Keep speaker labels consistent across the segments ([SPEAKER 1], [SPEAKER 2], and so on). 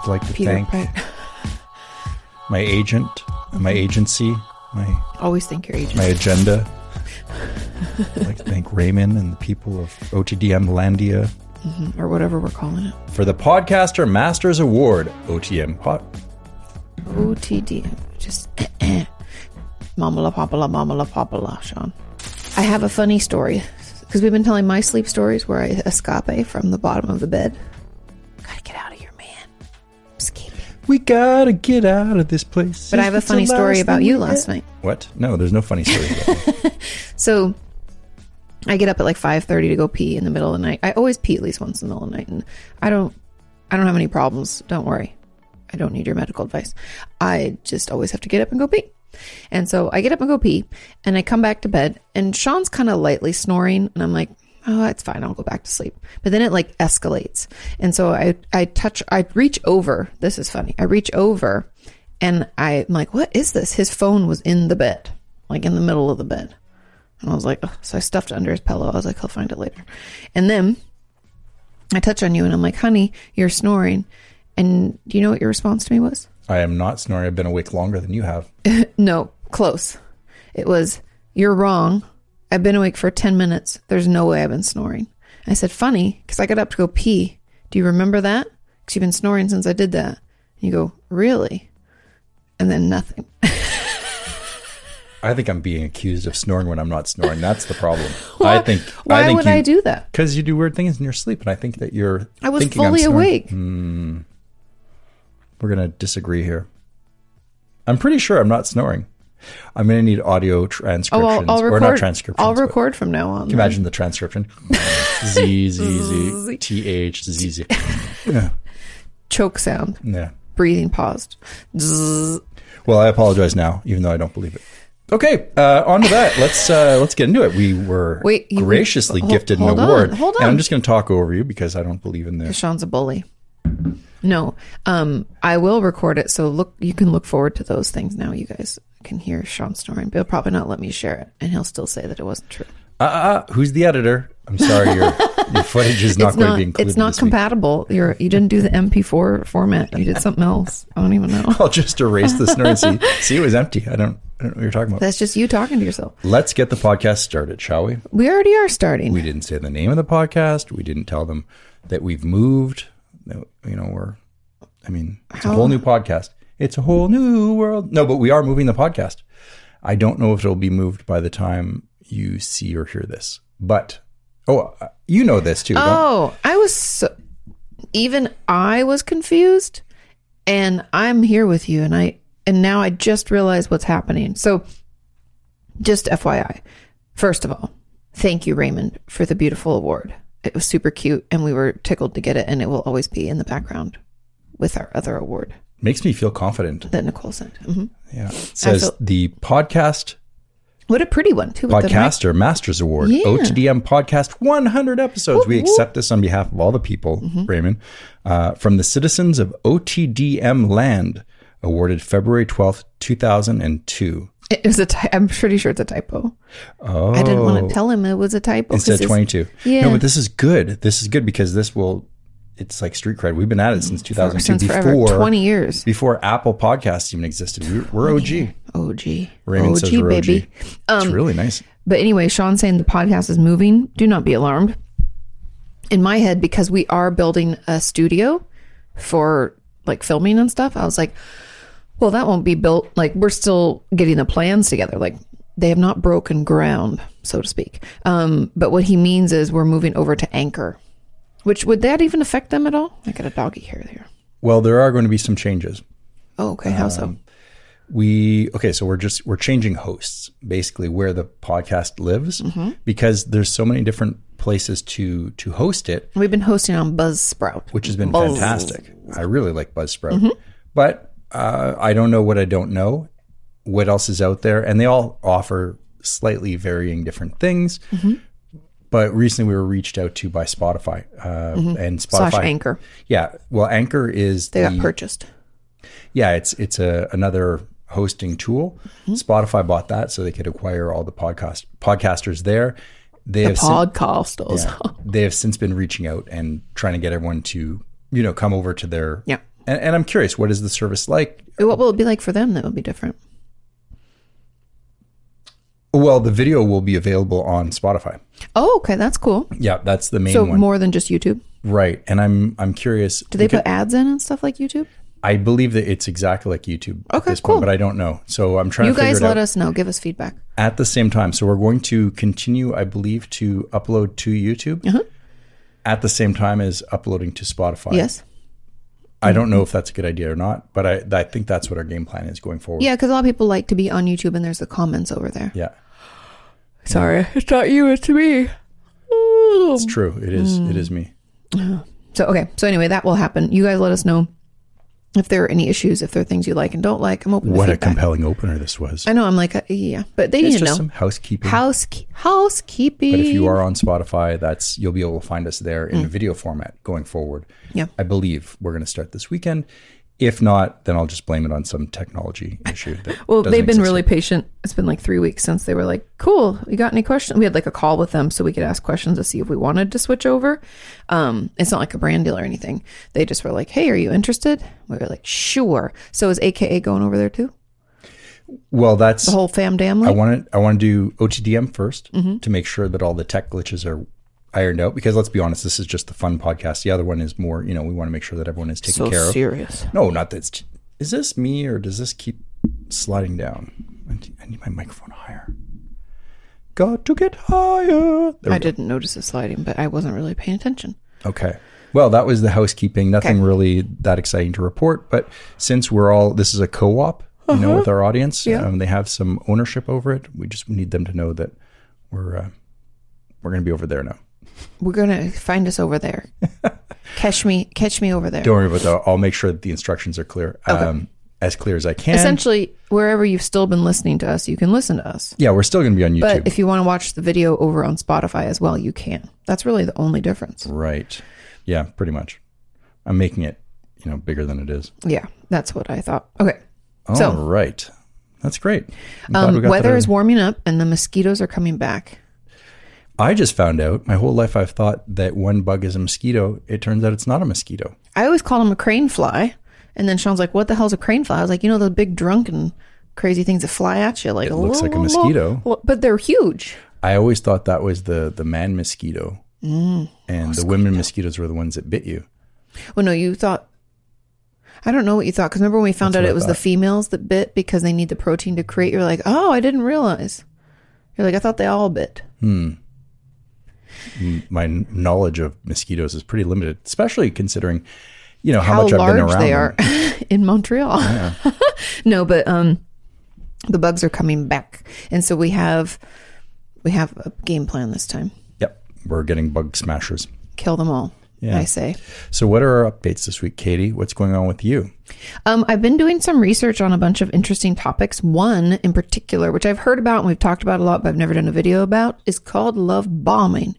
[SPEAKER 1] I'd like to
[SPEAKER 2] Peter
[SPEAKER 1] thank
[SPEAKER 2] Pratt.
[SPEAKER 1] my agent, my agency, my
[SPEAKER 2] Always thank your agent.
[SPEAKER 1] my agenda. I'd like to thank Raymond and the people of OTDM Landia
[SPEAKER 2] Mhm, Or whatever we're calling it.
[SPEAKER 1] for the Podcaster Masters Award. OTM Pod.
[SPEAKER 2] OTD. Just mama la papa la mama la papa la, Sean. I have a funny story because we've been telling my sleep stories where I escape from the bottom of the bed. Gotta get out of here, man. I'm escaping.
[SPEAKER 1] We gotta get out of this place.
[SPEAKER 2] But I have a
[SPEAKER 1] It's the
[SPEAKER 2] funny story
[SPEAKER 1] last
[SPEAKER 2] about
[SPEAKER 1] thing
[SPEAKER 2] you
[SPEAKER 1] we
[SPEAKER 2] last
[SPEAKER 1] get.
[SPEAKER 2] night.
[SPEAKER 1] What? No, there's no funny story. about it.
[SPEAKER 2] So I get up at like five thirty to go pee in the middle of the night. I always pee at least once in the middle of the night, and I don't, I don't have any problems. Don't worry, I don't need your medical advice. I just always have to get up and go pee. And so I get up and go pee, and I come back to bed, and Sean's kind of lightly snoring, and I'm like, oh, it's fine, I'll go back to sleep. But then it like escalates, and so I, I touch, I reach over. This is funny. I reach over, and I'm like, what is this? His phone was in the bed, like in the middle of the bed. And I was like, oh. so I stuffed it under his pillow. I was like, he'll find it later. And then I touch on you and I'm like, honey, you're snoring. And do you know what your response to me was?
[SPEAKER 1] I am not snoring. I've been awake longer than you have.
[SPEAKER 2] No, close. It was, you're wrong. I've been awake for 10 minutes. There's no way I've been snoring. I said, funny, because I got up to go pee. Do you remember that? Because you've been snoring since I did that. And you go, really? And then nothing.
[SPEAKER 1] I think I'm being accused of snoring when I'm not snoring. That's the problem. I think.
[SPEAKER 2] Why
[SPEAKER 1] I think
[SPEAKER 2] would
[SPEAKER 1] you,
[SPEAKER 2] I do that?
[SPEAKER 1] Because you do weird things in your sleep, and I think that you're.
[SPEAKER 2] I was
[SPEAKER 1] thinking I'm
[SPEAKER 2] fully
[SPEAKER 1] snoring.
[SPEAKER 2] awake.
[SPEAKER 1] We're gonna disagree here. I'm pretty sure I'm not snoring. I'm gonna need audio
[SPEAKER 2] Oh,
[SPEAKER 1] transcriptions
[SPEAKER 2] I'll, I'll
[SPEAKER 1] or
[SPEAKER 2] record.
[SPEAKER 1] not transcriptions.
[SPEAKER 2] I'll
[SPEAKER 1] but-
[SPEAKER 2] record from now on.
[SPEAKER 1] Can you imagine the transcription? Z Z Z T H Z Z. Yeah,
[SPEAKER 2] Choke sound.
[SPEAKER 1] yeah.
[SPEAKER 2] breathing paused. Zzz.
[SPEAKER 1] Well, I apologize now, even though I don't believe it. Okay, uh, on to that. Let's uh, let's get into it. We were
[SPEAKER 2] Wait, you-
[SPEAKER 1] graciously
[SPEAKER 2] hol-
[SPEAKER 1] gifted
[SPEAKER 2] hold
[SPEAKER 1] an
[SPEAKER 2] on,
[SPEAKER 1] award,
[SPEAKER 2] hold
[SPEAKER 1] and
[SPEAKER 2] on.
[SPEAKER 1] I'm just going to talk over you because I don't believe in this.
[SPEAKER 2] Sean's a bully. No, um, I will record it. So look, you can look forward to those things now. You guys can hear Sean snoring, but he'll probably not let me share it, and he'll still say that it wasn't true.
[SPEAKER 1] Uh, uh, uh, who's the editor? I'm sorry, your, your footage is not
[SPEAKER 2] it's
[SPEAKER 1] going to
[SPEAKER 2] not.
[SPEAKER 1] be included.
[SPEAKER 2] It's not
[SPEAKER 1] this week.
[SPEAKER 2] compatible. You're you didn't do the MP4 format. You did something else. I don't even know.
[SPEAKER 1] I'll just erase the snore and see. See, it was empty. I don't, I don't know what you're talking about.
[SPEAKER 2] That's just you talking to yourself.
[SPEAKER 1] Let's get the podcast started, shall we?
[SPEAKER 2] We already are starting.
[SPEAKER 1] We didn't say the name of the podcast. We didn't tell them that we've moved. That, you know, we're, I mean, it's a whole new podcast. It's a whole new world. No, but we are moving the podcast. I don't know if it'll be moved by the time you see or hear this. But, oh, uh, you know this too. don't-
[SPEAKER 2] Oh, I was so, even I was confused, and I'm here with you, and I and now I just realized what's happening. So, just FYI, first of all, thank you Raymond for the beautiful award. It was super cute, and we were tickled to get it, and it will always be in the background with our other award
[SPEAKER 1] Makes me feel confident.
[SPEAKER 2] that Nicole sent. hmm
[SPEAKER 1] Yeah. It says
[SPEAKER 2] Absol-
[SPEAKER 1] the podcast
[SPEAKER 2] What a pretty one too. with the mic-
[SPEAKER 1] Podcaster Masters Award,
[SPEAKER 2] Yeah.
[SPEAKER 1] OTDM Podcast 100 episodes. we
[SPEAKER 2] Whoop, Mm-hmm. whoop.
[SPEAKER 1] accept this on behalf of all the people, Raymond, uh, from the citizens of OTDM land, awarded February 12th, 2002.
[SPEAKER 2] It was a. Ty- I'm pretty sure it's a typo.
[SPEAKER 1] Oh,
[SPEAKER 2] I didn't want to tell him it was a typo. 'cause
[SPEAKER 1] Instead
[SPEAKER 2] it's-
[SPEAKER 1] 22.
[SPEAKER 2] Yeah.
[SPEAKER 1] No, but this is good. This is good because this will, it's like street cred. We've been at it since 2002.
[SPEAKER 2] since Mm, forever.
[SPEAKER 1] before,
[SPEAKER 2] 20 years.
[SPEAKER 1] Before Apple Podcasts even existed. We, we're OG.
[SPEAKER 2] OG.
[SPEAKER 1] Raymond
[SPEAKER 2] OG,
[SPEAKER 1] says we're OG.
[SPEAKER 2] baby. Um,
[SPEAKER 1] it's really nice.
[SPEAKER 2] But anyway, Sean's saying the podcast is moving. Do not be alarmed. In my head, because we are building a studio for like filming and stuff, I was like, well, that won't be built. Like, we're still getting the plans together. Like, they have not broken ground, so to speak. Um, but what he means is we're moving over to Anchor, which would that even affect them at all? I got a doggy hair there.
[SPEAKER 1] Well, there are going to be some changes.
[SPEAKER 2] Oh, okay. How so?
[SPEAKER 1] Um, we okay so we're just
[SPEAKER 2] Mm-hmm.
[SPEAKER 1] we're changing hosts basically where the podcast lives because there's so many different places to to host it,
[SPEAKER 2] We've been hosting on Buzzsprout.
[SPEAKER 1] which has been
[SPEAKER 2] Oh.
[SPEAKER 1] fantastic. I really like Buzzsprout,
[SPEAKER 2] Mm-hmm.
[SPEAKER 1] but uh, I don't know what I don't know. What else is out there? And they all offer slightly varying different things.
[SPEAKER 2] Mm-hmm.
[SPEAKER 1] But recently, we were reached out to by Spotify uh, and Spotify.
[SPEAKER 2] Mm-hmm. Slash Anchor.
[SPEAKER 1] Yeah, well, Anchor is
[SPEAKER 2] They
[SPEAKER 1] the,
[SPEAKER 2] got purchased.
[SPEAKER 1] yeah, it's it's a another hosting tool.
[SPEAKER 2] Mm-hmm.
[SPEAKER 1] Spotify bought that so they could acquire all the podcast podcasters there. They have sin-
[SPEAKER 2] Podcasters.
[SPEAKER 1] they have since been reaching out and trying to get everyone to you know come over to their
[SPEAKER 2] Yeah.
[SPEAKER 1] And, and I'm curious, what is the service like?
[SPEAKER 2] What will it be like for them that would be different?
[SPEAKER 1] Well, the video will be available on Spotify.
[SPEAKER 2] Oh, okay. That's cool.
[SPEAKER 1] Yeah, that's the main
[SPEAKER 2] So
[SPEAKER 1] one,
[SPEAKER 2] more than just YouTube.
[SPEAKER 1] right? And I'm I'm curious.
[SPEAKER 2] Do they put ads in and stuff like YouTube?
[SPEAKER 1] I believe that it's exactly like YouTube at
[SPEAKER 2] Okay,
[SPEAKER 1] this
[SPEAKER 2] cool.
[SPEAKER 1] point, but I don't know. So I'm trying
[SPEAKER 2] You
[SPEAKER 1] to figure
[SPEAKER 2] guys
[SPEAKER 1] it out.
[SPEAKER 2] let us know. Give us feedback.
[SPEAKER 1] at the same time. So we're going to continue, I believe, to upload to YouTube
[SPEAKER 2] Uh-huh.
[SPEAKER 1] at the same time as uploading to Spotify.
[SPEAKER 2] Yes.
[SPEAKER 1] I don't know if that's a good idea or not, but I, I think that's what our game plan is going forward.
[SPEAKER 2] Yeah, because a lot of people like to be on YouTube and there's the comments over there.
[SPEAKER 1] Yeah,
[SPEAKER 2] Sorry. It's not you, it's me. Oh.
[SPEAKER 1] it's true. It is. It is me.
[SPEAKER 2] So, okay. So, anyway, that will happen. You guys let us know if there are any issues, if there are things you like and don't like. I'm open
[SPEAKER 1] Hmm. What
[SPEAKER 2] to
[SPEAKER 1] a
[SPEAKER 2] feedback.
[SPEAKER 1] compelling opener this was.
[SPEAKER 2] I know. I'm like, uh, yeah, but they
[SPEAKER 1] It's
[SPEAKER 2] need to
[SPEAKER 1] just
[SPEAKER 2] know.
[SPEAKER 1] some housekeeping.
[SPEAKER 2] House, housekeeping.
[SPEAKER 1] but if you are on Spotify, that's you'll be able to find us there in video format going forward.
[SPEAKER 2] Hmm. Yeah.
[SPEAKER 1] I believe we're going to start this weekend. If not, then I'll just blame it on some technology issue. that
[SPEAKER 2] Well,
[SPEAKER 1] doesn't
[SPEAKER 2] they've been
[SPEAKER 1] exist
[SPEAKER 2] really patient. It's been like three weeks since they were like, "Cool, you got any questions?" We had like a call with them so we could ask questions to see if we wanted to switch over. Um, it's not like a brand deal or anything. They just were like, "Hey, are you interested?" We were like, "Sure." So is AKA going over there too?
[SPEAKER 1] Well, that's
[SPEAKER 2] The whole fam damn
[SPEAKER 1] I
[SPEAKER 2] like?
[SPEAKER 1] want to I want to do OTDM 1st to make sure that all the tech glitches are ironed out. Because let's be honest, this is just the fun podcast. The other one is more, you know, we want to make sure that everyone is taken
[SPEAKER 2] so
[SPEAKER 1] care
[SPEAKER 2] serious.
[SPEAKER 1] of. No, not that. it's- Is this me or does this keep sliding down? I d- I need my microphone higher. Got to get higher. There we
[SPEAKER 2] I didn't notice it sliding, but I wasn't really paying attention.
[SPEAKER 1] Okay. Well, that was the housekeeping. Nothing really that exciting to report. But since we're all, this is a co op, you know, with
[SPEAKER 2] Uh-huh.
[SPEAKER 1] our audience, um, they have some ownership over it. We just need them to know that we're, uh, we're going to be over there now.
[SPEAKER 2] We're gonna find us over there. catch me, catch me over there.
[SPEAKER 1] Don't worry about that. I'll make sure that the instructions are clear, um, as clear as I can.
[SPEAKER 2] Essentially, wherever you've still been listening to us, you can listen to us.
[SPEAKER 1] yeah, we're still going to be on YouTube.
[SPEAKER 2] But if you want to watch the video over on Spotify as well, you can. That's really the only difference.
[SPEAKER 1] right. Yeah, pretty much. I'm making it, you know, bigger than it is.
[SPEAKER 2] Yeah, that's what I thought. Okay.
[SPEAKER 1] All right,
[SPEAKER 2] So-
[SPEAKER 1] That's great. I'm glad we
[SPEAKER 2] Um,
[SPEAKER 1] got that out
[SPEAKER 2] weather
[SPEAKER 1] of
[SPEAKER 2] is warming up and the mosquitoes are coming back.
[SPEAKER 1] I just found out my whole life I've thought that one bug is a mosquito. It turns out it's not a mosquito.
[SPEAKER 2] I always call them a crane fly. And then Sean's like, what the hell's a crane fly? I was like, you know, those big drunken crazy things that fly at you. Like, it
[SPEAKER 1] looks like a mosquito.
[SPEAKER 2] But they're huge.
[SPEAKER 1] I always thought that was the the man mosquito.
[SPEAKER 2] Mm.
[SPEAKER 1] And the women mosquitoes were the ones that bit you.
[SPEAKER 2] Well, no, you thought. I don't know what you thought because remember when we found out it was the females that bit because they need the protein to create. You're like, oh, I didn't realize. You're like, I thought they all bit.
[SPEAKER 1] M- My n- knowledge of mosquitoes is pretty limited, especially considering, you know, how,
[SPEAKER 2] how
[SPEAKER 1] much I've been
[SPEAKER 2] large
[SPEAKER 1] around.
[SPEAKER 2] they
[SPEAKER 1] them.
[SPEAKER 2] are in Montreal. no, but um, the bugs are coming back, and so we have we have a game plan this time.
[SPEAKER 1] Yep, we're getting bug smashers.
[SPEAKER 2] Kill them all.
[SPEAKER 1] Yeah.
[SPEAKER 2] I say.
[SPEAKER 1] So, what are our updates this week, Katie? What's going on with you?
[SPEAKER 2] Um, I've been doing some research on a bunch of interesting topics. One in particular, which I've heard about and we've talked about a lot, but I've never done a video about, is called love bombing.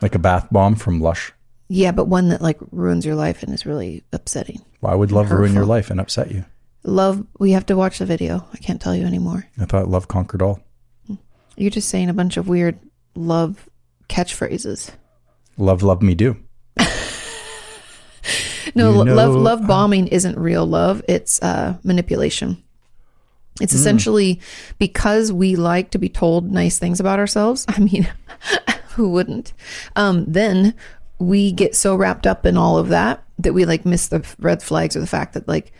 [SPEAKER 1] Like a bath bomb from Lush.
[SPEAKER 2] Yeah, but one that like ruins your life and is really upsetting.
[SPEAKER 1] Why would love ruin your life and upset you?
[SPEAKER 2] Love, we have to watch the video. I can't tell you anymore.
[SPEAKER 1] I thought love conquered all.
[SPEAKER 2] You're just saying a bunch of weird love catchphrases.
[SPEAKER 1] Love, love me do.
[SPEAKER 2] No,
[SPEAKER 1] You
[SPEAKER 2] lo-
[SPEAKER 1] know, uh,
[SPEAKER 2] love love bombing isn't real love. It's uh, manipulation. It's
[SPEAKER 1] Hmm.
[SPEAKER 2] essentially because we like to be told nice things about ourselves. I mean, who wouldn't? Um, then we get so wrapped up in all of that that we like miss the f- red flags or the fact that like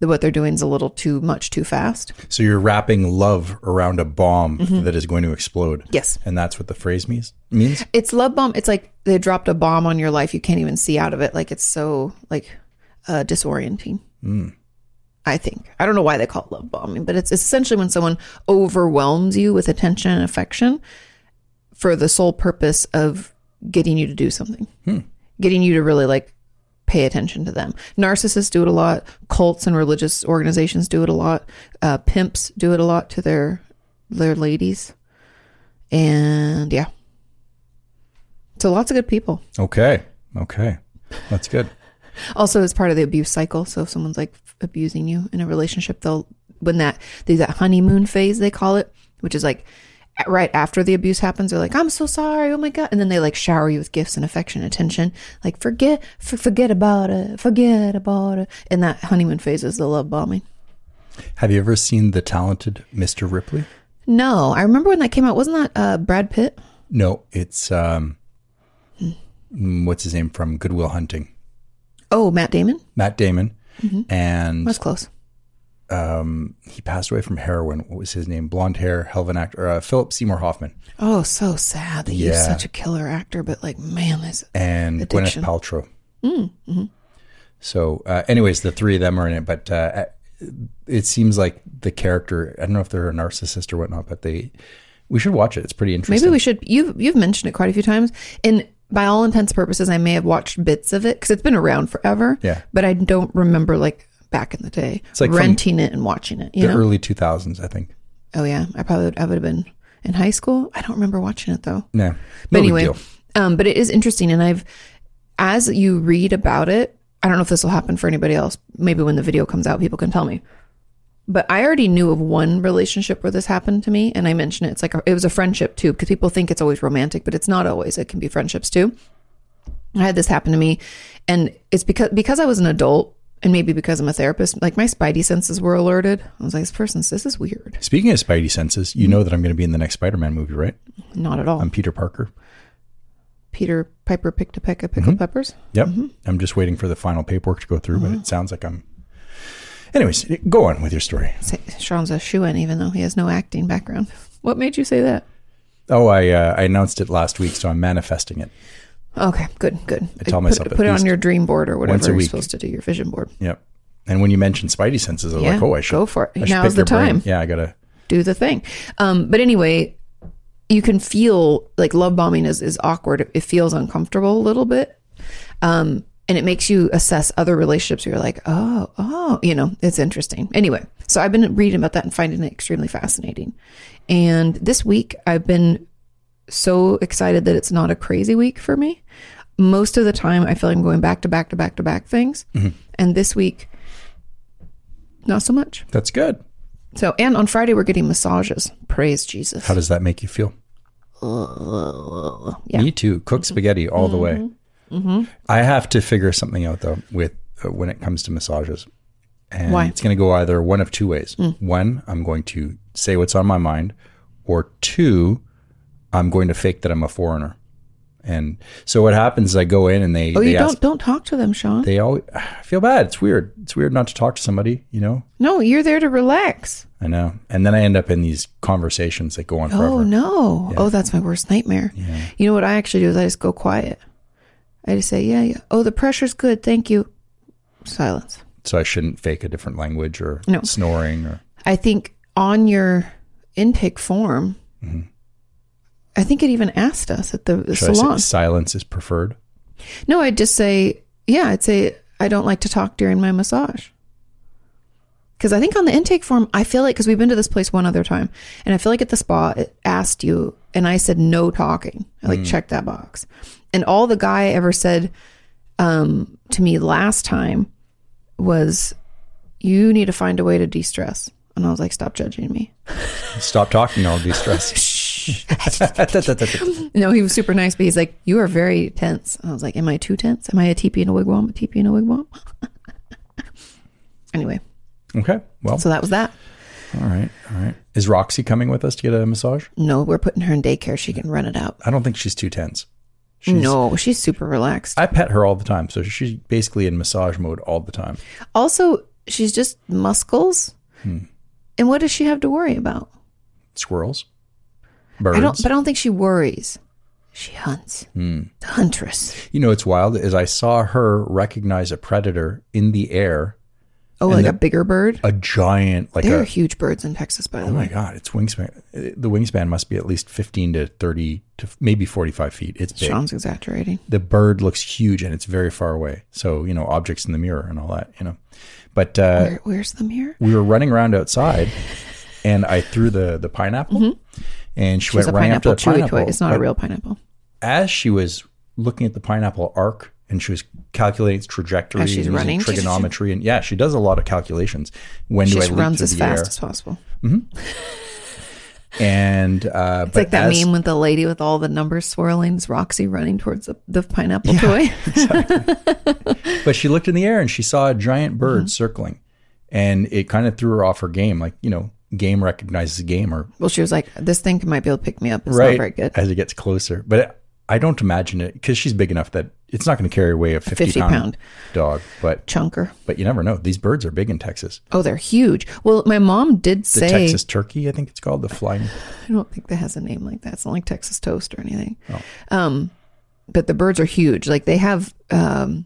[SPEAKER 2] the, what they're doing is a little too much too fast.
[SPEAKER 1] So you're wrapping love around a bomb that is going to explode.
[SPEAKER 2] Mm-hmm. Yes.
[SPEAKER 1] And that's what the phrase means. Means
[SPEAKER 2] It's love bomb. It's like they dropped a bomb on your life. You can't even see out of it. Like it's so like uh, disorienting. I think I don't know why they call it love bombing, but it's essentially when someone overwhelms you with attention and affection for the sole purpose of getting you to do something, getting you to really like pay attention to them. Narcissists do it a lot. Cults and religious organizations do it a lot. Uh, pimps do it a lot to their their ladies, and yeah. So lots of good people.
[SPEAKER 1] Okay. Okay. That's good.
[SPEAKER 2] Also, it's part of the abuse cycle. So if someone's like abusing you in a relationship, they'll when that there's that honeymoon phase they call it, which is like a- right after the abuse happens, they're like, "I'm so sorry, oh my god," and then they like shower you with gifts and affection, and attention, like forget f- forget about it, forget about it. And that honeymoon phase is the love bombing.
[SPEAKER 1] Have you ever seen The Talented Mr. Ripley?
[SPEAKER 2] No, I remember when that came out. Wasn't that uh, Brad Pitt?
[SPEAKER 1] No, it's um
[SPEAKER 2] Hmm.
[SPEAKER 1] mm, what's his name from Goodwill Hunting?
[SPEAKER 2] Oh, Matt Damon.
[SPEAKER 1] Matt Damon. And
[SPEAKER 2] Mm-hmm.
[SPEAKER 1] um,
[SPEAKER 2] That's close.
[SPEAKER 1] he passed away from heroin. What was his name? Blonde hair, hell of an actor, uh, Philip Seymour Hoffman,
[SPEAKER 2] Oh, so sad that he's
[SPEAKER 1] Yeah.
[SPEAKER 2] such a killer actor, but like, man, this
[SPEAKER 1] and
[SPEAKER 2] Addiction. Mm, mm-hmm.
[SPEAKER 1] Gwyneth Paltrow. So, uh, anyways, the three of them are in it, but uh, it seems like the character. I don't know if they're a narcissist or whatnot, but they. We should watch it. It's pretty interesting.
[SPEAKER 2] Maybe we should. You've you've mentioned it quite a few times, and by all intents and purposes, I may have watched bits of it because it's been around forever.
[SPEAKER 1] Yeah.
[SPEAKER 2] but I don't remember like back in the day
[SPEAKER 1] like from
[SPEAKER 2] renting it and watching it. You
[SPEAKER 1] the
[SPEAKER 2] know?
[SPEAKER 1] early two thousands, I think.
[SPEAKER 2] oh yeah, I probably would, I would have been in high school. I don't remember watching it though.
[SPEAKER 1] No, no
[SPEAKER 2] But
[SPEAKER 1] big
[SPEAKER 2] anyway,
[SPEAKER 1] deal.
[SPEAKER 2] um, but it is interesting, and I've as you read about it, I don't know if this will happen for anybody else. Maybe when the video comes out, people can tell me. But I already knew of one relationship where this happened to me, and I mentioned it. It's like a, it was a friendship too, because people think it's always romantic, but it's not always. It can be friendships too. I had this happen to me, and it's because because I was an adult, and maybe because I'm a therapist. Like my spidey senses were alerted. I was like, this person's this is weird.
[SPEAKER 1] Speaking of Spidey senses, you know that I'm going to be in the next Spider-Man movie, right?
[SPEAKER 2] Not at all.
[SPEAKER 1] I'm Peter Parker.
[SPEAKER 2] Peter Piper picked a peck of
[SPEAKER 1] Mm-hmm.
[SPEAKER 2] pickled peppers.
[SPEAKER 1] Yep.
[SPEAKER 2] Mm-hmm.
[SPEAKER 1] I'm just waiting for the final paperwork to go through, but it sounds like I'm. Anyways, go on with your story.
[SPEAKER 2] Say, Sean's a shoe in, even though he has no acting background. What made you say that?
[SPEAKER 1] Oh, I uh, I announced it last week, so I'm manifesting it.
[SPEAKER 2] Okay, good, good.
[SPEAKER 1] I tell
[SPEAKER 2] put,
[SPEAKER 1] myself at
[SPEAKER 2] put it on
[SPEAKER 1] least
[SPEAKER 2] your dream board or
[SPEAKER 1] once a
[SPEAKER 2] whatever you're
[SPEAKER 1] week.
[SPEAKER 2] supposed to do, your vision board.
[SPEAKER 1] Yep. And when you mentioned Spidey senses, I was
[SPEAKER 2] Yeah,
[SPEAKER 1] like, oh, I should
[SPEAKER 2] go for it.
[SPEAKER 1] I should
[SPEAKER 2] Now's
[SPEAKER 1] pick
[SPEAKER 2] the
[SPEAKER 1] your brain.
[SPEAKER 2] time.
[SPEAKER 1] Yeah, I gotta.
[SPEAKER 2] do the thing. Um, but anyway, you can feel like love bombing is, is awkward. It feels uncomfortable a little bit. Um, and it makes you assess other relationships. You're like, oh, oh, you know, it's interesting. Anyway, so I've been reading about that and finding it extremely fascinating. And this week, I've been so excited that it's not a crazy week for me. Most of the time, I feel like I'm going back to back to back to back things. And this week, not so much.
[SPEAKER 1] That's good.
[SPEAKER 2] So, and on Friday we're getting massages. Praise Jesus.
[SPEAKER 1] How does that make you feel?
[SPEAKER 2] yeah. Mm-hmm.
[SPEAKER 1] Me too. Cook spaghetti all the way. I have to figure something out though with uh, when it comes to massages, and
[SPEAKER 2] Why? Mm.
[SPEAKER 1] it's going to go either one of two ways. One, I'm going to say what's on my mind, or two, I'm going to fake that I'm a foreigner. And so what happens is I go in and they
[SPEAKER 2] oh,
[SPEAKER 1] they
[SPEAKER 2] you
[SPEAKER 1] ask
[SPEAKER 2] don't don't talk to them, Sean.
[SPEAKER 1] they always I feel bad. It's weird. It's weird not to talk to somebody. You know.
[SPEAKER 2] no, you're there to relax.
[SPEAKER 1] I know. And then I end up in these conversations that go on forever.
[SPEAKER 2] Oh no. Oh, that's my worst nightmare. You know what I actually do is I just go quiet. I just say, yeah, yeah. Oh, the pressure's good. Thank you. Silence.
[SPEAKER 1] So I shouldn't fake a different language or
[SPEAKER 2] No.
[SPEAKER 1] snoring or
[SPEAKER 2] I think on your intake form, I think it even asked us at the
[SPEAKER 1] Mm-hmm. should I
[SPEAKER 2] salon.
[SPEAKER 1] say silence is preferred.
[SPEAKER 2] No, I'd just say, yeah, I'd say I don't like to talk during my massage. Because I think on the intake form, I feel like, because we've been to this place one other time, and I feel like at the spa, it asked you, and I said no talking. I like checked that box. And all the guy ever said um, to me last time was, you need to find a way to de stress. And I was like, stop judging me.
[SPEAKER 1] Stop talking, I'll de-stress.
[SPEAKER 2] No, he was super nice, but he's like, "You are very tense." And I was like, "Am I too tense? Am I a teepee in a wigwam? A teepee in a wigwam?" anyway,
[SPEAKER 1] okay. Well,
[SPEAKER 2] so that was that.
[SPEAKER 1] all right. All right. Is Roxy coming with us to get a massage?
[SPEAKER 2] No, we're putting her in daycare. She can run it out.
[SPEAKER 1] I don't think she's too tense.
[SPEAKER 2] no, she's super relaxed.
[SPEAKER 1] I pet her all the time, so she's basically in massage mode all the time.
[SPEAKER 2] also, she's just muscles.
[SPEAKER 1] Hmm.
[SPEAKER 2] And what does she have to worry about?
[SPEAKER 1] Squirrels, birds. Hmm.
[SPEAKER 2] I don't. But I don't think she worries. She hunts. The huntress.
[SPEAKER 1] you know, it's wild. Is I saw her recognize a predator in the air
[SPEAKER 2] Oh, like a bigger bird.
[SPEAKER 1] a giant like
[SPEAKER 2] There are
[SPEAKER 1] a
[SPEAKER 2] huge birds in Texas, by the
[SPEAKER 1] oh my
[SPEAKER 2] way.
[SPEAKER 1] god its wingspan the wingspan must be at least 15 to 30 to maybe 45 feet it's big
[SPEAKER 2] Sean's exaggerating.
[SPEAKER 1] the bird looks huge and it's very far away so you know objects in the mirror and all that you know but uh,
[SPEAKER 2] Where, where's the mirror?
[SPEAKER 1] we were running around outside and i threw the the pineapple and she went
[SPEAKER 2] It's Mm-hmm. a
[SPEAKER 1] running after
[SPEAKER 2] pineapple
[SPEAKER 1] the
[SPEAKER 2] chewy
[SPEAKER 1] pineapple
[SPEAKER 2] toy. It's not
[SPEAKER 1] but
[SPEAKER 2] a real pineapple.
[SPEAKER 1] as she was looking at the pineapple arc and she was calculating its trajectory
[SPEAKER 2] As she's
[SPEAKER 1] and using
[SPEAKER 2] running?
[SPEAKER 1] trigonometry and yeah she does a lot of calculations when
[SPEAKER 2] She
[SPEAKER 1] do i
[SPEAKER 2] just
[SPEAKER 1] leap
[SPEAKER 2] runs
[SPEAKER 1] through
[SPEAKER 2] as
[SPEAKER 1] the
[SPEAKER 2] fast
[SPEAKER 1] air
[SPEAKER 2] as possible.
[SPEAKER 1] and uh
[SPEAKER 2] It's like that
[SPEAKER 1] as,
[SPEAKER 2] meme with the lady with all the numbers swirling. It's Roxy running towards the, the pineapple toy.
[SPEAKER 1] But she looked in the air and she saw a giant bird
[SPEAKER 2] Mm-hmm.
[SPEAKER 1] circling, and it kind of threw her off her game. Like you know, game recognizes game, or
[SPEAKER 2] well, she was like, "This thing might be able to pick me up. It's not
[SPEAKER 1] right
[SPEAKER 2] very good."
[SPEAKER 1] as it gets closer. But it, I don't imagine it because she's big enough that it's not going to carry away a 50
[SPEAKER 2] 50
[SPEAKER 1] pound
[SPEAKER 2] pound.
[SPEAKER 1] dog. But
[SPEAKER 2] Chunker.
[SPEAKER 1] but you never know. These birds are big in Texas.
[SPEAKER 2] Oh, they're huge. Well, my mom did
[SPEAKER 1] The
[SPEAKER 2] say.
[SPEAKER 1] Texas turkey, I think it's called the flying.
[SPEAKER 2] I don't think that has a name like that. It's not like Texas toast or anything.
[SPEAKER 1] Oh.
[SPEAKER 2] Um, but the birds are huge. Like they have, um,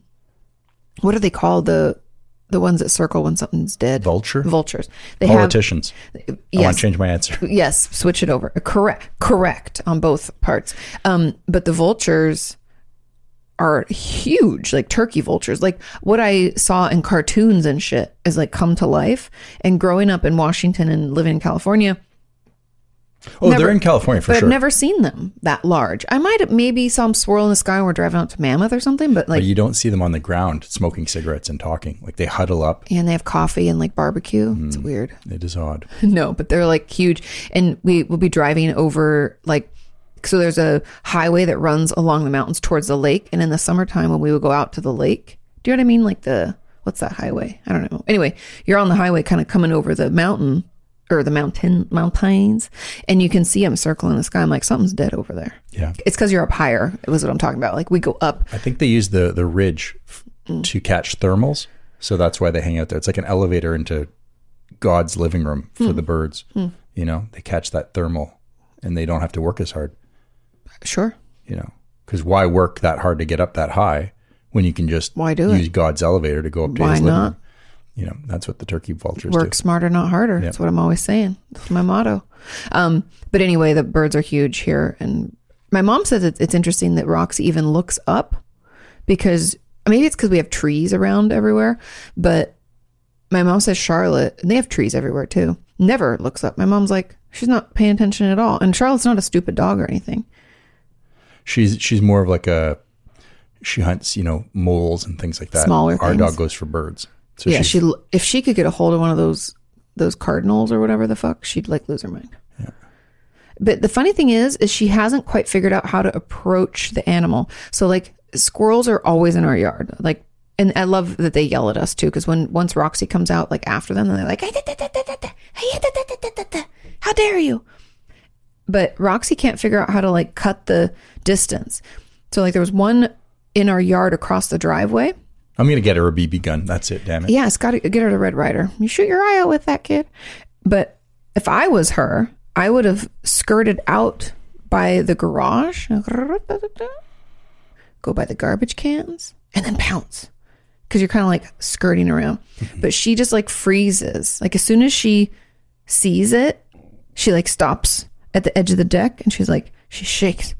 [SPEAKER 2] what are they called? The the ones that circle when something's dead.
[SPEAKER 1] Vulture?
[SPEAKER 2] Vultures. They
[SPEAKER 1] Politicians.
[SPEAKER 2] have.
[SPEAKER 1] I want
[SPEAKER 2] Yes.
[SPEAKER 1] to change my answer.
[SPEAKER 2] Yes. Switch it over. Correct. Correct on both parts. Um, but the vultures are huge, like turkey vultures. Like what I saw in cartoons and shit is like come to life. And growing up in Washington and living in California.
[SPEAKER 1] Oh,
[SPEAKER 2] Never-
[SPEAKER 1] they're in California for
[SPEAKER 2] But
[SPEAKER 1] sure.
[SPEAKER 2] I've never seen them that large. I might have maybe saw them swirl in the sky when we're driving out to Mammoth or something, but like,
[SPEAKER 1] but you don't see them on the ground smoking cigarettes and talking. Like they huddle up.
[SPEAKER 2] and they have coffee and like barbecue. It's
[SPEAKER 1] Mm.
[SPEAKER 2] weird.
[SPEAKER 1] It is odd.
[SPEAKER 2] no, but they're like huge. And we will be driving over like, so there's a highway that runs along the mountains towards the lake. And in the summertime, when we would go out to the lake, do you know what I mean? Like the, what's that highway? I don't know. Anyway, you're on the highway kind of coming over the mountain or the mountain mountains and you can see them circling the sky. I'm like, something's dead over there.
[SPEAKER 1] Yeah.
[SPEAKER 2] It's because you're up higher. Was what I'm talking about. Like we go up.
[SPEAKER 1] I think they use the the ridge f-
[SPEAKER 2] Mm.
[SPEAKER 1] to catch thermals, so that's why they hang out there. It's like an elevator into God's living room
[SPEAKER 2] Hmm.
[SPEAKER 1] for the birds. You know, they catch that thermal, and they don't have to work as hard.
[SPEAKER 2] Sure.
[SPEAKER 1] You know, because why work that hard to get up that high when you can just
[SPEAKER 2] Why do it?
[SPEAKER 1] use God's elevator to go up to
[SPEAKER 2] Why
[SPEAKER 1] His living
[SPEAKER 2] not?
[SPEAKER 1] room? You know, that's what the turkey vultures
[SPEAKER 2] Work
[SPEAKER 1] do.
[SPEAKER 2] smarter, not harder. That's what I'm always saying. That's my motto. Um, but anyway, the birds are huge here, and my mom said that it's interesting that Roxy even looks up because maybe it's because we have trees around everywhere. But my mom says Charlotte, and they have trees everywhere too. Never looks up. My mom's like she's not paying attention at all, and Charlotte's not a stupid dog or anything.
[SPEAKER 1] She's she's more of like a she hunts you know moles and things like that.
[SPEAKER 2] Smaller
[SPEAKER 1] Our
[SPEAKER 2] things.
[SPEAKER 1] dog goes for birds. So
[SPEAKER 2] yeah,
[SPEAKER 1] she's,
[SPEAKER 2] she if she could get a hold of one of those those cardinals or whatever the fuck, she'd like lose her mind. But the funny thing is, is she hasn't quite figured out how to approach the animal. So like squirrels are always in our yard, like. And I love that they yell at us too, because when once Roxy comes out, like after them, they're like, "Hey, da, da, da, da, da, da. Hey, da, da, da, da, da, da. "How dare you!" but Roxy can't figure out how to like cut the distance. So like there was one in our yard across the driveway,
[SPEAKER 1] I'm gonna get her a BB gun. That's it. Damn it.
[SPEAKER 2] yeah, it's got to get her to Red Rider. You shoot your eye out with that kid. But if I was her, I would have skirted out by the garage, go by the garbage cans, and then pounce. Because you're kind of like skirting around. But she just like freezes. Like as soon as she sees it, she like stops at the edge of the deck and she's like, she shakes.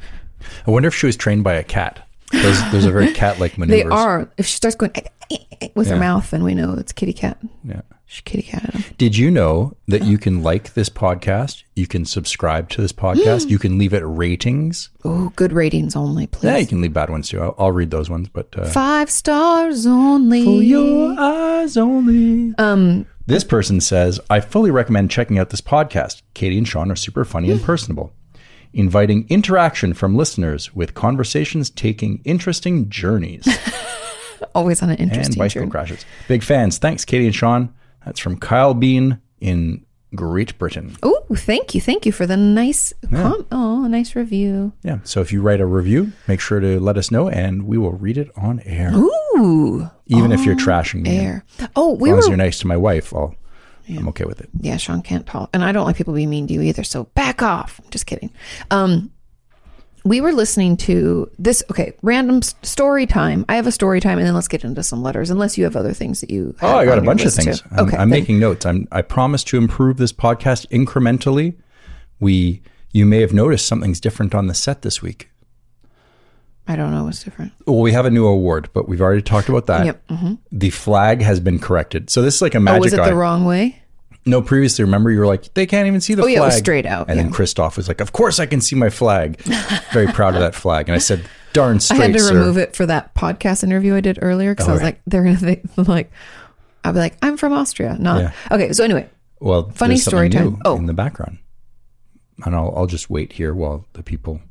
[SPEAKER 1] I wonder if she was trained by a cat. Those, those are very cat-like
[SPEAKER 2] They
[SPEAKER 1] maneuvers.
[SPEAKER 2] are. If she starts going eh, with her
[SPEAKER 1] Yeah.
[SPEAKER 2] mouth, then we know it's kitty cat.
[SPEAKER 1] Yeah.
[SPEAKER 2] She kitty catted him.
[SPEAKER 1] Did you know that you can like this podcast? You can subscribe to this podcast. you can leave it ratings.
[SPEAKER 2] Oh, good ratings only, please.
[SPEAKER 1] Yeah, you can leave bad ones too. I'll, I'll read those ones, but uh,
[SPEAKER 2] Five stars only.
[SPEAKER 1] for your eyes only.
[SPEAKER 2] E. um,
[SPEAKER 1] This person says, I fully recommend checking out this podcast. Katie and Sean are super funny and personable, inviting interaction from listeners with conversations taking interesting journeys
[SPEAKER 2] always on an
[SPEAKER 1] and
[SPEAKER 2] interesting
[SPEAKER 1] bicycle
[SPEAKER 2] journey.
[SPEAKER 1] crashes. Big fans. Thanks, Katie and Sean. That's from Kyle Bean in Great Britain.
[SPEAKER 2] Oh, thank you, thank you for the nice com- oh, a nice review.
[SPEAKER 1] Yeah. So if you write a review, make sure to let us know and we will read it on air.
[SPEAKER 2] Ooh,
[SPEAKER 1] Even if you're trashing me.
[SPEAKER 2] air. Oh,
[SPEAKER 1] As
[SPEAKER 2] we
[SPEAKER 1] long as
[SPEAKER 2] were.
[SPEAKER 1] you're nice to my wife, I'll, I'm okay with it.
[SPEAKER 2] Yeah, Sean can't talk, and I don't like people being mean to you either. So back off. Just kidding. Um, we were listening to this. Okay, random s- story time. I have a story time, and then let's get into some letters. Unless you have other things that you.
[SPEAKER 1] Oh,
[SPEAKER 2] had
[SPEAKER 1] I got
[SPEAKER 2] on
[SPEAKER 1] a
[SPEAKER 2] your
[SPEAKER 1] bunch of
[SPEAKER 2] list,
[SPEAKER 1] things.
[SPEAKER 2] too.
[SPEAKER 1] I'm,
[SPEAKER 2] okay,
[SPEAKER 1] I'm
[SPEAKER 2] then-
[SPEAKER 1] making notes. I'm, I promise to improve this podcast incrementally. We, you may have noticed something's different on the set this week.
[SPEAKER 2] I don't know what's different.
[SPEAKER 1] Well, we have a new award, but we've already talked about that.
[SPEAKER 2] Yep. mhm.
[SPEAKER 1] The flag has been corrected. So this is like a magic
[SPEAKER 2] Oh, was it
[SPEAKER 1] eye.
[SPEAKER 2] the wrong way?
[SPEAKER 1] no, previously, remember you were like, they can't even see the
[SPEAKER 2] Oh,
[SPEAKER 1] flag.
[SPEAKER 2] yeah, it was straight out,
[SPEAKER 1] And then
[SPEAKER 2] yeah.
[SPEAKER 1] Christoph was like, of course I can see my flag. Very proud of that flag. And I said, darn straight,
[SPEAKER 2] I had to
[SPEAKER 1] sir.
[SPEAKER 2] remove it for that podcast interview I did earlier because I was
[SPEAKER 1] right.
[SPEAKER 2] like, they're gonna think like, I'll be like, I'm from Austria, not
[SPEAKER 1] Yeah.
[SPEAKER 2] okay. So anyway,
[SPEAKER 1] Well,
[SPEAKER 2] Funny
[SPEAKER 1] there's
[SPEAKER 2] story
[SPEAKER 1] something
[SPEAKER 2] time.
[SPEAKER 1] new
[SPEAKER 2] Oh.
[SPEAKER 1] in the background, and I'll I'll just wait here while the people.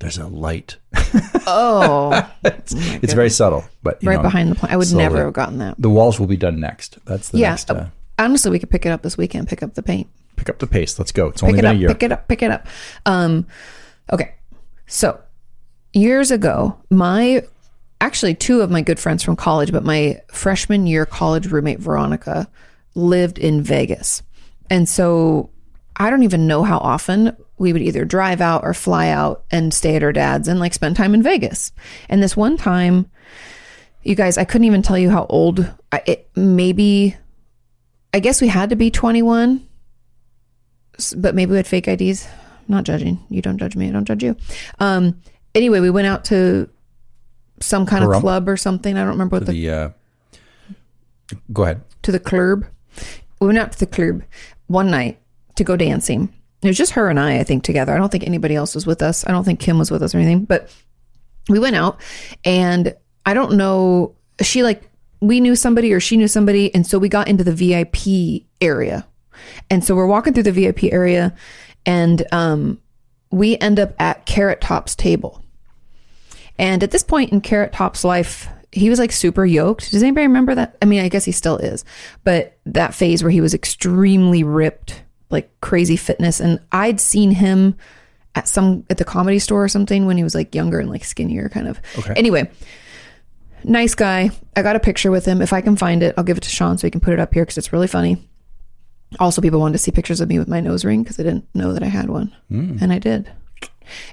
[SPEAKER 1] There's a light.
[SPEAKER 2] oh,
[SPEAKER 1] It's very subtle, but you
[SPEAKER 2] right
[SPEAKER 1] know,
[SPEAKER 2] behind the plant. I would
[SPEAKER 1] so
[SPEAKER 2] never
[SPEAKER 1] we're-
[SPEAKER 2] have gotten that.
[SPEAKER 1] the walls will be done next. That's the
[SPEAKER 2] yeah,
[SPEAKER 1] next. Uh,
[SPEAKER 2] honestly, we could pick it up this weekend. Pick up the paint.
[SPEAKER 1] pick up the pace. Let's go. It's
[SPEAKER 2] pick
[SPEAKER 1] only
[SPEAKER 2] it
[SPEAKER 1] been
[SPEAKER 2] up,
[SPEAKER 1] a year.
[SPEAKER 2] pick it up, pick it up. Um, okay. So years ago, my actually two of my good friends from college, but my freshman year college roommate Veronica lived in Vegas. And so I don't even know how often we would either drive out or fly out and stay at her dad's and like spend time in Vegas. And this one time, you guys, I couldn't even tell you how old I, it maybe I guess we had to be 21 s- but maybe we had fake IDs. I'm not judging. You don't judge me. I don't judge you. Um. Anyway, we went out to some kind
[SPEAKER 1] Pahrump?
[SPEAKER 2] of club or something. I don't remember what the,
[SPEAKER 1] the uh, go ahead.
[SPEAKER 2] to the club. We went out to the club one night to go dancing. It was just her and I, I think, together. I don't think anybody else was with us. I don't think Kim was with us or anything. But we went out and I don't know. She like we knew somebody or she knew somebody, and so we got into the VIP area. And so we're walking through the VIP area, and um, we end up at Carrot Top's table. And at this point in Carrot Top's life, he was like super yoked. Does anybody remember that? I mean, I guess he still is, but that phase where he was extremely ripped, like crazy fitness. And I'd seen him at some at the comedy store or something when he was like younger and like skinnier, kind of. Okay. Anyway, nice guy. I got a picture with him. If I can find it, I'll give it to Sean so he can put it up here because it's really funny. Also, people wanted to see pictures of me with my nose ring because I didn't know that I had one, and I did.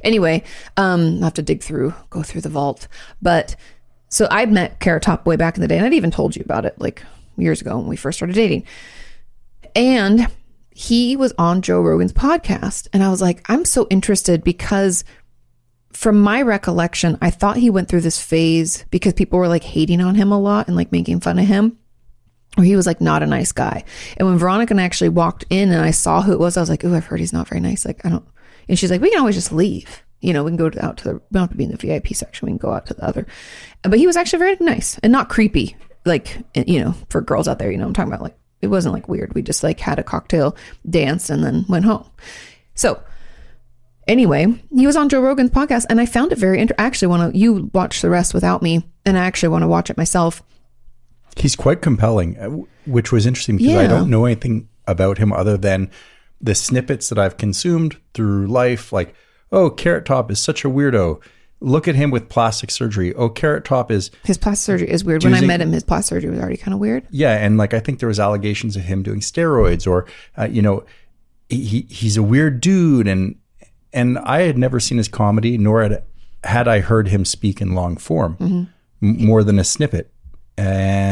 [SPEAKER 2] Anyway, um, I'll have to dig through, go through the vault. But so I'd met Carrot Top way back in the day, and I'd even told you about it like years ago when we first started dating. And he was on Joe Rogan's podcast, and I was like, I'm so interested because from my recollection, I thought he went through this phase because people were like hating on him a lot and like making fun of him. Or he was like not a nice guy. And when Veronica and I actually walked in and I saw who it was, I was like, "Ooh, I've heard he's not very nice." Like, I don't. And she's like, "We can always just leave. You know, we can go to, out to the. We don't have to be in the VIP section. We can go out to the other." But he was actually very nice and not creepy. Like, eh, you know, for girls out there, you know, what I'm talking about like it wasn't like weird. We just like had a cocktail, danced, and then went home. So Anyway, he was on Joe Rogan's podcast, and I found it very interesting. I actually want to, you watch the rest without me, and I actually want to watch it myself.
[SPEAKER 1] He's quite compelling, uh, w- which was interesting because I
[SPEAKER 2] Yeah.
[SPEAKER 1] don't know anything about him other than the snippets that I've consumed through life. Like, oh, Carrot Top is such a weirdo. Look at him with plastic surgery. Oh, Carrot Top is
[SPEAKER 2] His plastic surgery is weird. When I
[SPEAKER 1] Choosing-
[SPEAKER 2] met him, his plastic surgery was already kind of weird.
[SPEAKER 1] Yeah, and like I think there was allegations of him doing steroids, or uh, you know, he he's a weird dude, and and I had never seen his comedy, nor had had I heard him speak in long form, m- more than a snippet. And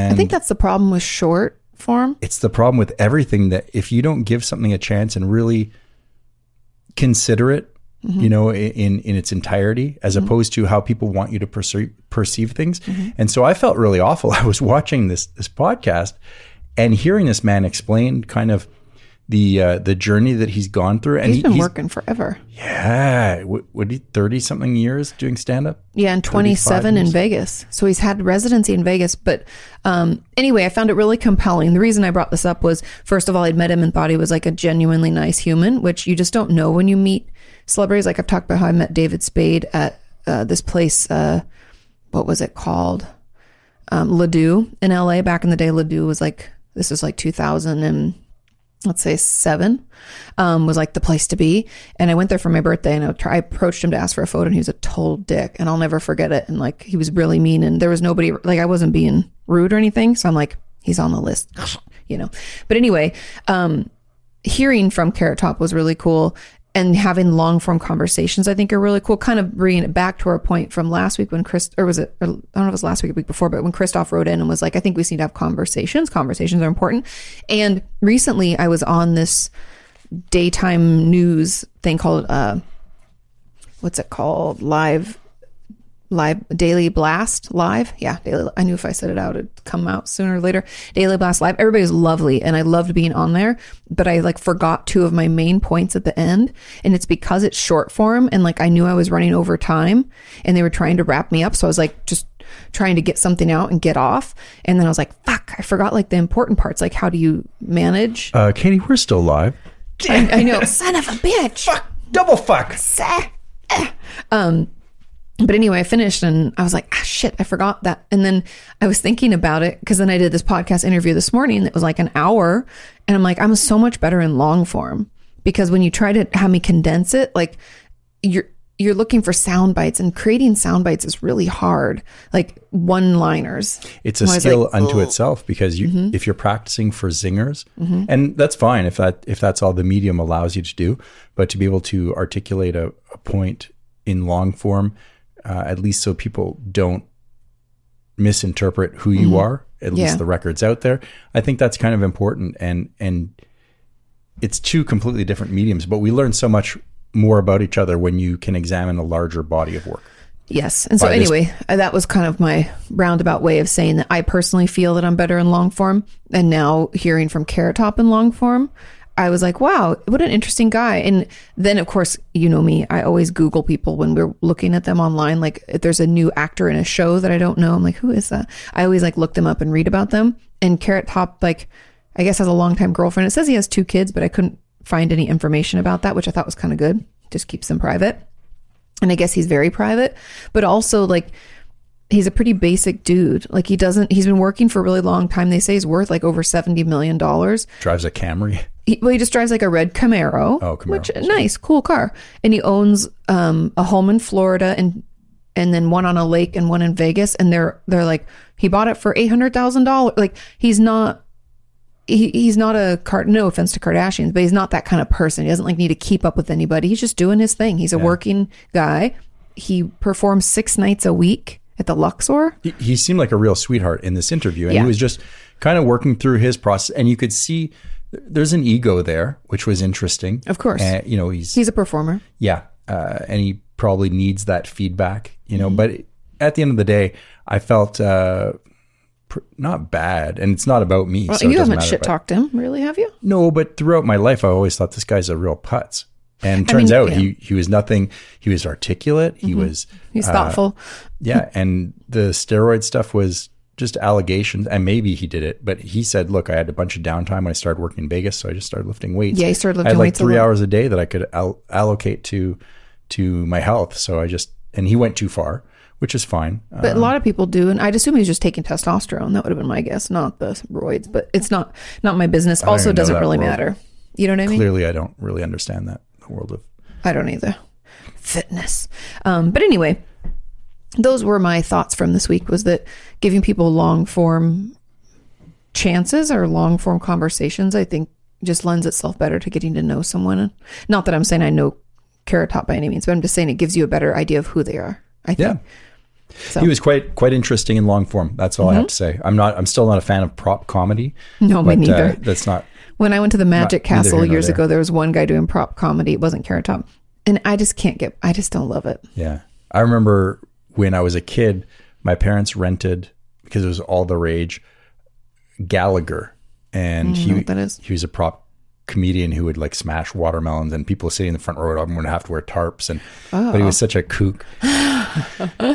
[SPEAKER 2] Mm-hmm. I think that's the problem with short form.
[SPEAKER 1] it's the problem with everything that if you don't give something a chance and really consider it,
[SPEAKER 2] Mm-hmm.
[SPEAKER 1] you know, i- in in its entirety, as opposed to how people want you to perceive perceive things.
[SPEAKER 2] Mm-hmm.
[SPEAKER 1] And so I felt really awful. I was watching this this podcast and hearing this man explain kind of the uh, the journey that he's gone through. And
[SPEAKER 2] He's
[SPEAKER 1] he-
[SPEAKER 2] been working forever.
[SPEAKER 1] yeah, what, what he thirty something years doing stand up.
[SPEAKER 2] Yeah, and 27 in
[SPEAKER 1] years.
[SPEAKER 2] Vegas. So he's had residency in Vegas. But um, anyway, I found it really compelling. The reason I brought this up was first of all, I'd met him and thought he was like a genuinely nice human, which you just don't know when you meet celebrities. Like I've talked about how I met David Spade at uh, this place. Uh, what was it called? Um, Ladue in LA. Back in the day, Ladue was like, this was like 2000 and let's say seven, um, was like the place to be. And I went there for my birthday and I, would try, I approached him to ask for a photo and he was a total dick and I'll never forget it. And like, he was really mean and there was nobody, like I wasn't being rude or anything. So I'm like, he's on the list, you know? But anyway, um, hearing from Carrot Top was really cool. and having long form conversations, I think are really cool. Kind of bringing it back to our point from last week when Chris, or was it, or I don't know if it was last week or the week before, but when Christoph wrote in and was like, I think we just need to have conversations. Conversations are important. And recently I was on this daytime news thing called, uh, what's it called? Live live daily blast live yeah daily i knew if i said it out it'd come out sooner or later daily blast live everybody's lovely and i loved being on there but i like forgot two of my main points at the end and it's because it's short form and like i knew i was running over time and they were trying to wrap me up so i was like just trying to get something out and get off and then i was like fuck i forgot like the important parts like how do you manage
[SPEAKER 1] Uh, Katie, we're still live.
[SPEAKER 2] I, I know son of a bitch
[SPEAKER 1] Fuck, double fuck.
[SPEAKER 2] Ah, ah. um but anyway i finished and i was like ah shit i forgot that and then i was thinking about it because then i did this podcast interview this morning that was like an hour and i'm like i'm so much better in long form because when you try to have me condense it like you're you're looking for sound bites and creating sound bites is really hard like one liners
[SPEAKER 1] It's a skill unto itself because you, if you're practicing for zingers, and that's fine if that if that's all the medium allows you to do, but to be able to articulate a, a point in long form, uh, at least so people don't misinterpret who you are. At
[SPEAKER 2] Yeah.
[SPEAKER 1] least the record's out there. I think that's kind of important, and and it's two completely different mediums, but we learn so much more about each other when you can examine a larger body of work.
[SPEAKER 2] Yes. And so,
[SPEAKER 1] by this-
[SPEAKER 2] anyway, uh, that was kind of my roundabout way of saying that I personally feel that I'm better in long form. And now, hearing from Carrot Top in long form, I was like, wow, what an interesting guy. And then, of course, you know me, I always Google people when we're looking at them online. Like, if there's a new actor in a show that I don't know, I'm like, who is that? I always like look them up and read about them. And Carrot Top, like, I guess has a longtime girlfriend. It says he has two kids, but I couldn't find any information about that, which I thought was kind of good. Just keeps them private and I guess he's very private, but also like he's a pretty basic dude. Like he doesn't he's been working for a really long time. They say he's worth like over 70 million dollars.
[SPEAKER 1] Drives a Camry.
[SPEAKER 2] He, well, he just drives like a red Camaro,
[SPEAKER 1] Oh, Camaro,
[SPEAKER 2] which uh, nice, cool car. And he owns um, a home in Florida and and then one on a lake and one in Vegas and they're they're like he bought it for $800,000. Like he's not he, he's not a card no offense to kardashians but he's not that kind of person he doesn't like need to keep up with anybody he's just doing his thing he's a working guy he performs six nights a week at the luxor
[SPEAKER 1] he- he seemed like a real sweetheart in this interview and
[SPEAKER 2] Yeah.
[SPEAKER 1] he was just kind of working through his process and you could see th- there's an ego there which was interesting
[SPEAKER 2] Of course.
[SPEAKER 1] Uh, you know he's,
[SPEAKER 2] he's a performer
[SPEAKER 1] yeah uh, and he probably needs that feedback you
[SPEAKER 2] Mm-hmm.
[SPEAKER 1] know but at the end of the day i felt uh pr- not bad and it's not about me so it
[SPEAKER 2] you
[SPEAKER 1] doesn't
[SPEAKER 2] haven't
[SPEAKER 1] matter,
[SPEAKER 2] shit
[SPEAKER 1] but-
[SPEAKER 2] talked him really have you
[SPEAKER 1] no, but throughout my life, I always thought this guy's a real putz. And turns
[SPEAKER 2] mean,
[SPEAKER 1] out
[SPEAKER 2] yeah. Mm-hmm.
[SPEAKER 1] he, he was nothing. He was articulate. He was
[SPEAKER 2] he's thoughtful
[SPEAKER 1] yeah, and the steroid stuff was just allegations, and maybe he did it, but he said, "Look, I had a bunch of downtime when I started working in Vegas, so I just started lifting weights.
[SPEAKER 2] Yeah, he
[SPEAKER 1] I
[SPEAKER 2] started lifting
[SPEAKER 1] had like
[SPEAKER 2] weights a
[SPEAKER 1] three
[SPEAKER 2] lot.
[SPEAKER 1] hours a day that I could al- allocate to to my health. So I just and he went too far, which is fine. Uh,
[SPEAKER 2] but a lot of people do and i'd assume he's just taking testosterone that would have been my guess not the roids but it's not not my business also
[SPEAKER 1] even know
[SPEAKER 2] doesn't
[SPEAKER 1] that
[SPEAKER 2] really
[SPEAKER 1] world.
[SPEAKER 2] matter you know what i mean
[SPEAKER 1] clearly, I don't really understand that the world of
[SPEAKER 2] I don't either. Fitness. Um, but anyway, those were my thoughts from this week was that giving people long form chances or long form conversations, I think just lends itself better to getting to know someone. Not that I'm saying I know Carrot Top by any means, but I'm just saying it gives you a better idea of who they are. I think.
[SPEAKER 1] yeah.
[SPEAKER 2] So- Mm-hmm.
[SPEAKER 1] He was quite quite interesting in long form. That's all I have to say. I'm not. I'm still not a fan of prop comedy.
[SPEAKER 2] No, me
[SPEAKER 1] but, uh,
[SPEAKER 2] neither.
[SPEAKER 1] that's not.
[SPEAKER 2] When I went to the Magic
[SPEAKER 1] Not- neither
[SPEAKER 2] Castle
[SPEAKER 1] here nor
[SPEAKER 2] years
[SPEAKER 1] there.
[SPEAKER 2] ago, there was one guy doing prop comedy. It wasn't Carrot Top. And I just can't get, I just don't love it.
[SPEAKER 1] Yeah. I remember when I was a kid, my parents rented because it was all the rage Gallagher and he
[SPEAKER 2] Mm, what that is.
[SPEAKER 1] he was a prop comedian who would like smash watermelons and people sitting in the front row would going to have to wear tarps and but he was
[SPEAKER 2] Oh.
[SPEAKER 1] such a kook.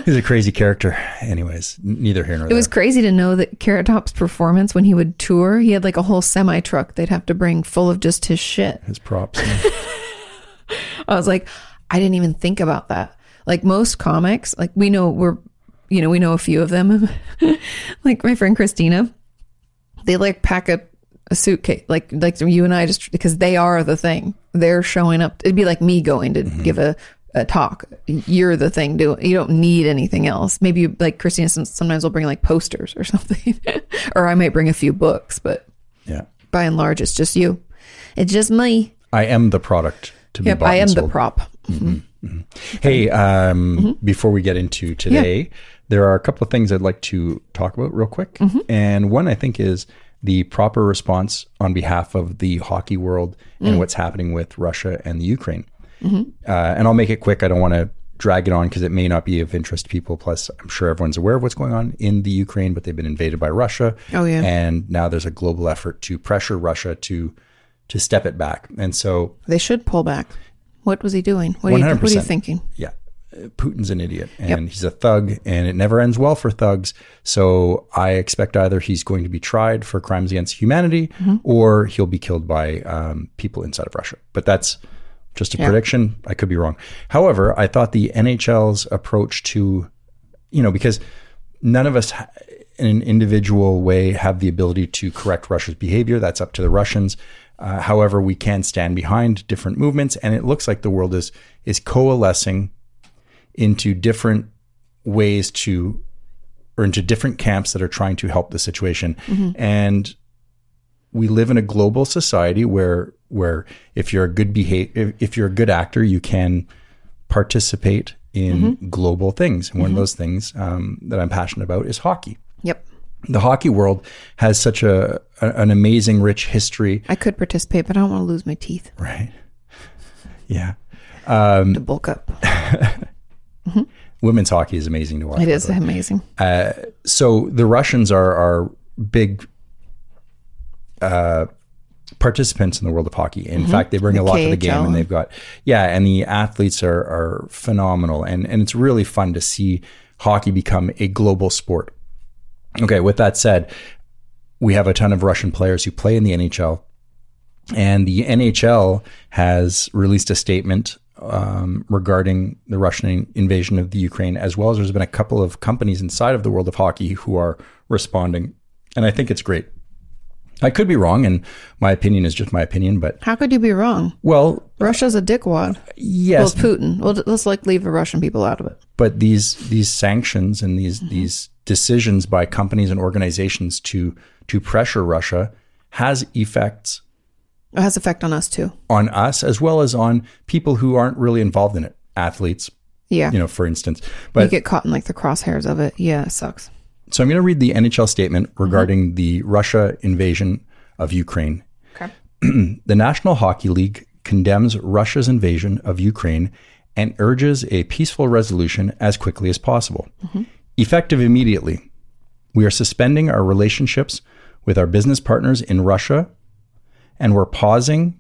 [SPEAKER 1] He's a crazy character. Anyways, n- neither here nor
[SPEAKER 2] It
[SPEAKER 1] there.
[SPEAKER 2] was crazy to know that Carrot Top's performance when he would tour, he had like a whole semi truck they'd have to bring full of just his shit.
[SPEAKER 1] His props.
[SPEAKER 2] I was like, I didn't even think about that. Like most comics, like we know we're, you know, we know a few of them. like my friend Christina, they like pack a, a suitcase, like like you and I just because they are the thing. They're showing up. It'd be like me going to
[SPEAKER 1] Mm-hmm.
[SPEAKER 2] give a, a talk. You're the thing. Do you don't need anything else? Maybe you, like Christina some, sometimes will bring like posters or something, or I might bring a few books. But
[SPEAKER 1] yeah.
[SPEAKER 2] by and large, it's just you. It's just me.
[SPEAKER 1] I am the product to be
[SPEAKER 2] Yep,
[SPEAKER 1] bought
[SPEAKER 2] I am
[SPEAKER 1] and
[SPEAKER 2] the
[SPEAKER 1] sold.
[SPEAKER 2] prop.
[SPEAKER 1] Hey, um,
[SPEAKER 2] Mm-hmm.
[SPEAKER 1] before we get into today, there are a couple of things I'd like to talk about real quick.
[SPEAKER 2] Mm-hmm.
[SPEAKER 1] And one I think is the proper response on behalf of the hockey world
[SPEAKER 2] Mm.
[SPEAKER 1] and what's happening with Russia and the Ukraine.
[SPEAKER 2] Mm-hmm.
[SPEAKER 1] Uh, and I'll make it quick. I don't want to drag it on because it may not be of interest to people. Plus, I'm sure everyone's aware of what's going on in the Ukraine, but they've been invaded by Russia.
[SPEAKER 2] Oh, yeah.
[SPEAKER 1] And now there's a global effort to pressure Russia to to step it back. And so
[SPEAKER 2] They should pull back. What was he doing? What, Are, you, what are you
[SPEAKER 1] 100%.
[SPEAKER 2] thinking?
[SPEAKER 1] yeah, Putin's an idiot and he's a thug, and it never ends well for thugs. So I expect either he's going to be tried for crimes against humanity or he'll be killed by um, people inside of Russia. But that's just a prediction. I could be wrong. However, I thought the NHL's approach to, you know, because none of us ha- in an individual way have the ability to correct Russia's behavior. That's up to the Russians. Uh, however, we can stand behind different movements, and it looks like the world is is coalescing into different ways to or into different camps that are trying to help the situation. And we live in a global society where where if you're a good behave if, if you're a good actor, you can participate in global things. And one of those things um, that I'm passionate about is hockey.
[SPEAKER 2] Yep.
[SPEAKER 1] The hockey world has such a, a an amazing rich history,
[SPEAKER 2] I could participate, but I don't want to lose my teeth
[SPEAKER 1] right? Yeah. Um,
[SPEAKER 2] to bulk up.
[SPEAKER 1] Women's hockey is amazing to watch.
[SPEAKER 2] It is amazing.
[SPEAKER 1] so the Russians are are big uh, participants in the world of hockey. In
[SPEAKER 2] Mm-hmm.
[SPEAKER 1] fact, they bring a lot to the game,
[SPEAKER 2] KHL.
[SPEAKER 1] and they've got yeah, and the athletes are are phenomenal, and and it's really fun to see hockey become a global sport. Okay, with that said, we have a ton of Russian players who play in the NHL, and the NHL has released a statement um, regarding the Russian invasion of the Ukraine, as well as there's been a couple of companies inside of the world of hockey who are responding, and I think it's great. I could be wrong, and my opinion is just my opinion, but
[SPEAKER 2] How could you be wrong?
[SPEAKER 1] well,
[SPEAKER 2] Russia's a dickwad. Well,
[SPEAKER 1] yes,
[SPEAKER 2] Putin. Well, let's like leave the Russian people out of it.
[SPEAKER 1] but these these sanctions and these these decisions by companies and organizations to to pressure Russia has effects
[SPEAKER 2] It has effect on us too.
[SPEAKER 1] on us as well as on people who aren't really involved in it, athletes,
[SPEAKER 2] Yeah.
[SPEAKER 1] you know, for instance. But
[SPEAKER 2] you get caught in like the crosshairs of it. Yeah, it sucks.
[SPEAKER 1] so I'm going to read the NHL statement regarding the Russia invasion of Ukraine.
[SPEAKER 2] Okay.
[SPEAKER 1] The National Hockey League condemns Russia's invasion of Ukraine and urges a peaceful resolution as quickly as possible. Effective immediately, we are suspending our relationships with our business partners in Russia and we're pausing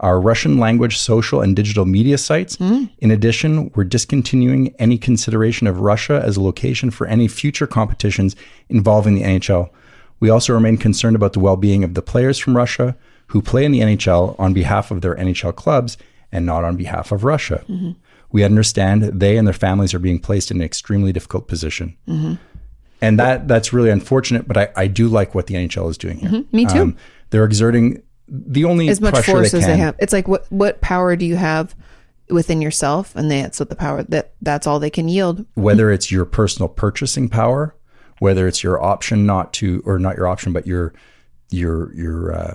[SPEAKER 1] our Russian language social and digital media sites.
[SPEAKER 2] Hmm.
[SPEAKER 1] In addition, we're discontinuing any consideration of Russia as a location for any future competitions involving the NHL. We also remain concerned about the well being of the players from Russia who play in the NHL on behalf of their NHL clubs and not on behalf of Russia.
[SPEAKER 2] Mm-hmm.
[SPEAKER 1] We understand they and their families are being placed in an extremely difficult position.
[SPEAKER 2] Mm-hmm.
[SPEAKER 1] And that, that's really unfortunate, but I, I do like what the NHL is doing here.
[SPEAKER 2] Me too.
[SPEAKER 1] Um, they're exerting the only
[SPEAKER 2] Mm-hmm. as much
[SPEAKER 1] pressure
[SPEAKER 2] force
[SPEAKER 1] they
[SPEAKER 2] as
[SPEAKER 1] can.
[SPEAKER 2] they have. It's like what what power do you have within yourself, and that's what the power that that's all they can yield.
[SPEAKER 1] Whether it's your personal purchasing power, whether it's your option not to, or not your option, but your your your uh,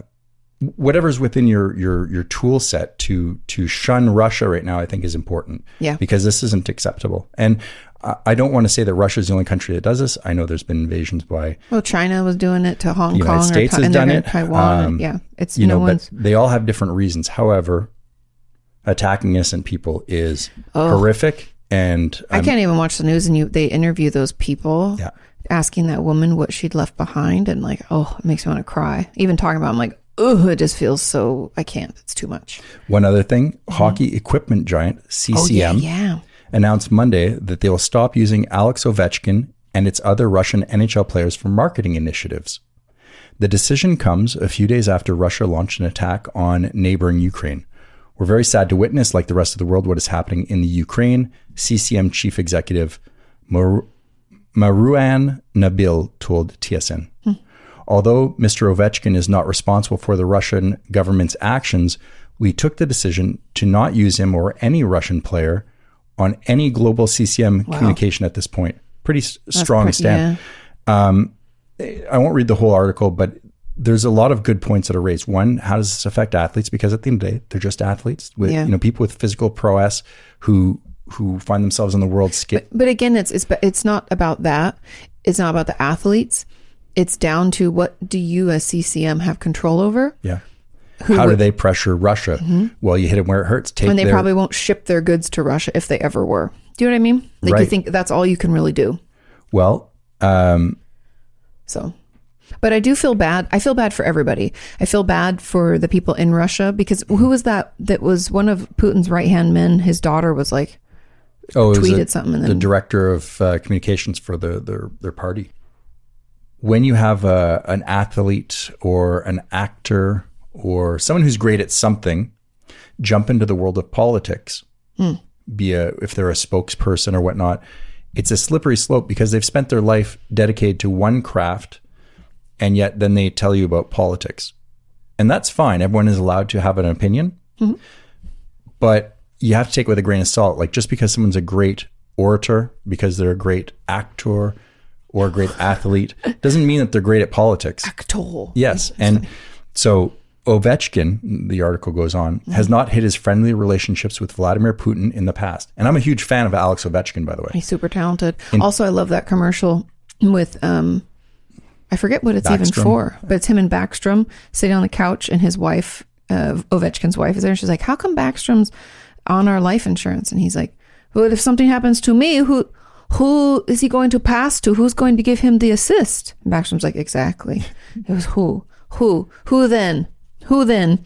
[SPEAKER 1] whatever's within your your your tool set to to shun Russia right now, I think is important.
[SPEAKER 2] Yeah.
[SPEAKER 1] because this isn't acceptable, and I, I don't want to say that Russia is the only country that does this. I know there's been invations by
[SPEAKER 2] Well, China was doing it to Hong
[SPEAKER 1] United
[SPEAKER 2] Kong,
[SPEAKER 1] States
[SPEAKER 2] or,
[SPEAKER 1] has
[SPEAKER 2] and they're
[SPEAKER 1] done
[SPEAKER 2] gonna
[SPEAKER 1] it.
[SPEAKER 2] Taiwan.
[SPEAKER 1] Um,
[SPEAKER 2] yeah, it's
[SPEAKER 1] you
[SPEAKER 2] no
[SPEAKER 1] know,
[SPEAKER 2] one's.
[SPEAKER 1] but they all have different reasons. However, attacking innocent people is horrific, and
[SPEAKER 2] Oh.
[SPEAKER 1] um,
[SPEAKER 2] I can't even watch the news, and you they interview those people.
[SPEAKER 1] Yeah.
[SPEAKER 2] Asking that woman what she'd left behind, and like, oh, it makes me want to cry. Even talking about, it, I'm like, oh, it just feels so. I can't. It's too much.
[SPEAKER 1] One other thing, hockey equipment giant CCM
[SPEAKER 2] Mm-hmm. Oh yeah, yeah.
[SPEAKER 1] announced Monday that they will stop using Alex Ovechkin and its other Russian NHL players for marketing initiatives. The decision comes a few days after Russia launched an attack on neighboring Ukraine. We're very sad to witness, like the rest of the world, what is happening in the Ukraine, CCM chief executive Mar- Marouan Nabil told TSN. Although Mr. Ovechkin is not responsible for the Russian government's actions, we took the decision to not use him or any Russian player on any global CCM communication at this point. Pretty s- strong
[SPEAKER 2] Pretty-
[SPEAKER 1] stand. Um,
[SPEAKER 2] yeah.
[SPEAKER 1] I won't read the whole article, but there's a lot of good points that are raised. One, how does this affect athletes? Because at the end of the day, they're just athletes with
[SPEAKER 2] Yeah.
[SPEAKER 1] you know people with physical prowess who who find themselves in the world skip.
[SPEAKER 2] But again, it's it's it's not about that. It's not about the athletes. It's down to what do you as CCM have control over?
[SPEAKER 1] yeah. How do they pressure Russia? Well, you hit them where it hurts. Take
[SPEAKER 2] And Mm-hmm. they
[SPEAKER 1] their,
[SPEAKER 2] probably won't ship their goods to Russia if they ever were. Do you know what I mean? Like you
[SPEAKER 1] Right.
[SPEAKER 2] think that's all you can really do.
[SPEAKER 1] well, um,
[SPEAKER 2] So, but I do feel bad. I feel bad for everybody. I feel bad for the people in Russia because
[SPEAKER 1] Mm-hmm.
[SPEAKER 2] who was that? That was one of Putin's right hand men. His daughter was like,
[SPEAKER 1] oh, it was
[SPEAKER 2] tweeted
[SPEAKER 1] a-
[SPEAKER 2] something and
[SPEAKER 1] the
[SPEAKER 2] then
[SPEAKER 1] director of uh, communications for the, their their party. When you have a, an athlete or an actor or someone who's great at something jump into the world of politics,
[SPEAKER 2] Hmm.
[SPEAKER 1] be a if they're a spokesperson or whatnot, it's a slippery slope because they've spent their life dedicated to one craft, and yet then they tell you about politics, and that's fine. Everyone is allowed to have an opinion but you have to take it with a grain of salt. Like just because someone's a great orator, because they're a great actor or a great athlete, doesn't mean that they're great at politics.
[SPEAKER 2] Aktol.
[SPEAKER 1] Yes. And so Ovechkin, the article goes on, has not hit his friendly relationships with Vladimir Putin in the past. And I'm a huge fan of Alex Ovechkin, by the way.
[SPEAKER 2] He's super talented. also, I love that commercial with um, I forget what it's even
[SPEAKER 1] Backstrom.
[SPEAKER 2] for, but it's him and Backstrom sitting on the couch, and his wife, uh, Ovechkin's wife, is there, and she's like, "How come Backstrom's on our life insurance?" And he's like, "Well, if something happens to me, who?" Who is he going to pass to? Who's going to give him the assist? And Backstrom's like, exactly. It was who? Who? Who then? Who then?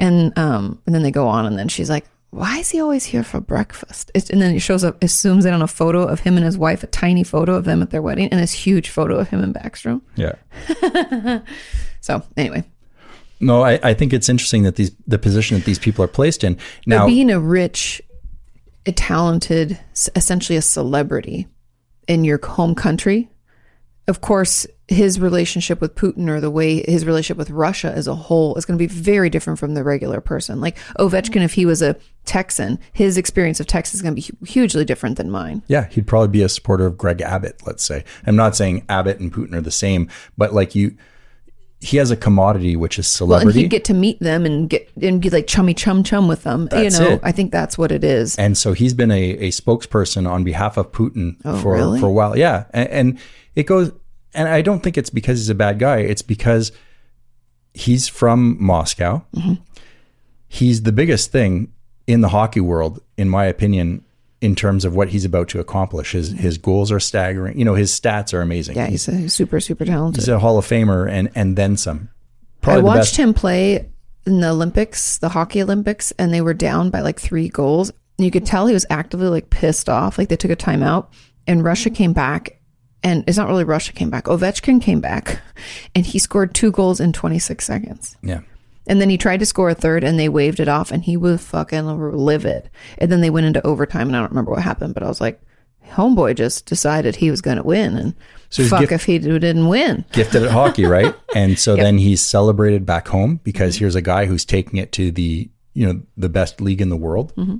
[SPEAKER 2] And um, and then they go on, and then she's like, "Why is he always here for breakfast?" It's, and then it shows up, it zooms in on a photo of him and his wife, a tiny photo of them at their wedding, and this huge photo of him and Backstrom.
[SPEAKER 1] Yeah.
[SPEAKER 2] So anyway,
[SPEAKER 1] No, I, I think it's interesting that these the position that these people are placed in. Now
[SPEAKER 2] being a rich, a talented, s- essentially a celebrity in your home country, of course, his relationship with Putin or the way his relationship with Russia as a whole is going to be very different from the regular person. Like Ovechkin, if he was a Texan, his experience of Texas is going to be hu- hugely different than mine.
[SPEAKER 1] Yeah, he'd probably be a supporter of Greg Abbott, let's say. I'm not saying Abbott and Putin are the same, but like you he has a commodity which is
[SPEAKER 2] Well, and
[SPEAKER 1] celebrity.
[SPEAKER 2] he'd get to meet them and get and be like chummy chum chum with them.
[SPEAKER 1] That's
[SPEAKER 2] you know,
[SPEAKER 1] it.
[SPEAKER 2] I think that's what it is.
[SPEAKER 1] and so he's been a, a spokesperson on behalf of Putin for,
[SPEAKER 2] Oh, really?
[SPEAKER 1] for a while. Yeah. And, and it goes, and I don't think it's because he's a bad guy. It's because he's from Moscow.
[SPEAKER 2] Mm-hmm.
[SPEAKER 1] He's the biggest thing in the hockey world, in my opinion, in terms of what he's about to accomplish. His, his goals are staggering. You know, his stats are amazing.
[SPEAKER 2] Mm-hmm. yeah, he's a super super talented.
[SPEAKER 1] He's a Hall of Famer and and then some.
[SPEAKER 2] I
[SPEAKER 1] Probably the
[SPEAKER 2] watched
[SPEAKER 1] best.
[SPEAKER 2] him play in the Olympics, the hockey Olympics, and they were down by like three goals. And you could tell he was actively like pissed off. Like they took a timeout, and Russia came back, and it's not really Russia came back. Ovechkin came back, and he scored two goals in 26 seconds.
[SPEAKER 1] Yeah.
[SPEAKER 2] And then he tried to score a third, and they waved it off, and he was fucking livid. And then they went into overtime, and I don't remember what happened, but I was like, homeboy just decided he was going to win, and
[SPEAKER 1] he's
[SPEAKER 2] fuck
[SPEAKER 1] gift-
[SPEAKER 2] if he didn't win.
[SPEAKER 1] Gifted at hockey, right? And so then he's celebrated back home because here's a guy who's taking it to the you know the best league in the world,
[SPEAKER 2] Mm-hmm.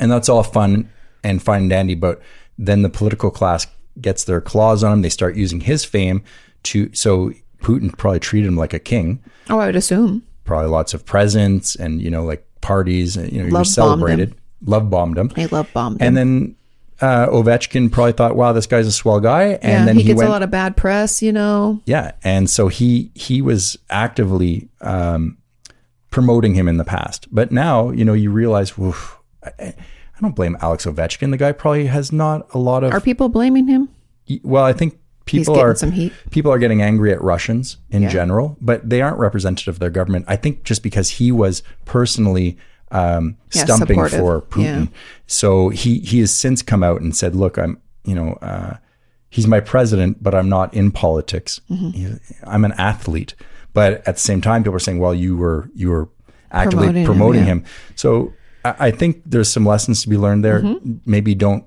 [SPEAKER 1] and that's all fun and fine and dandy. But then the political class gets their claws on him. They start using his fame to so Putin probably treated him like a king.
[SPEAKER 2] Oh, I would assume.
[SPEAKER 1] Probably lots of presents and you know like parties. And, you know you're
[SPEAKER 2] Love bombed him.
[SPEAKER 1] celebrated. Love bombed him.
[SPEAKER 2] I love bombed.
[SPEAKER 1] And then uh, Ovechkin probably thought, "Wow, this guy's a swell guy." And
[SPEAKER 2] yeah,
[SPEAKER 1] then
[SPEAKER 2] he,
[SPEAKER 1] he,
[SPEAKER 2] gets
[SPEAKER 1] went,
[SPEAKER 2] a lot of bad press, you know.
[SPEAKER 1] yeah. And so he he was actively um, promoting him in the past, but now you know you realize, Oof, I, I don't blame Alex Ovechkin. The guy probably has not a lot of.
[SPEAKER 2] Are people blaming him?
[SPEAKER 1] well, I think
[SPEAKER 2] He's
[SPEAKER 1] people
[SPEAKER 2] getting
[SPEAKER 1] are
[SPEAKER 2] some heat.
[SPEAKER 1] people are getting angry at Russians in
[SPEAKER 2] Yeah.
[SPEAKER 1] general, but they aren't representative of their government. I think just because he was personally um,
[SPEAKER 2] Yeah,
[SPEAKER 1] stumping
[SPEAKER 2] supportive.
[SPEAKER 1] for Putin,
[SPEAKER 2] Yeah.
[SPEAKER 1] so he he has since come out and said, "Look, I'm you know uh, he's my president, but I'm not in politics.
[SPEAKER 2] Mm-hmm.
[SPEAKER 1] He- I'm an athlete." But at the same time, people are saying, "Well, you were you were actively
[SPEAKER 2] Promoting
[SPEAKER 1] promoting,
[SPEAKER 2] him, yeah.
[SPEAKER 1] him." So I, I think there's some lessons to be learned there.
[SPEAKER 2] Mm-hmm.
[SPEAKER 1] Maybe don't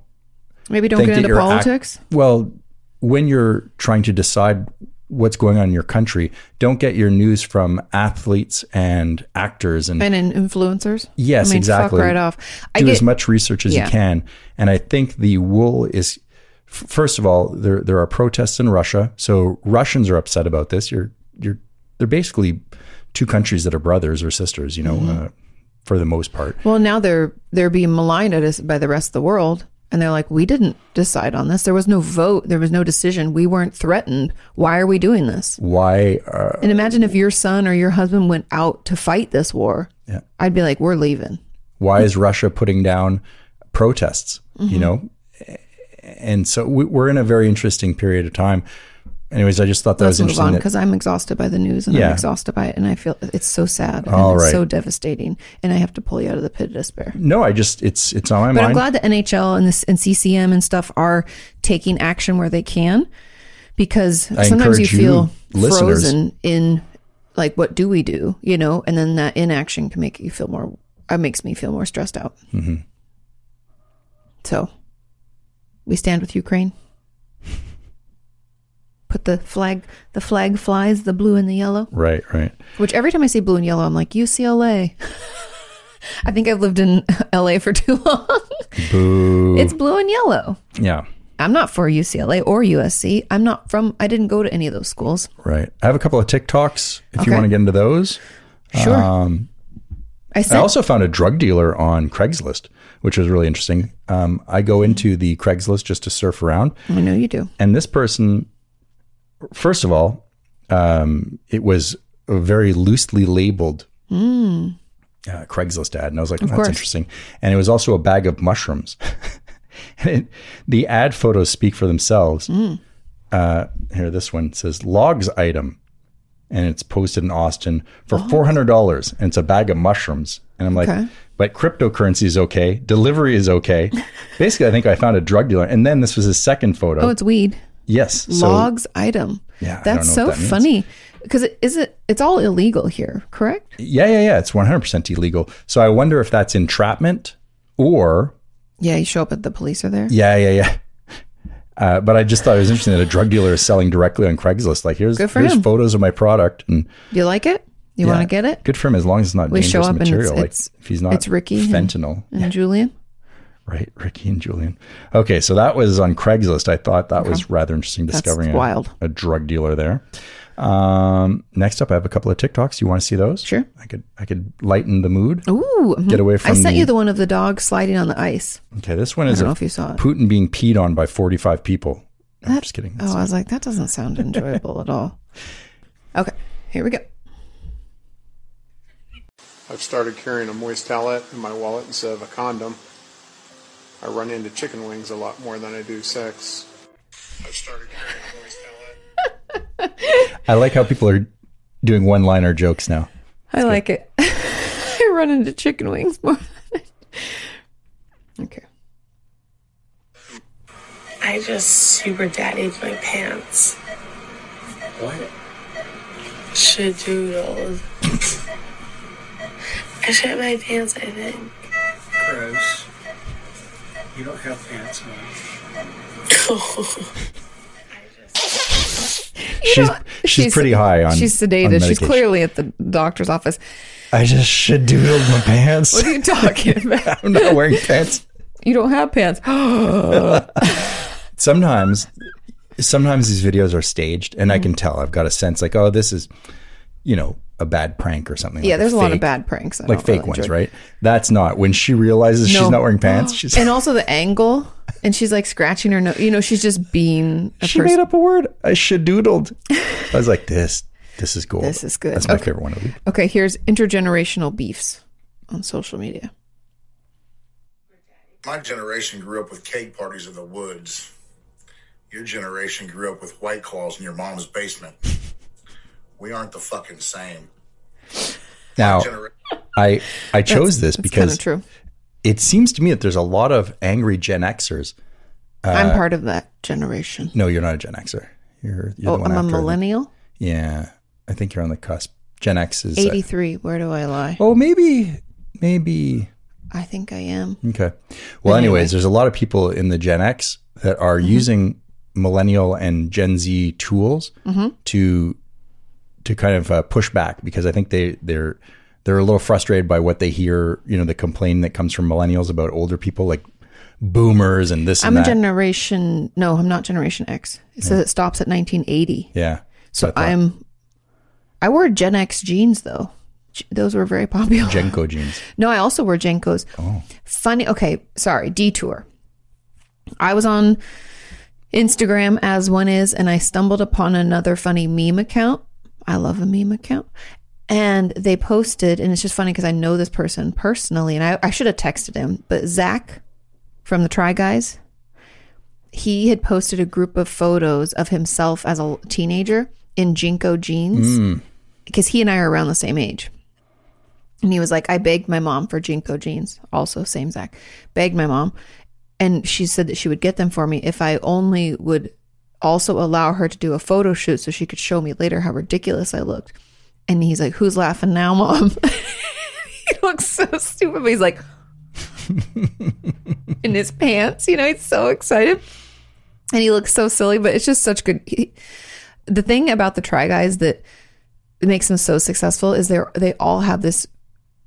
[SPEAKER 2] Maybe don't
[SPEAKER 1] think
[SPEAKER 2] get
[SPEAKER 1] that
[SPEAKER 2] into
[SPEAKER 1] you're act-
[SPEAKER 2] politics.
[SPEAKER 1] well, when you're trying to decide what's going on in your country, don't get your news from athletes and actors and,
[SPEAKER 2] and in influencers.
[SPEAKER 1] Yes,
[SPEAKER 2] I mean,
[SPEAKER 1] exactly.
[SPEAKER 2] Fuck right off. I
[SPEAKER 1] do
[SPEAKER 2] get
[SPEAKER 1] as much research as
[SPEAKER 2] Yeah.
[SPEAKER 1] you can. And I think the wool is f- first of all, there there are protests in Russia. So Russians are upset about this. You're you're they're basically two countries that are brothers or sisters, you know,
[SPEAKER 2] Mm-hmm.
[SPEAKER 1] uh, for the most part.
[SPEAKER 2] Well, now they're they're being maligned at us by the rest of the world, and they're like, we didn't decide on this. There was no vote. There was no decision. We weren't threatened. Why are we doing this?
[SPEAKER 1] Why? Uh,
[SPEAKER 2] And imagine if your son or your husband went out to fight this war.
[SPEAKER 1] Yeah.
[SPEAKER 2] I'd be like, we're leaving.
[SPEAKER 1] why is Russia putting down protests?
[SPEAKER 2] Mm-hmm.
[SPEAKER 1] You know, and so we, we're in a very interesting period of time. Anyways, I just thought that
[SPEAKER 2] Let's
[SPEAKER 1] was
[SPEAKER 2] move
[SPEAKER 1] interesting.
[SPEAKER 2] on
[SPEAKER 1] that-
[SPEAKER 2] because I'm exhausted by the news and
[SPEAKER 1] Yeah.
[SPEAKER 2] I'm exhausted by it, and I feel it's so sad and
[SPEAKER 1] All
[SPEAKER 2] it's
[SPEAKER 1] right.
[SPEAKER 2] so devastating, and I have to pull you out of the pit of despair.
[SPEAKER 1] no, I just it's it's on my
[SPEAKER 2] But
[SPEAKER 1] mind.
[SPEAKER 2] I'm glad the NHL and this and CCM and stuff are taking action where they can, because
[SPEAKER 1] I
[SPEAKER 2] sometimes you
[SPEAKER 1] encourage you,
[SPEAKER 2] feel
[SPEAKER 1] listeners-
[SPEAKER 2] frozen in like what do we do, you know, and then that inaction can make you feel more. It makes me feel more stressed out. Mm-hmm. So, we stand with Ukraine. Put the flag. The flag flies the blue and the yellow.
[SPEAKER 1] right, right.
[SPEAKER 2] Which every time I see blue and yellow, I'm like UCLA. I think I've lived in LA for too long.
[SPEAKER 1] Boo.
[SPEAKER 2] It's blue and yellow.
[SPEAKER 1] yeah,
[SPEAKER 2] I'm not for UCLA or USC. I'm not from, I didn't go to any of those schools.
[SPEAKER 1] right. I have a couple of TikToks if you
[SPEAKER 2] Okay.
[SPEAKER 1] want to get into those.
[SPEAKER 2] Sure.
[SPEAKER 1] Um,
[SPEAKER 2] I
[SPEAKER 1] I
[SPEAKER 2] sent,
[SPEAKER 1] also found a drug dealer on Craigslist, which was really interesting. Um, I go into the Craigslist just to surf around,
[SPEAKER 2] I know you do.
[SPEAKER 1] and this person, first of all, um, it was a very loosely labeled uh, Craigslist ad, and I was like, "That's
[SPEAKER 2] Hmm. course.
[SPEAKER 1] interesting." And it was also a bag of mushrooms. and it, the ad photos speak for themselves.
[SPEAKER 2] Hmm.
[SPEAKER 1] Uh, here, this one says "logs item," and it's posted in Austin for four hundred dollars, and it's a bag of mushrooms. And I'm like,
[SPEAKER 2] Oh. Okay.
[SPEAKER 1] "But cryptocurrency is okay, delivery is okay." Basically, I think I found a drug dealer, and then this was his second photo.
[SPEAKER 2] Oh, it's weed.
[SPEAKER 1] yes,
[SPEAKER 2] Logs item.
[SPEAKER 1] Yeah, I don't
[SPEAKER 2] That's
[SPEAKER 1] know
[SPEAKER 2] so
[SPEAKER 1] what that means.
[SPEAKER 2] funny. Because it, is it, it's all illegal here, correct?
[SPEAKER 1] Yeah, yeah, yeah. It's 100% illegal. So I wonder if that's entrapment or,
[SPEAKER 2] Yeah, you show up at the police are there.
[SPEAKER 1] yeah, yeah, yeah. Uh, but I just thought it was interesting that a drug dealer is selling directly on Craigslist. Like, here's,
[SPEAKER 2] Good for
[SPEAKER 1] here's
[SPEAKER 2] him.
[SPEAKER 1] photos of my product. And
[SPEAKER 2] Do you like it? You want to get it?
[SPEAKER 1] good for him as long as it's not
[SPEAKER 2] We show
[SPEAKER 1] dangerous
[SPEAKER 2] up and it's-
[SPEAKER 1] material. like,
[SPEAKER 2] it's-
[SPEAKER 1] if he's not
[SPEAKER 2] it's Ricky and-
[SPEAKER 1] fentanyl.
[SPEAKER 2] And Julian?
[SPEAKER 1] Right. Ricky and Julian. Okay. So that was on Craigslist. I thought that was rather interesting discovering a,
[SPEAKER 2] wild.
[SPEAKER 1] a drug dealer there. Um, next up, I have a couple of TikToks. You want to see those?
[SPEAKER 2] Sure.
[SPEAKER 1] I could, I could lighten the mood.
[SPEAKER 2] Ooh. mhm.
[SPEAKER 1] Get away from
[SPEAKER 2] I sent
[SPEAKER 1] the-
[SPEAKER 2] you the one of the dog sliding on the ice.
[SPEAKER 1] Okay. This one is
[SPEAKER 2] I don't
[SPEAKER 1] a
[SPEAKER 2] know if you saw it.
[SPEAKER 1] Putin being peed on by 45 people. No, I'm just kidding.
[SPEAKER 2] Oh, I was like, that doesn't sound enjoyable at all. Okay, here we go.
[SPEAKER 3] I've started carrying a moist towelette in my wallet instead of a condom. I run into chicken wings a lot more than I do sex. I've started carrying a moist towelette.
[SPEAKER 1] I like how people are doing one liner jokes now.
[SPEAKER 2] I like it. I run into chicken wings more. than I- okay.
[SPEAKER 4] I just super daddied my pants. What? Shadoodles. I shit my pants, I think.
[SPEAKER 5] Gross. You don't have pants on.
[SPEAKER 1] She's-
[SPEAKER 2] know,
[SPEAKER 1] she's pretty high on-
[SPEAKER 2] She's
[SPEAKER 1] on
[SPEAKER 2] sedated. she's
[SPEAKER 1] medication.
[SPEAKER 2] clearly at the doctor's office.
[SPEAKER 1] I just should doodled my pants.
[SPEAKER 2] What are you talking about?
[SPEAKER 1] I'm not wearing pants.
[SPEAKER 2] You don't have pants.
[SPEAKER 1] Sometimes, sometimes these videos are staged, and I
[SPEAKER 2] Mm-hmm.
[SPEAKER 1] can tell. I've got a sense like, oh, this is, you know, a bad prank or something.
[SPEAKER 2] yeah,
[SPEAKER 1] like
[SPEAKER 2] there's a lot of
[SPEAKER 1] fake-
[SPEAKER 2] bad pranks. I
[SPEAKER 1] like
[SPEAKER 2] don't
[SPEAKER 1] fake
[SPEAKER 2] really
[SPEAKER 1] ones,
[SPEAKER 2] enjoy.
[SPEAKER 1] right? That's not when she realizes
[SPEAKER 2] No.
[SPEAKER 1] she's not wearing pants. She's
[SPEAKER 2] And also the angle, and she's like scratching her nose. You know, she's just being a
[SPEAKER 1] she
[SPEAKER 2] person.
[SPEAKER 1] made up a word. I should doodled. I was like, this, this is gold.
[SPEAKER 2] This is good.
[SPEAKER 1] That's my
[SPEAKER 2] Okay.
[SPEAKER 1] favorite one of the week.
[SPEAKER 2] Okay, here's intergenerational beefs on social media.
[SPEAKER 6] My generation grew up with cake parties in the woods. Your generation grew up with white claws in your mom's basement. We aren't the fucking same.
[SPEAKER 1] Now,
[SPEAKER 6] Genera-
[SPEAKER 1] I I chose this
[SPEAKER 2] That's kind
[SPEAKER 1] because
[SPEAKER 2] of true.
[SPEAKER 1] it seems to me that there's a lot of angry Gen Xers.
[SPEAKER 2] I'm part of that generation.
[SPEAKER 1] No, you're not a Gen Xer. You're, you're the
[SPEAKER 2] Oh,
[SPEAKER 1] one
[SPEAKER 2] I'm a
[SPEAKER 1] after.
[SPEAKER 2] millennial.
[SPEAKER 1] Yeah, I think you're on the cusp. Gen X is. uh,
[SPEAKER 2] 83. Where do I lie?
[SPEAKER 1] oh, maybe, maybe.
[SPEAKER 2] I think I am.
[SPEAKER 1] Okay. Well,
[SPEAKER 2] Anyway.
[SPEAKER 1] anyways, there's a lot of people in the Gen X that are using millennial and Gen Z tools to to kind of uh, push back because I think they they're they're a little frustrated by what they hear. You know, the complaint that comes from millennials about older people like boomers and this and
[SPEAKER 2] I'm a
[SPEAKER 1] that.
[SPEAKER 2] generation. No, I'm not Generation X. It says it stops at 1980.
[SPEAKER 1] yeah. So I thought-
[SPEAKER 2] I'm I wore Gen X jeans though. J- Those were very popular.
[SPEAKER 1] Jenko jeans.
[SPEAKER 2] No, I also wore Jenkos. Funny. Okay, sorry. Detour. I was on Instagram as one is, and I stumbled upon another funny meme account. I love a meme account. And they posted, and it's just funny because I know this person personally, and I, I should have texted him, but Zach from the Try Guys, he had posted a group of photos of himself as a teenager in Jinko jeans because he and I are around the same age. And he was like, I begged my mom for Jinko jeans, also same Zach. Begged my mom. And she said that she would get them for me if I only would also allow her to do a photo shoot so she could show me later how ridiculous I looked. And he's like, Who's laughing now, mom? he looks so stupid, but he's like in his pants. You know, he's so excited. And he looks so silly, but it's just such good. He, the thing about the Try Guys that makes them so successful is they're they all have this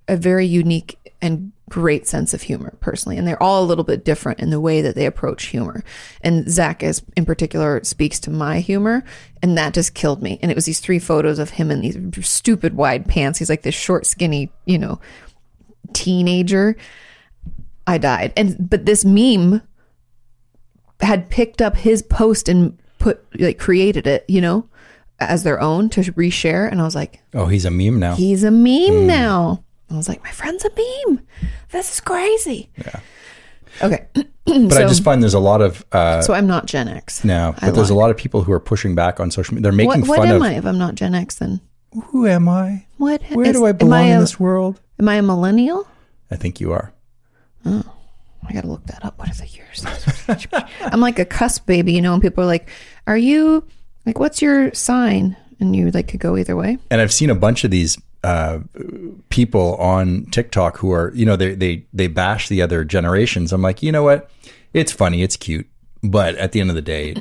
[SPEAKER 2] a very unique and great sense of humor personally and they're all a little bit different in the way that they approach humor and zach is in particular speaks to my humor and that just killed me and it was these three photos of him in these stupid wide pants he's like this short skinny you know teenager i died and but this meme had picked up his post and put like created it you know as their own to reshare and i was like
[SPEAKER 1] Oh, Mm. he's a meme now.
[SPEAKER 2] He's a meme now. I was like, my friend's a meme. This is crazy. Yeah. Okay.
[SPEAKER 1] but I just find there's a lot of uh,
[SPEAKER 2] so I'm not Gen X.
[SPEAKER 1] now,
[SPEAKER 2] I
[SPEAKER 1] but there's a
[SPEAKER 2] lied.
[SPEAKER 1] lot of people who are pushing back on social media. They're making
[SPEAKER 2] What, what
[SPEAKER 1] fun
[SPEAKER 2] am
[SPEAKER 1] of
[SPEAKER 2] I if I'm not Gen X then?
[SPEAKER 1] who am I?
[SPEAKER 2] What
[SPEAKER 1] Where
[SPEAKER 2] is-
[SPEAKER 1] do I
[SPEAKER 2] am
[SPEAKER 1] belong
[SPEAKER 2] a-
[SPEAKER 1] in this world?
[SPEAKER 2] Am I a millennial?
[SPEAKER 1] I think you are.
[SPEAKER 2] I gotta look that up. What are the years? I'm like a cuss baby, you know, and people are like, Are you like what's your sign? And you like could go either way.
[SPEAKER 1] and I've seen a bunch of these uh, people on TikTok who are, you know, they they they bash the other generations. I'm like, you know what? It's funny, it's cute, but at the end of the day,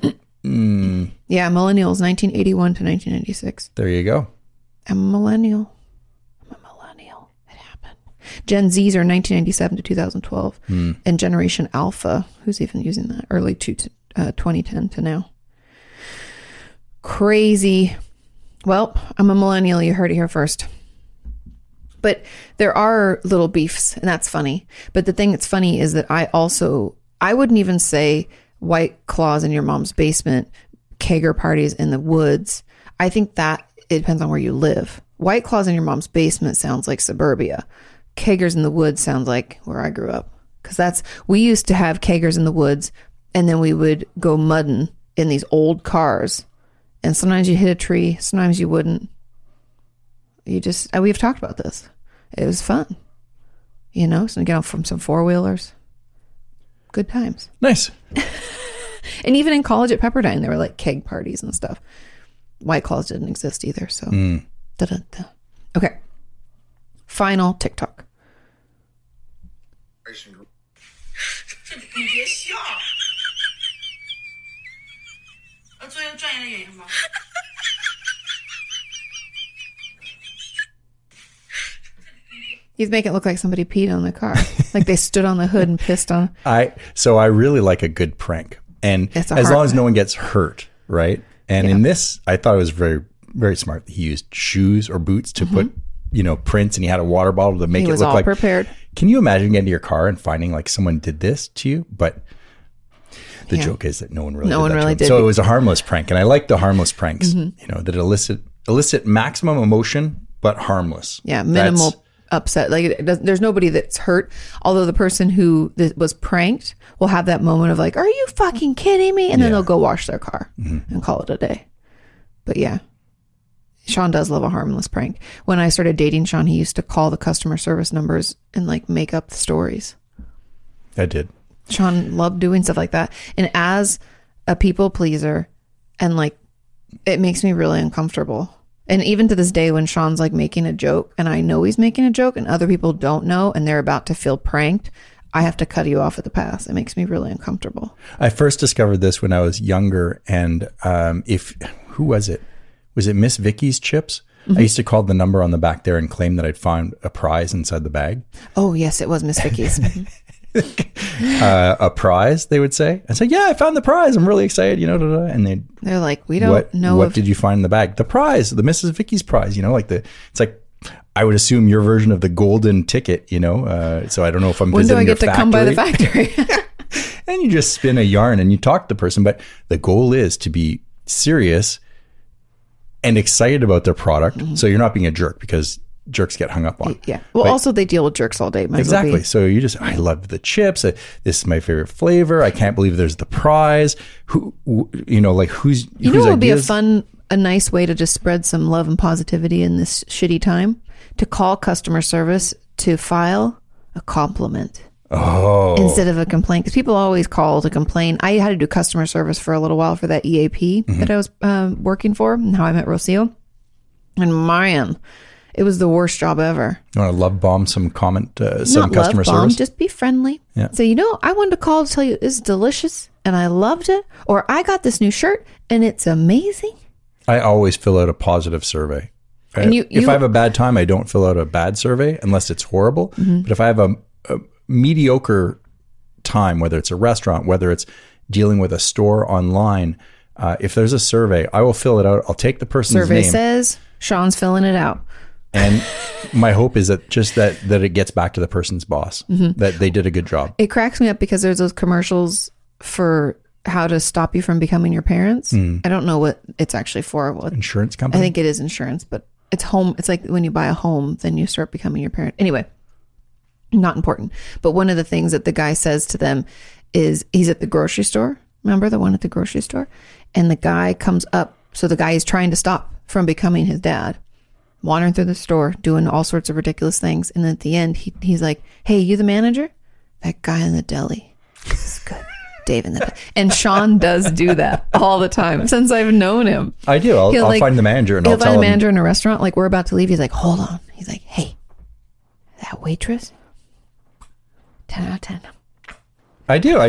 [SPEAKER 2] Yeah, millennials, nineteen eighty one to nineteen ninety six.
[SPEAKER 1] there you go.
[SPEAKER 2] I'm a millennial. I'm a millennial. It happened. Gen Zs are 1997 to 2012, and Generation Alpha, who's even using that, early to, to uh, 2010 to now. Crazy. Well, I'm a millennial. You heard it here first. But there are little beefs, and that's funny. But the thing that's funny is that I also I wouldn't even say white claws in your mom's basement, kegger parties in the woods. I think that it depends on where you live. White claws in your mom's basement sounds like suburbia. Keggers in the woods sounds like where I grew up because that's we used to have keggers in the woods, and then we would go mudding in these old cars, and sometimes you hit a tree, sometimes you wouldn't you just uh, we've talked about this it was fun you know so you get off from some four-wheelers good times
[SPEAKER 1] Nice.
[SPEAKER 2] and even in college at pepperdine there were like keg parties and stuff white claws didn't exist either so
[SPEAKER 1] Hmm.
[SPEAKER 2] Da-da-da. okay final tiktok
[SPEAKER 6] Generation group-
[SPEAKER 2] he's making it look like somebody peed on the car like they stood on the hood and pissed on
[SPEAKER 1] I so I really like a good prank, and as
[SPEAKER 2] It's a hard
[SPEAKER 1] long as no
[SPEAKER 2] one.
[SPEAKER 1] one gets hurt, right? And in this, I thought it was very very smart. He used shoes or boots to put you know prints, and he had a water bottle to make
[SPEAKER 2] Mm-hmm. he
[SPEAKER 1] it
[SPEAKER 2] was
[SPEAKER 1] look
[SPEAKER 2] all
[SPEAKER 1] like
[SPEAKER 2] prepared
[SPEAKER 1] Can you imagine getting to your car and finding like someone did this to you? But the
[SPEAKER 2] Yeah.
[SPEAKER 1] joke is that no one really
[SPEAKER 2] No
[SPEAKER 1] did
[SPEAKER 2] one
[SPEAKER 1] that to
[SPEAKER 2] really
[SPEAKER 1] him.
[SPEAKER 2] did. Mm-hmm.
[SPEAKER 1] So it was a harmless prank, and I like the harmless pranks. You know that elicit elicit maximum emotion but harmless.
[SPEAKER 2] Yeah, minimal
[SPEAKER 1] That's-
[SPEAKER 2] upset. Like it does, there's nobody that's hurt. Although the person who th- was pranked will have that moment of like, "Are you fucking kidding me?" And then they'll go wash their car and call it a day. But yeah, Sean does love a harmless prank. When I started dating Sean, he used to call the customer service numbers and like make up stories.
[SPEAKER 1] I did.
[SPEAKER 2] Sean loved doing stuff like that. And as a people pleaser, and like, it makes me really uncomfortable. And even to this day, when Sean's like making a joke, and I know he's making a joke, and other people don't know, and they're about to feel pranked, I have to cut you off at the pass. It makes me really uncomfortable.
[SPEAKER 1] I first discovered this when I was younger, and um, if who was it? Was it Miss Vicky's chips?
[SPEAKER 2] Mm-hmm.
[SPEAKER 1] I used to call the number on the back there and claim that I'd found a prize inside the bag.
[SPEAKER 2] Oh yes, it was Miss Vicky's.
[SPEAKER 1] uh, a prize, they would say. I say, yeah, I found the prize. I'm really excited, you know. Da, da. da. And they,
[SPEAKER 2] They're like, we don't
[SPEAKER 1] what
[SPEAKER 2] know
[SPEAKER 1] what
[SPEAKER 2] if
[SPEAKER 1] did you find in the bag? The prize, the Mrs. Vicky's prize. You know, like the it's like I would assume your version of the golden ticket. You know, uh, so I don't know if I'm
[SPEAKER 2] when do
[SPEAKER 1] visiting
[SPEAKER 2] I get to
[SPEAKER 1] your
[SPEAKER 2] come by the
[SPEAKER 1] factory.
[SPEAKER 2] factory?
[SPEAKER 1] and you just spin a yarn and you talk to the person. But the goal is to be serious and excited about their product, so you're not being a jerk because jerks get hung up on.
[SPEAKER 2] Mm-hmm. yeah. Well,
[SPEAKER 1] Like-
[SPEAKER 2] also they deal with jerks all day. Might as well be-
[SPEAKER 1] Exactly. So you just, I love the chips. Uh, This is my favorite flavor. I can't believe there's the prize. Who, who- you know, like who's
[SPEAKER 2] You know
[SPEAKER 1] whose
[SPEAKER 2] what would be a
[SPEAKER 1] ideas-
[SPEAKER 2] fun, a nice way to just spread some love and positivity in this shitty time? To call customer service to file a compliment
[SPEAKER 1] Oh,
[SPEAKER 2] instead of a complaint. Because people always call to complain. I had to do customer service for a little while for that EAP
[SPEAKER 1] Mm-hmm.
[SPEAKER 2] that I was um, working for and how I met Rocio. And man, it was the worst job ever.
[SPEAKER 1] you want to love bomb some comment, uh, some
[SPEAKER 2] Not
[SPEAKER 1] customer
[SPEAKER 2] love bomb,
[SPEAKER 1] service?
[SPEAKER 2] just be friendly.
[SPEAKER 1] Yeah.
[SPEAKER 2] So, you know, I wanted to call to tell you it's delicious and I loved it. Or I got this new shirt and it's amazing.
[SPEAKER 1] I always fill out a positive survey.
[SPEAKER 2] And
[SPEAKER 1] I-
[SPEAKER 2] you-
[SPEAKER 1] if
[SPEAKER 2] you-
[SPEAKER 1] I have a bad time, I don't fill out a bad survey unless it's horrible.
[SPEAKER 2] Mm-hmm.
[SPEAKER 1] But if I have a, a mediocre time, whether it's a restaurant, whether it's dealing with a store online, uh, if there's a survey, I will fill it out. I'll take the person's
[SPEAKER 2] Survey
[SPEAKER 1] name.
[SPEAKER 2] says Sean's filling it out.
[SPEAKER 1] and my hope is that just that that it gets back to the person's boss
[SPEAKER 2] Mm-hmm.
[SPEAKER 1] that they did a good job
[SPEAKER 2] It cracks me up because there's those commercials for how to stop you from becoming your parents. I don't know what it's actually for. What
[SPEAKER 1] insurance
[SPEAKER 2] I
[SPEAKER 1] company
[SPEAKER 2] think it is insurance, but it's home. It's like when you buy a home, then you start becoming your parent. Anyway, not important. But one of the things that the guy says to them is he's at the grocery store. Remember the one at the grocery store? And the guy comes up. So the guy is trying to stop from becoming his dad, wandering through the store, doing all sorts of ridiculous things. And at the end, he, he's like, Hey, you the manager? That guy in the deli. This is good. Dave in the and Sean does do that all the time since I've known him.
[SPEAKER 1] i do i'll,
[SPEAKER 2] He'll,
[SPEAKER 1] I'll
[SPEAKER 2] like-
[SPEAKER 1] find the manager and
[SPEAKER 2] He'll
[SPEAKER 1] i'll
[SPEAKER 2] find
[SPEAKER 1] tell
[SPEAKER 2] the
[SPEAKER 1] him
[SPEAKER 2] manager in a restaurant, like we're about to leave. He's like, hold on. He's like, hey, that waitress, 10 out of 10.
[SPEAKER 1] i do i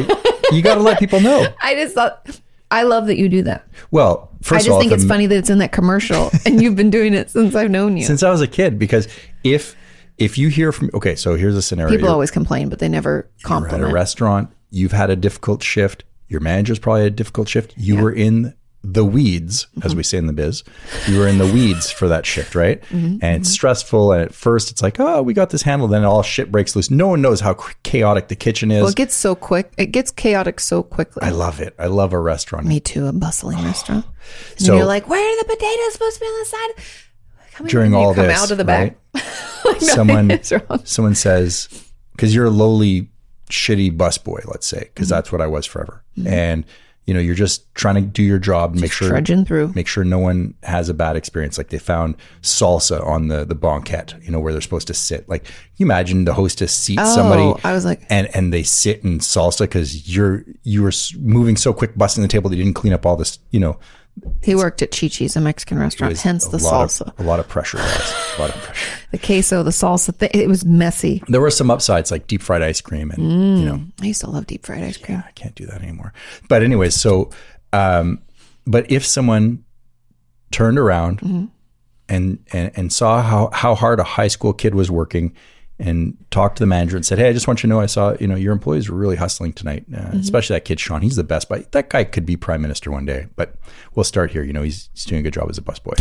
[SPEAKER 1] you got to let people know
[SPEAKER 2] I just thought, I love that you do that.
[SPEAKER 1] well
[SPEAKER 2] I
[SPEAKER 1] first
[SPEAKER 2] just
[SPEAKER 1] of all
[SPEAKER 2] think
[SPEAKER 1] if
[SPEAKER 2] it's
[SPEAKER 1] a-
[SPEAKER 2] funny that it's in that commercial and you've been doing it since I've known you.
[SPEAKER 1] since i was a kid because if if you hear from okay so here's a scenario
[SPEAKER 2] People
[SPEAKER 1] You're-
[SPEAKER 2] always complain, but they never
[SPEAKER 1] you're at a
[SPEAKER 2] compliment.
[SPEAKER 1] restaurant you've had a difficult shift your manager's probably had a difficult shift you were in the weeds
[SPEAKER 2] Mm-hmm.
[SPEAKER 1] as we say in the biz you were in the weeds for that shift right
[SPEAKER 2] Mm-hmm.
[SPEAKER 1] and it's stressful and at first it's like oh we got this handled then all shit breaks loose no one knows how chaotic the kitchen is
[SPEAKER 2] Well, it gets so quick. It gets chaotic so quickly.
[SPEAKER 1] i love it i love a restaurant
[SPEAKER 2] Me too, a bustling restaurant. And
[SPEAKER 1] So-
[SPEAKER 2] you're like, where are the potatoes supposed to be on the side? Come here,"
[SPEAKER 1] during
[SPEAKER 2] and you
[SPEAKER 1] all
[SPEAKER 2] come
[SPEAKER 1] this
[SPEAKER 2] out of the back.
[SPEAKER 1] right, someone
[SPEAKER 2] is wrong.
[SPEAKER 1] someone says because you're a lowly shitty busboy let's say because
[SPEAKER 2] Mm-hmm.
[SPEAKER 1] that's what i was forever and you know you're just trying to do your job and make sure
[SPEAKER 2] Trudging through.
[SPEAKER 1] make sure no one has a bad experience. Like they found salsa on the the banquette, you know, where they're supposed to sit. Like can you imagine the hostess seats somebody,
[SPEAKER 2] Oh, I was like-
[SPEAKER 1] and and they sit in salsa because you're you were s- moving so quick, busting the table, they didn't clean up all this, you know,
[SPEAKER 2] He worked at Chi Chi's, a Mexican restaurant,
[SPEAKER 1] was
[SPEAKER 2] hence
[SPEAKER 1] a
[SPEAKER 2] the
[SPEAKER 1] lot
[SPEAKER 2] salsa.
[SPEAKER 1] of, a lot of pressure, guys. a lot of pressure.
[SPEAKER 2] the queso, the salsa. Th- it was messy.
[SPEAKER 1] There were some upsides like deep fried ice cream, and you know,
[SPEAKER 2] I used to love deep fried ice cream.
[SPEAKER 1] I can't do that anymore. But anyway, so um, but if someone turned around and, and and saw how how hard a high school kid was working and talked to the manager and said, "Hey, I just want you to know I saw, you know, your employees were really hustling tonight, uh, especially that kid Sean. He's the best. But that guy could be prime minister one day, but we'll start here. You know, he's, he's doing a good job as a busboy."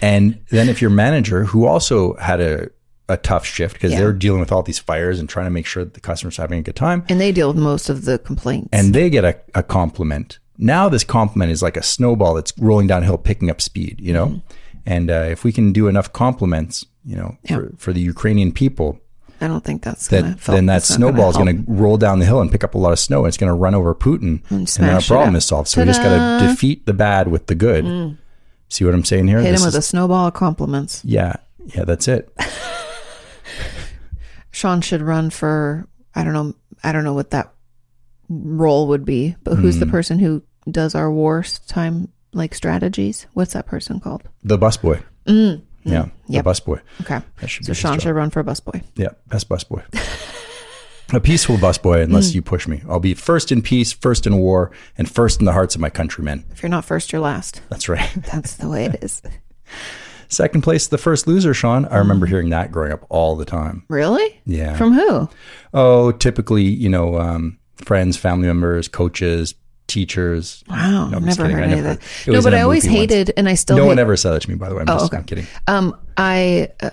[SPEAKER 1] And then if your manager, who also had a a tough shift because they're dealing with all these fires and trying to make sure that the customers are having a good time.
[SPEAKER 2] And they deal with most of the complaints.
[SPEAKER 1] And they get a, a compliment. Now this compliment is like a snowball that's rolling downhill, picking up speed, you know?
[SPEAKER 2] Mm-hmm.
[SPEAKER 1] And uh, if we can do enough compliments, you know, for, for the Ukrainian people,
[SPEAKER 2] I don't think that's
[SPEAKER 1] that
[SPEAKER 2] gonna help.
[SPEAKER 1] then that
[SPEAKER 2] That's not gonna
[SPEAKER 1] snowball is
[SPEAKER 2] help.
[SPEAKER 1] going to roll down the hill and pick up a lot of snow. And it's going to run over Putin, and, then our
[SPEAKER 2] smash it
[SPEAKER 1] problem
[SPEAKER 2] up. Mm.
[SPEAKER 1] is solved. So we just got to defeat the bad with the good. See what I'm saying here?
[SPEAKER 2] hit
[SPEAKER 1] This
[SPEAKER 2] him with
[SPEAKER 1] is-
[SPEAKER 2] a snowball of compliments.
[SPEAKER 1] yeah, yeah, that's it.
[SPEAKER 2] Sean should run for I don't know I don't know what that role would be, but who's
[SPEAKER 1] Hmm.
[SPEAKER 2] the person who does our war time like strategies? What's that person called?
[SPEAKER 1] The busboy. Yeah,
[SPEAKER 2] Mm. yep.
[SPEAKER 1] the busboy.
[SPEAKER 2] Okay,
[SPEAKER 1] That should be
[SPEAKER 2] so
[SPEAKER 1] his
[SPEAKER 2] Sean
[SPEAKER 1] job.
[SPEAKER 2] should run for busboy.
[SPEAKER 1] Yeah, best bus boy. a peaceful bus boy, unless
[SPEAKER 2] Hmm.
[SPEAKER 1] you push me. I'll be first in peace, first in war, and first in the hearts of my countrymen.
[SPEAKER 2] If you're not first, you're last.
[SPEAKER 1] That's right.
[SPEAKER 2] That's the way it is.
[SPEAKER 1] Second place, The First Loser, Sean. I remember
[SPEAKER 2] Hmm.
[SPEAKER 1] hearing that growing up all the time.
[SPEAKER 2] Really?
[SPEAKER 1] Yeah.
[SPEAKER 2] From who?
[SPEAKER 1] Oh, typically, you know, um, friends, family members, coaches, teachers.
[SPEAKER 2] Wow,
[SPEAKER 1] No, I'm just
[SPEAKER 2] never
[SPEAKER 1] kidding.
[SPEAKER 2] heard
[SPEAKER 1] I
[SPEAKER 2] any of
[SPEAKER 1] never-
[SPEAKER 2] that.
[SPEAKER 1] it
[SPEAKER 2] No,
[SPEAKER 1] was
[SPEAKER 2] but
[SPEAKER 1] in a
[SPEAKER 2] I always
[SPEAKER 1] movie once.
[SPEAKER 2] hated, and I still
[SPEAKER 1] no
[SPEAKER 2] hate,
[SPEAKER 1] one ever said it to me, by the way. I'm just
[SPEAKER 2] okay.
[SPEAKER 1] I'm kidding.
[SPEAKER 2] Um, I uh,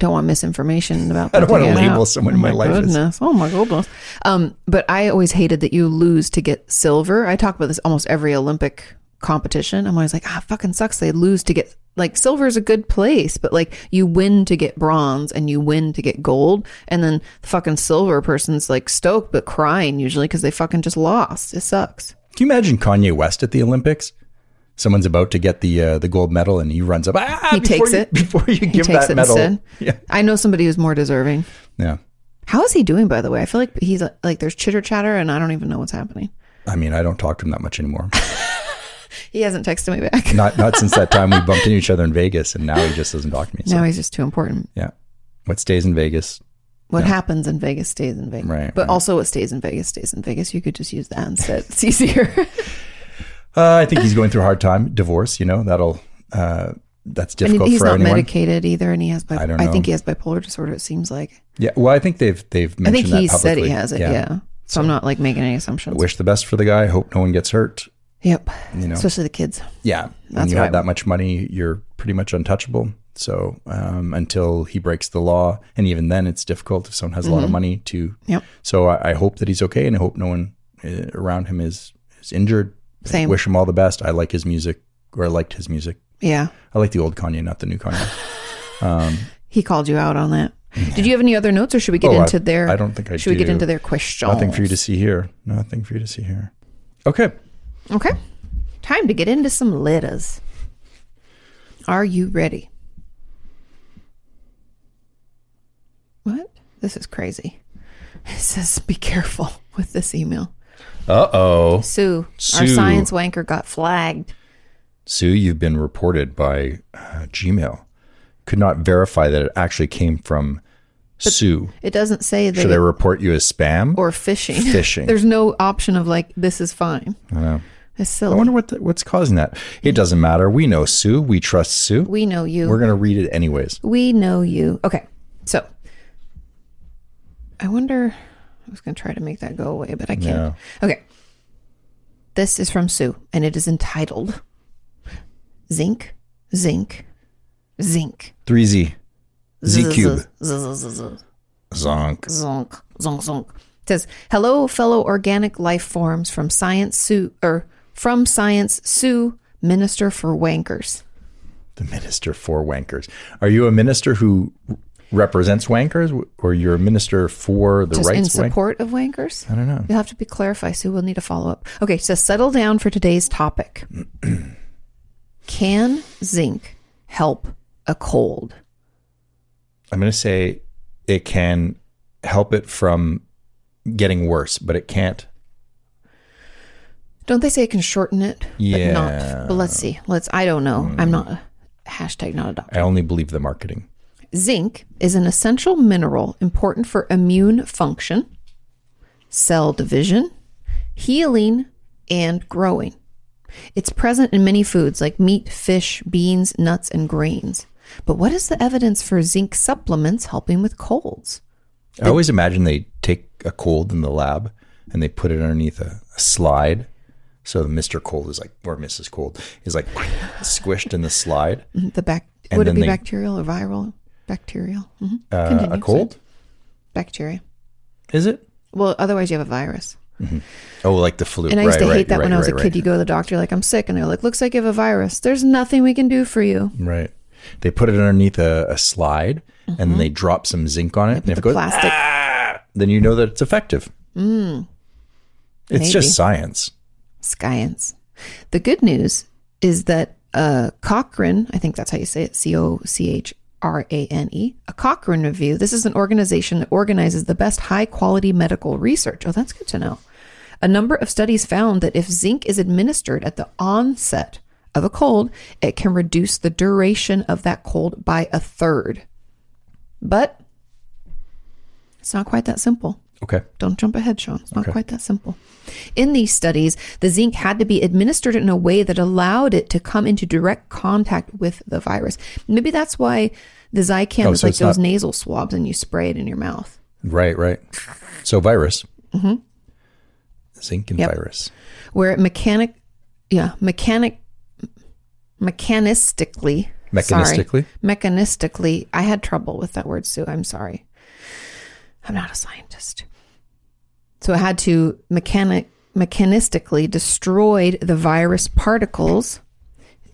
[SPEAKER 2] don't want misinformation about.
[SPEAKER 1] I don't
[SPEAKER 2] what they
[SPEAKER 1] wanna
[SPEAKER 2] get
[SPEAKER 1] label
[SPEAKER 2] out.
[SPEAKER 1] someone
[SPEAKER 2] oh
[SPEAKER 1] in my life as-
[SPEAKER 2] Goodness. Oh my goodness. Um, but I always hated that you lose to get silver. I talk about this almost every Olympic competition. I'm always like, ah, fucking sucks. They lose to get like silver is a good place, but like you win to get bronze and you win to get gold, and then the fucking silver person's like stoked but crying usually because they fucking just lost. It sucks.
[SPEAKER 1] Can you imagine Kanye West at the Olympics? Someone's about to get the uh, the gold medal, and he runs up. Ah,
[SPEAKER 2] He
[SPEAKER 1] before
[SPEAKER 2] takes
[SPEAKER 1] you,
[SPEAKER 2] it.
[SPEAKER 1] before you
[SPEAKER 2] He
[SPEAKER 1] give
[SPEAKER 2] takes
[SPEAKER 1] that
[SPEAKER 2] it
[SPEAKER 1] medal.
[SPEAKER 2] instead.
[SPEAKER 1] Yeah,
[SPEAKER 2] I know somebody who's more deserving.
[SPEAKER 1] yeah.
[SPEAKER 2] How is he doing, by the way? I feel like he's like there's chitter chatter, and I don't even know what's happening.
[SPEAKER 1] I mean, I don't talk to him that much anymore.
[SPEAKER 2] He hasn't texted me back.
[SPEAKER 1] not not since that time we bumped into each other in Vegas, and now he just doesn't talk to me. So,
[SPEAKER 2] now he's just too important.
[SPEAKER 1] yeah, what stays in Vegas?
[SPEAKER 2] What happens in Vegas stays in Vegas.
[SPEAKER 1] Right,
[SPEAKER 2] But
[SPEAKER 1] right.
[SPEAKER 2] also, what stays in Vegas stays in Vegas. You could just use that instead. It's easier.
[SPEAKER 1] Uh, I think he's going through a hard time. Divorce, you know, that'll uh, that's
[SPEAKER 2] and
[SPEAKER 1] difficult
[SPEAKER 2] he's
[SPEAKER 1] for
[SPEAKER 2] not
[SPEAKER 1] anyone.
[SPEAKER 2] medicated either, and he has. Bi-
[SPEAKER 1] I
[SPEAKER 2] I,
[SPEAKER 1] don't know.
[SPEAKER 2] think he has bipolar disorder. It seems like.
[SPEAKER 1] yeah, well, I think they've they've
[SPEAKER 2] I think
[SPEAKER 1] mentioned
[SPEAKER 2] he
[SPEAKER 1] that
[SPEAKER 2] said he
[SPEAKER 1] publicly.
[SPEAKER 2] has it. Yeah. So, I'm not like making any assumptions.
[SPEAKER 1] Wish the best for the guy. Hope no one gets hurt.
[SPEAKER 2] yep.
[SPEAKER 1] You know.
[SPEAKER 2] Especially the kids.
[SPEAKER 1] Yeah, when
[SPEAKER 2] That's
[SPEAKER 1] you
[SPEAKER 2] what
[SPEAKER 1] have
[SPEAKER 2] I-
[SPEAKER 1] that much money, you're pretty much untouchable. So um, until he breaks the law, and even then, it's difficult if someone has a lot of money to.
[SPEAKER 2] Mm-hmm. Yep.
[SPEAKER 1] So I, I hope that he's okay, and I hope no one uh, around him is is injured.
[SPEAKER 2] Same.
[SPEAKER 1] Wish him all the best. I like his music, or I liked his music.
[SPEAKER 2] Yeah.
[SPEAKER 1] I like the old Kanye, not the new Kanye.
[SPEAKER 2] He called you out on that. Did you have any other notes, or should we get
[SPEAKER 1] Oh, I-
[SPEAKER 2] into their?
[SPEAKER 1] I don't think I
[SPEAKER 2] Should we get
[SPEAKER 1] do.
[SPEAKER 2] into their question?
[SPEAKER 1] Nothing for you to see here. Nothing for you to see here. Okay.
[SPEAKER 2] Okay. Time to get into some letters. Are you ready? What? This is crazy. It says, be careful with this email.
[SPEAKER 1] Uh oh.
[SPEAKER 2] Sue, our
[SPEAKER 1] Sue.
[SPEAKER 2] science wanker got flagged.
[SPEAKER 1] Sue, you've been reported by uh, Gmail. Could not verify that it actually came from Sue.
[SPEAKER 2] It doesn't say that
[SPEAKER 1] Should I
[SPEAKER 2] it-
[SPEAKER 1] report you as spam?
[SPEAKER 2] or phishing.
[SPEAKER 1] Phishing.
[SPEAKER 2] There's no option of like, this is fine.
[SPEAKER 1] I, don't know.
[SPEAKER 2] It's
[SPEAKER 1] I
[SPEAKER 2] silly.
[SPEAKER 1] wonder what the, what's causing that. It doesn't matter. We know Sue. We trust Sue.
[SPEAKER 2] we know you.
[SPEAKER 1] We're going to read it anyways.
[SPEAKER 2] We know you. Okay. So I wonder I was going to try to make that go away, but I can't. Okay. This is from Sue and it is entitled Zinc, Zinc, Zinc.
[SPEAKER 1] 3Z, Z Cube,
[SPEAKER 2] Zzz,
[SPEAKER 1] Zonk.
[SPEAKER 2] Zonk, zonk, zonk. It says, "Hello, fellow organic life forms from Science Sue or from Science Sue, Minister for Wankers."
[SPEAKER 1] The minister for wankers. Are you a minister who represents wankers or you're a minister for the
[SPEAKER 2] just in
[SPEAKER 1] rights of wankers?
[SPEAKER 2] support of wankers? I
[SPEAKER 1] don't know.
[SPEAKER 2] You'll have to be clarify, Sue. We'll need a follow up. Okay, so settle down for today's topic. Can zinc help a cold?
[SPEAKER 1] I'm going to say it can help it from getting worse, but it can't.
[SPEAKER 2] Don't they say it can shorten it? But,
[SPEAKER 1] Yeah.
[SPEAKER 2] not, but let's see. Let's. I don't know. I'm not. a- Hashtag not a doctor.
[SPEAKER 1] I only believe the marketing.
[SPEAKER 2] Zinc is an essential mineral important for immune function, cell division, healing, and growing. It's present in many foods like meat, fish, beans, nuts, and grains. But what is the evidence for zinc supplements helping with colds?
[SPEAKER 1] I always imagine they take a cold in the lab and they put it underneath a, a slide. So the Mr. Cold is like, or Mrs. Cold is like squished in the slide.
[SPEAKER 2] Mm-hmm. The bac-
[SPEAKER 1] And
[SPEAKER 2] would it
[SPEAKER 1] then
[SPEAKER 2] be
[SPEAKER 1] they-
[SPEAKER 2] bacterial or viral? Bacterial. hmm
[SPEAKER 1] Uh, a cold?
[SPEAKER 2] Bacteria.
[SPEAKER 1] Is it?
[SPEAKER 2] Well, otherwise you have a virus.
[SPEAKER 1] Oh, like the flu.
[SPEAKER 2] And I
[SPEAKER 1] right,
[SPEAKER 2] used to
[SPEAKER 1] right,
[SPEAKER 2] hate that
[SPEAKER 1] right,
[SPEAKER 2] when I was
[SPEAKER 1] right,
[SPEAKER 2] a kid. You go to the doctor, like, I'm sick. And they're like, looks like you have a virus. There's nothing we can do for you.
[SPEAKER 1] Right. right. They put it underneath a, a slide and then they drop some zinc on it. And if it
[SPEAKER 2] Mm-hmm. the
[SPEAKER 1] goes,
[SPEAKER 2] plastic.
[SPEAKER 1] then you know that it's effective. it's
[SPEAKER 2] Mm. maybe.
[SPEAKER 1] just science.
[SPEAKER 2] Science. The good news is that uh, Cochrane, I think that's how you say it, C O C H R A N E, a Cochrane review. This is an organization that organizes the best high quality medical research. Oh, that's good to know. A number of studies found that if zinc is administered at the onset of a cold, it can reduce the duration of that cold by a third. But it's not quite that simple.
[SPEAKER 1] Okay.
[SPEAKER 2] Don't jump ahead, Sean. It's not quite that simple. In these studies, the zinc had to be administered in a way that allowed it to come into direct contact with the virus. Maybe that's why the Zycam
[SPEAKER 1] Oh,
[SPEAKER 2] is
[SPEAKER 1] so
[SPEAKER 2] like
[SPEAKER 1] it's not-
[SPEAKER 2] those nasal swabs and you spray it in your mouth.
[SPEAKER 1] Right, right. So virus. Mm-hmm. Zinc and
[SPEAKER 2] Yep.
[SPEAKER 1] virus.
[SPEAKER 2] Where it mechanic, yeah, mechanic, mechanistically,
[SPEAKER 1] Mechanistically?
[SPEAKER 2] sorry, mechanistically. I had trouble with that word, Sue. I'm sorry. I'm not a scientist. So it had to mechanic mechanistically destroyed the virus particles.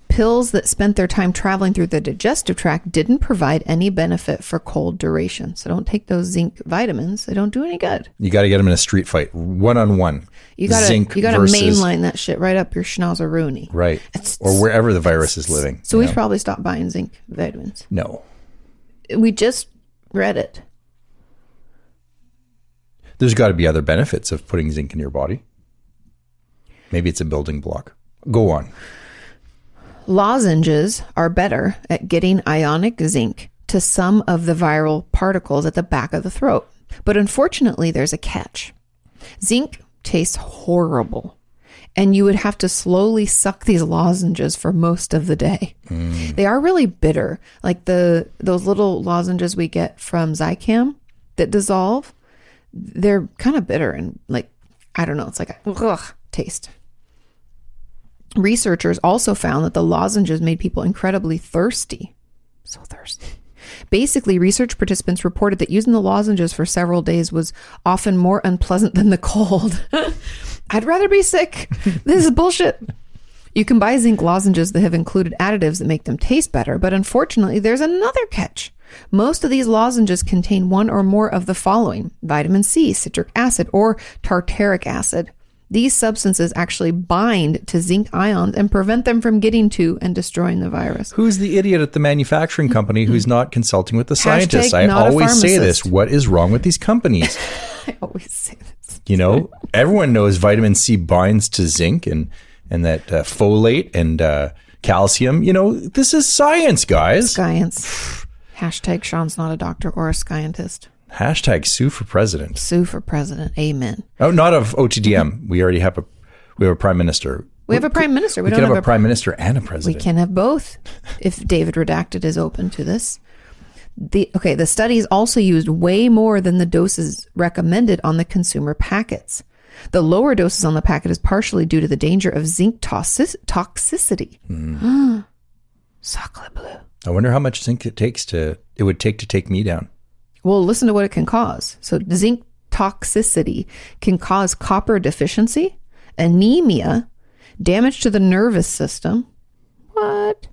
[SPEAKER 2] Pills that spent their time traveling through the digestive tract didn't provide any benefit for cold duration. So don't take those zinc vitamins. They don't do any good.
[SPEAKER 1] You got to get them in a street fight, one on one.
[SPEAKER 2] You gotta
[SPEAKER 1] Zinc
[SPEAKER 2] you gotta
[SPEAKER 1] versus-
[SPEAKER 2] mainline that shit right up your schnauzeroonie.
[SPEAKER 1] Right.
[SPEAKER 2] It's-
[SPEAKER 1] Or wherever the virus is living.
[SPEAKER 2] So
[SPEAKER 1] you
[SPEAKER 2] we
[SPEAKER 1] know?
[SPEAKER 2] should probably stop buying zinc vitamins.
[SPEAKER 1] No.
[SPEAKER 2] We just read it.
[SPEAKER 1] There's got to be other benefits of putting zinc in your body. Maybe it's a building block. Go on.
[SPEAKER 2] Lozenges are better at getting ionic zinc to some of the viral particles at the back of the throat. But unfortunately, there's a catch. Zinc tastes horrible, and you would have to slowly suck these lozenges for most of the day. They are really bitter, like the those little lozenges we get from Zycam that dissolve. They're kind of bitter and like I don't know, it's like a ugh, taste. Researchers also found that the lozenges made people incredibly thirsty. So thirsty. Basically, research participants reported that using the lozenges for several days was often more unpleasant than the cold. I'd rather be sick. This is bullshit. You can buy zinc lozenges that have included additives that make them taste better, but unfortunately, there's another catch. Most of these lozenges contain one or more of the following vitamin C, citric acid, or tartaric acid. These substances actually bind to zinc ions and prevent them from getting to and destroying the virus.
[SPEAKER 1] Who's the idiot at the manufacturing company who's not consulting with the scientists? I
[SPEAKER 2] Mm-hmm. not a
[SPEAKER 1] always say this.
[SPEAKER 2] pharmacist.
[SPEAKER 1] What is wrong with these companies?
[SPEAKER 2] I always say this.
[SPEAKER 1] You know, everyone knows vitamin C binds to zinc and and that uh, folate and uh, calcium. You know, this is science, guys.
[SPEAKER 2] Science. Hashtag Sean's not a doctor or a scientist.
[SPEAKER 1] Hashtag sue for president.
[SPEAKER 2] Sue for president. Amen.
[SPEAKER 1] Oh, not of OTDM. We already have a we have a prime minister.
[SPEAKER 2] We have a prime minister. We,
[SPEAKER 1] We
[SPEAKER 2] don't
[SPEAKER 1] could
[SPEAKER 2] have,
[SPEAKER 1] have a
[SPEAKER 2] a prime.
[SPEAKER 1] prime minister and a
[SPEAKER 2] We
[SPEAKER 1] president.
[SPEAKER 2] can have both if David Redacted is open to this. The okay, the studies also used way more than the doses recommended on the consumer packets. The lower doses on the packet is partially due to the danger of zinc toxic- toxicity. Hmm. Sacre bleu.
[SPEAKER 1] I wonder how much zinc it takes to it would take to take me down.
[SPEAKER 2] Well, listen to what it can cause. So, zinc toxicity can cause copper deficiency, anemia, damage to the nervous system. What?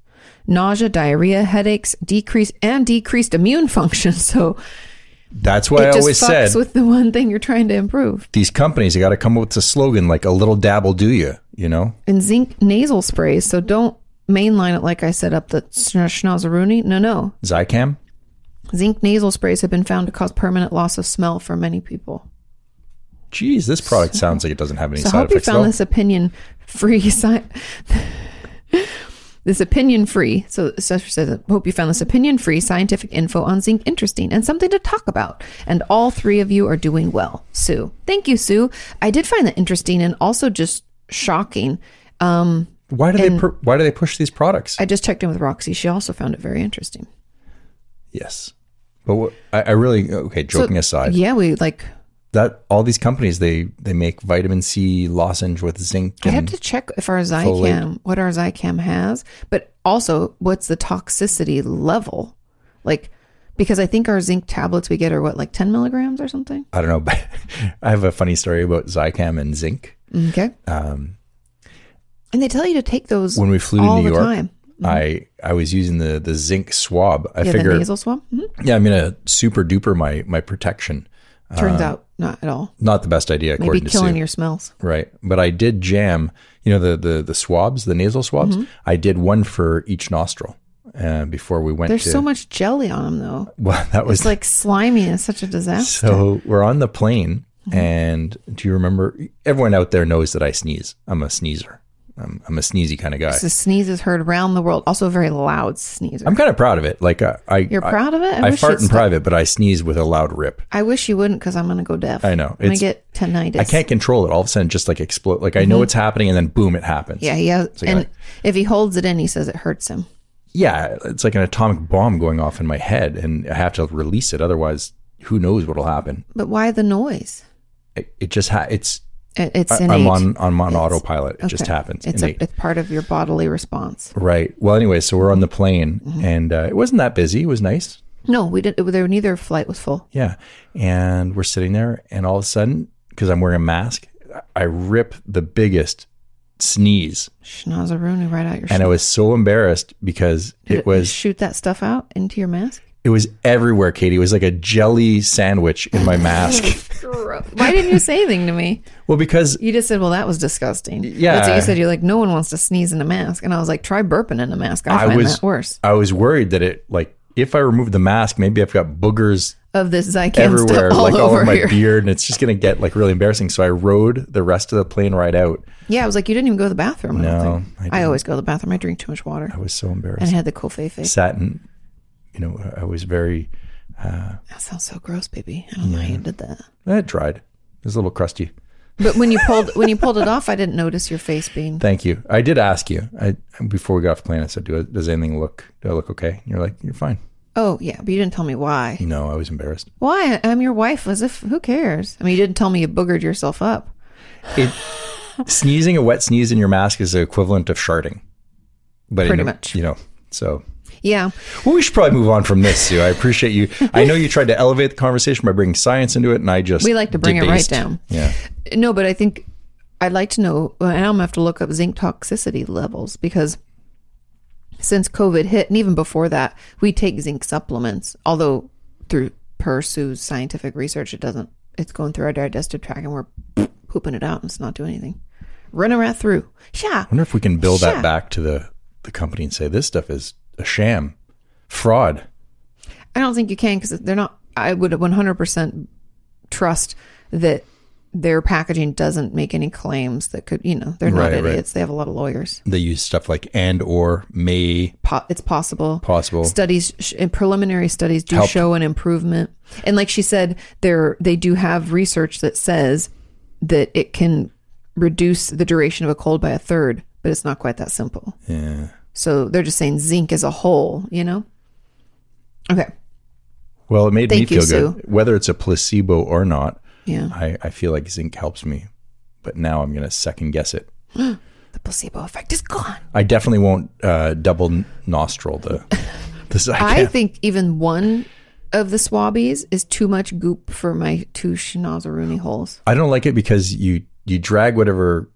[SPEAKER 2] Nausea, diarrhea, headaches, decrease and decreased immune function. So
[SPEAKER 1] That's why
[SPEAKER 2] it
[SPEAKER 1] I
[SPEAKER 2] just
[SPEAKER 1] always
[SPEAKER 2] fucks
[SPEAKER 1] said
[SPEAKER 2] with the one thing you're trying to improve.
[SPEAKER 1] these companies they got to come up with a slogan like a little dab will do you. You know,
[SPEAKER 2] And zinc nasal sprays. So don't mainline it like I said up the schna- schnauzeroonie. No, no.
[SPEAKER 1] Zycam.
[SPEAKER 2] Zinc nasal sprays have been found to cause permanent loss of smell for many people.
[SPEAKER 1] Jeez, this product sounds like it doesn't have any
[SPEAKER 2] So I
[SPEAKER 1] side
[SPEAKER 2] hope you
[SPEAKER 1] effects.
[SPEAKER 2] found
[SPEAKER 1] though.
[SPEAKER 2] this opinion free sci- this opinion free. So Sesser says, "Hope you found this opinion free scientific info on zinc interesting and something to talk about." And all three of you are doing well, Sue. Thank you, Sue. I did find that interesting and also just shocking. Um,
[SPEAKER 1] Why do they pr- Why do they push these products?
[SPEAKER 2] I just checked in with Roxy. She also found it very interesting.
[SPEAKER 1] yes, but what, I, I really okay.
[SPEAKER 2] So,
[SPEAKER 1] Joking aside,
[SPEAKER 2] yeah, we like.
[SPEAKER 1] that all these companies they they make vitamin C lozenge with zinc.
[SPEAKER 2] I have
[SPEAKER 1] and-
[SPEAKER 2] to check if our Zycam, what our Zycam has, but also what's the toxicity level, like because I think our zinc tablets we get are what like ten milligrams or something.
[SPEAKER 1] I don't know, but I have a funny story about Zycam and zinc.
[SPEAKER 2] Okay. Um, and they tell you to take those
[SPEAKER 1] When we flew to
[SPEAKER 2] all
[SPEAKER 1] New
[SPEAKER 2] the
[SPEAKER 1] York,
[SPEAKER 2] time.
[SPEAKER 1] I I was using the the zinc swab. I
[SPEAKER 2] Mm-hmm. yeah, the
[SPEAKER 1] figure
[SPEAKER 2] nasal swab. Mhm.
[SPEAKER 1] Yeah, I'm gonna super duper my my protection.
[SPEAKER 2] Turns out not at all.
[SPEAKER 1] Not the best idea,
[SPEAKER 2] Maybe
[SPEAKER 1] Uh, according to
[SPEAKER 2] killing
[SPEAKER 1] Sue.
[SPEAKER 2] your smells.
[SPEAKER 1] right, but I did jam. You know the the the swabs, the nasal swabs.
[SPEAKER 2] Mm-hmm.
[SPEAKER 1] I did one for each nostril uh, before we went.
[SPEAKER 2] There's
[SPEAKER 1] to,
[SPEAKER 2] so much jelly on them though.
[SPEAKER 1] Well, that was
[SPEAKER 2] It's like slimy and it's such a disaster.
[SPEAKER 1] so. We're on the
[SPEAKER 2] Mm-hmm.
[SPEAKER 1] plane, and do you remember? Everyone out there knows that I sneeze. I'm a sneezer. I'm, I'm a sneezy kind of guy.
[SPEAKER 2] The sneeze is heard around the world. Also, a very loud sneezer.
[SPEAKER 1] I'm kind of proud of it. Like uh, I, I
[SPEAKER 2] You're
[SPEAKER 1] I-
[SPEAKER 2] proud of it? I
[SPEAKER 1] I,
[SPEAKER 2] wish
[SPEAKER 1] fart
[SPEAKER 2] you'd
[SPEAKER 1] in
[SPEAKER 2] stop.
[SPEAKER 1] private, but I sneeze with a loud rip.
[SPEAKER 2] I wish you wouldn't because I'm going to go deaf.
[SPEAKER 1] I know.
[SPEAKER 2] I'm going to
[SPEAKER 1] It's-
[SPEAKER 2] get tinnitus.
[SPEAKER 1] I can't control it. All of a sudden, it just like explode. Like I know it's happening, and then boom, it happens.
[SPEAKER 2] Mm-hmm. Yeah, he has.
[SPEAKER 1] So you
[SPEAKER 2] and
[SPEAKER 1] gotta-
[SPEAKER 2] if he holds it in, he says it hurts him.
[SPEAKER 1] yeah. It's like an atomic bomb going off in my head, and I have to release it. Otherwise, who knows what'll happen?
[SPEAKER 2] But why the noise?
[SPEAKER 1] It, it just ha- it's.
[SPEAKER 2] It, it's
[SPEAKER 1] I,
[SPEAKER 2] innate.
[SPEAKER 1] I'm on I'm on
[SPEAKER 2] It's-
[SPEAKER 1] autopilot. It just
[SPEAKER 2] okay.
[SPEAKER 1] happens.
[SPEAKER 2] It's,
[SPEAKER 1] innate.
[SPEAKER 2] a, it's part of your bodily response.
[SPEAKER 1] right. Well, anyway, so we're on the plane,
[SPEAKER 2] Mm-hmm.
[SPEAKER 1] and uh, it wasn't that busy. It was nice.
[SPEAKER 2] No, we didn't. There, neither flight was full.
[SPEAKER 1] Yeah. And we're sitting there, and all of a sudden, because I'm wearing a mask, I rip the biggest sneeze.
[SPEAKER 2] Schnozzeroni right out your.
[SPEAKER 1] And I
[SPEAKER 2] schnoz-
[SPEAKER 1] was so embarrassed because
[SPEAKER 2] Did
[SPEAKER 1] it was
[SPEAKER 2] shoot that stuff out into your mask.
[SPEAKER 1] it was everywhere, Katie. It was like a jelly sandwich in my mask.
[SPEAKER 2] Why didn't you say anything to me?
[SPEAKER 1] well, because
[SPEAKER 2] You just said, "Well, that was disgusting." that's what
[SPEAKER 1] yeah.
[SPEAKER 2] you said. You're like, "No one wants to sneeze in a mask," and I was like, "Try burping in a mask." I,
[SPEAKER 1] I,
[SPEAKER 2] find
[SPEAKER 1] was
[SPEAKER 2] that worse.
[SPEAKER 1] I was worried that it like if I remove the mask, maybe I've got boogers
[SPEAKER 2] Of this Zycam
[SPEAKER 1] everywhere,
[SPEAKER 2] stuff all
[SPEAKER 1] like all
[SPEAKER 2] over
[SPEAKER 1] over my
[SPEAKER 2] here.
[SPEAKER 1] beard, and it's just gonna get like really embarrassing. So I rode the rest of the plane ride out.
[SPEAKER 2] Yeah, I was like, "You didn't even go to the bathroom." I,
[SPEAKER 1] No,
[SPEAKER 2] don't think.
[SPEAKER 1] I
[SPEAKER 2] I,
[SPEAKER 1] didn't.
[SPEAKER 2] always go to the bathroom. I drink too much water,
[SPEAKER 1] I was so
[SPEAKER 2] and I
[SPEAKER 1] embarrassed.
[SPEAKER 2] had the Kofefe.
[SPEAKER 1] Sat and you know I was very
[SPEAKER 2] That sounds so gross, baby. I don't know how you did that.
[SPEAKER 1] eh, it dried. It was a little crusty.
[SPEAKER 2] But when you pulled when you pulled it off, I didn't notice your face being.
[SPEAKER 1] Thank you. I did ask you I, before we got off the plane. I said, do I, "Does anything look? Do I look okay?" And you're like, "You're fine."
[SPEAKER 2] Oh yeah, but you didn't tell me why.
[SPEAKER 1] No, I was embarrassed.
[SPEAKER 2] Why? I'm your wife. As if who cares? I mean, you didn't tell me you boogered yourself up.
[SPEAKER 1] It, sneezing a wet sneeze in your mask is the equivalent of sharding, but
[SPEAKER 2] Pretty
[SPEAKER 1] in a-
[SPEAKER 2] much.
[SPEAKER 1] you know. So,
[SPEAKER 2] Yeah,
[SPEAKER 1] well, we should probably move on from this, Sue. I appreciate you. I know you tried to elevate the conversation by bringing science into it, and I just
[SPEAKER 2] we like to bring it right
[SPEAKER 1] debased.
[SPEAKER 2] down.
[SPEAKER 1] Yeah,
[SPEAKER 2] No, but I think I'd like to know. well, I'm gonna have to look up zinc toxicity levels because since COVID hit, and even before that, we take zinc supplements. Although through Pursue's scientific research, it doesn't. It's going through our digestive tract, and we're pooping it out, and it's not doing anything. Run a rat through. Yeah.
[SPEAKER 1] I wonder if we can bill
[SPEAKER 2] Yeah.
[SPEAKER 1] that back to the the company and say this stuff is a sham, fraud.
[SPEAKER 2] I don't think you can because they're not. I would 100% trust that their packaging doesn't make any claims that could, you know, they're not
[SPEAKER 1] Right, right.
[SPEAKER 2] idiots. They have a lot of lawyers.
[SPEAKER 1] They use stuff like and or may
[SPEAKER 2] Po- it's possible.
[SPEAKER 1] Possible.
[SPEAKER 2] Studies sh- and preliminary studies do
[SPEAKER 1] Help.
[SPEAKER 2] show an improvement. And like she said, there they do have research that says that it can reduce the duration of a cold by a third, but it's not quite that simple.
[SPEAKER 1] yeah.
[SPEAKER 2] So they're just saying zinc as a whole, you know? Okay.
[SPEAKER 1] Well, it made
[SPEAKER 2] Thank
[SPEAKER 1] me
[SPEAKER 2] you,
[SPEAKER 1] feel good. Whether it's a placebo or not,
[SPEAKER 2] Yeah.
[SPEAKER 1] I, I feel like zinc helps me. But now I'm going to second guess it.
[SPEAKER 2] The placebo effect is gone.
[SPEAKER 1] I definitely won't uh, double n- nostril the the Zycam.
[SPEAKER 2] I think even one of the swabbies is too much goop for my two schnozzeroonie holes.
[SPEAKER 1] I don't like it because you you drag whatever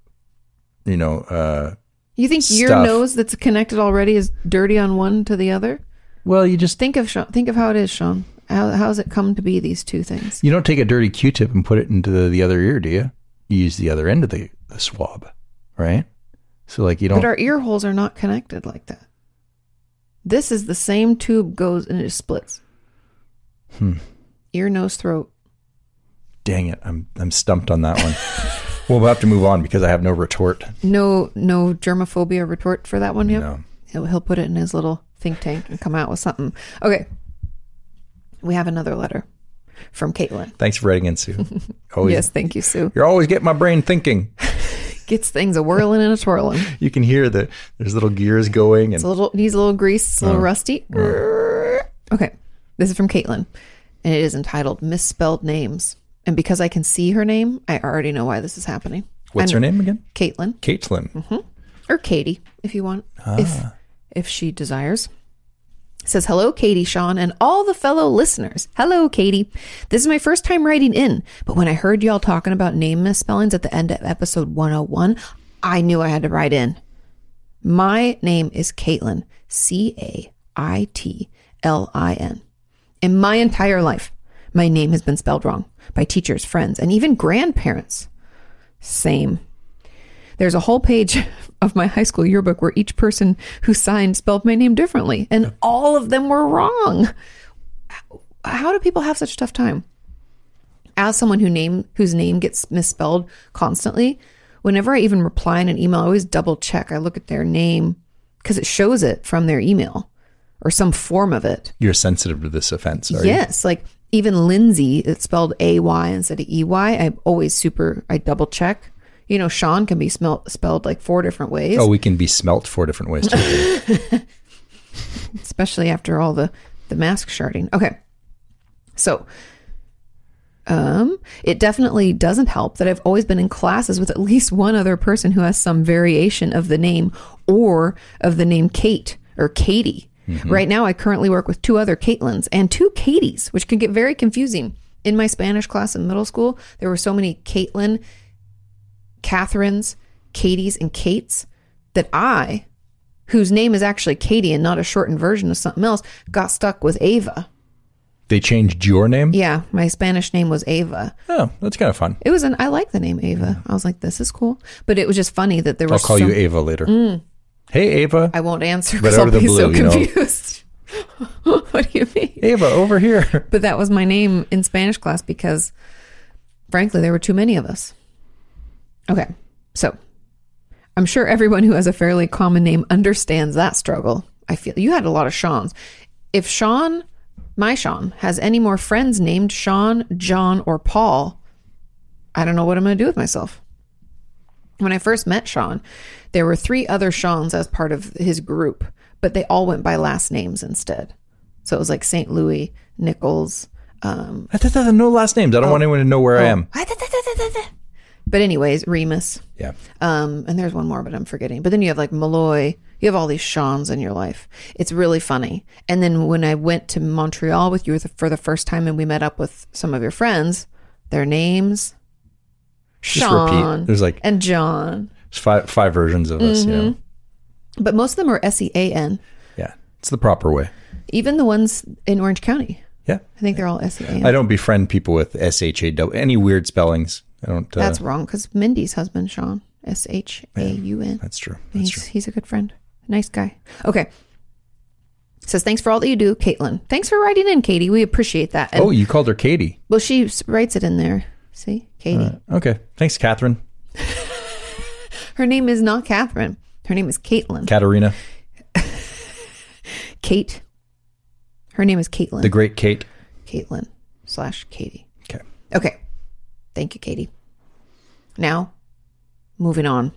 [SPEAKER 1] you know. Uh,
[SPEAKER 2] You think your
[SPEAKER 1] Stuff.
[SPEAKER 2] nose that's connected already is dirty on one to the other?
[SPEAKER 1] well, you just
[SPEAKER 2] Think of Sean, think of how it is, Sean. How how's it come to be these two things?
[SPEAKER 1] you don't take a dirty Q-tip and put it into the, the other ear, do you? You use the other end of the, the swab, right? So like you don't.
[SPEAKER 2] But our ear holes are not connected like that. This is the same tube goes and it just splits.
[SPEAKER 1] Hmm.
[SPEAKER 2] Ear, nose, throat.
[SPEAKER 1] dang it, I'm I'm stumped on that one. well, we'll have to move on because I have no retort.
[SPEAKER 2] No no germophobia retort for that one yet.
[SPEAKER 1] No.
[SPEAKER 2] He'll, he'll put it in his little think tank and come out with something. Okay. We have another letter from Caitlin.
[SPEAKER 1] Thanks for writing in, Sue. Always
[SPEAKER 2] yes, thank you, Sue.
[SPEAKER 1] You're always getting my brain thinking.
[SPEAKER 2] Gets things a whirling and a twirling.
[SPEAKER 1] You can hear the there's little gears going
[SPEAKER 2] It's
[SPEAKER 1] and Oh.
[SPEAKER 2] a little he's a little greased, it's a little rusty. Okay. This is from Caitlin. And it is entitled Misspelled Names. And because I can see her name, I already know why this is happening.
[SPEAKER 1] what's
[SPEAKER 2] I
[SPEAKER 1] her
[SPEAKER 2] know-
[SPEAKER 1] name again?
[SPEAKER 2] Caitlin.
[SPEAKER 1] Caitlin.
[SPEAKER 2] or Katie, if you want, if if she desires. Says hello, Katie, Sean, and all the fellow listeners. Hello, Katie. This is my first time writing in, but when I heard y'all talking about name misspellings at the end of episode 101, I knew I had to write in. My name is Caitlin, C A I T L I N. In my entire life, my name has been spelled wrong by teachers, friends, and even grandparents. Same. There's a whole page of my high school yearbook where each person who signed spelled my name differently, and all of them were wrong. How do people have such a tough time? As someone who name whose name gets misspelled constantly, whenever I even reply in an email, I always double check. I look at their name because it shows it from their email or some form of it.
[SPEAKER 1] You're sensitive to this offense, are you?
[SPEAKER 2] Yes, like even Lindsay, it's spelled A Y instead of E Y. I always super. I double check. You know, Sean can be smelt, spelled like four different ways,
[SPEAKER 1] Oh, we can be smelt four different ways. Too.
[SPEAKER 2] especially after all the the mask sharding. Okay, so um, it definitely doesn't help that I've always been in classes with at least one other person who has some variation of the name or of the name Kate or Katie. Right now, I currently work with two other Caitlins and two Katies, which can get very confusing. In my Spanish class in middle school, there were so many Caitlin, Catherines, Katies, and Kates that I, whose name is actually Katie and not a shortened version of something else, got stuck with Ava.
[SPEAKER 1] they changed your name.
[SPEAKER 2] Yeah, my Spanish name was Ava.
[SPEAKER 1] Oh, that's kind of fun.
[SPEAKER 2] It was an I like the name Ava. I was like, this is cool. But it was Mm. just funny that there were
[SPEAKER 1] I'll call
[SPEAKER 2] so-
[SPEAKER 1] you Ava later. Hey, Ava.
[SPEAKER 2] I won't answer
[SPEAKER 1] But
[SPEAKER 2] because
[SPEAKER 1] out
[SPEAKER 2] I'll
[SPEAKER 1] of the
[SPEAKER 2] be so
[SPEAKER 1] blue, you know.
[SPEAKER 2] confused. what do you mean?
[SPEAKER 1] Ava, over here.
[SPEAKER 2] But that was my name in Spanish class because frankly there were too many of us. Okay. So I'm sure everyone who has a fairly common name understands that struggle. I feel you had a lot of Sean's. If Sean, my Sean, has any more friends named Sean, John, or Paul, I don't know what I'm going to do with myself. When I first met Sean, there were three other Sean's as part of his group, but they all went by last names instead. So it was like St. Louis, Nichols. Um,
[SPEAKER 1] I thought that had no last names. I
[SPEAKER 2] Oh.
[SPEAKER 1] don't want anyone to know where I am.
[SPEAKER 2] but, anyways, Remus.
[SPEAKER 1] Yeah.
[SPEAKER 2] Um, and there's one more, but I'm forgetting. But then you have like Malloy. You have all these Sean's in your life. It's really funny. And then when I went to Montreal with you for the first time and we met up with some of your friends, their names
[SPEAKER 1] Just
[SPEAKER 2] Sean
[SPEAKER 1] repeat. There's like
[SPEAKER 2] and John.
[SPEAKER 1] five five versions of us. You
[SPEAKER 2] Mm-hmm.
[SPEAKER 1] know.
[SPEAKER 2] But most of them are S E A N,
[SPEAKER 1] Yeah. It's the proper way.
[SPEAKER 2] even the ones in Orange County.
[SPEAKER 1] Yeah.
[SPEAKER 2] I think they're all S E A
[SPEAKER 1] I
[SPEAKER 2] N.
[SPEAKER 1] don't befriend people with S H A W. Any weird spellings. I don't. Uh,
[SPEAKER 2] That's wrong because Mindy's husband, Sean, S H A U N.
[SPEAKER 1] that's true. That's
[SPEAKER 2] He's,
[SPEAKER 1] true.
[SPEAKER 2] he's a good friend. Nice guy. Okay. Says, thanks for all that you do, Caitlin. Thanks for writing in, Katie. We appreciate that. And,
[SPEAKER 1] Oh, you called her Katie.
[SPEAKER 2] Well, she s- writes it in there. See, Katie.
[SPEAKER 1] Okay. Thanks, Catherine.
[SPEAKER 2] Her name is not Catherine. Her name is Caitlin.
[SPEAKER 1] Katarina.
[SPEAKER 2] Kate. Her name is Caitlin.
[SPEAKER 1] The great Kate.
[SPEAKER 2] Caitlin slash Katie.
[SPEAKER 1] Okay.
[SPEAKER 2] Okay. Thank you, Katie. Now, moving on.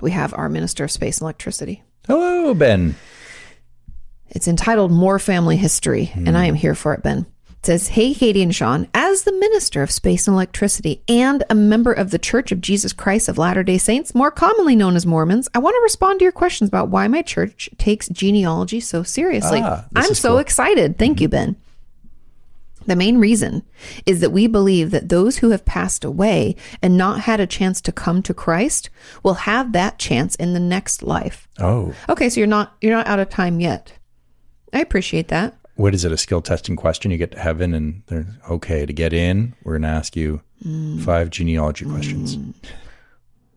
[SPEAKER 2] We have our Minister of Space and Electricity.
[SPEAKER 1] Hello, Ben.
[SPEAKER 2] It's entitled More Family History, and I am here for it, Ben. It says, Hey, Katie and Sean, as the minister of space and electricity and a member of the Church of Jesus Christ of Latter day Saints, more commonly known as Mormons, I want to respond to your questions about why my church takes genealogy so seriously.
[SPEAKER 1] Ah, this
[SPEAKER 2] I'm
[SPEAKER 1] is
[SPEAKER 2] so
[SPEAKER 1] cool.
[SPEAKER 2] excited. Thank you, Ben. The main reason is that we believe that those who have passed away and not had a chance to come to Christ will have that chance in the next life.
[SPEAKER 1] Oh,
[SPEAKER 2] Okay, so you're not you're not out of time yet. I appreciate that.
[SPEAKER 1] what is it? A skill testing question? You get to heaven, and they're okay to get in. We're gonna ask you
[SPEAKER 2] Mm.
[SPEAKER 1] five genealogy questions.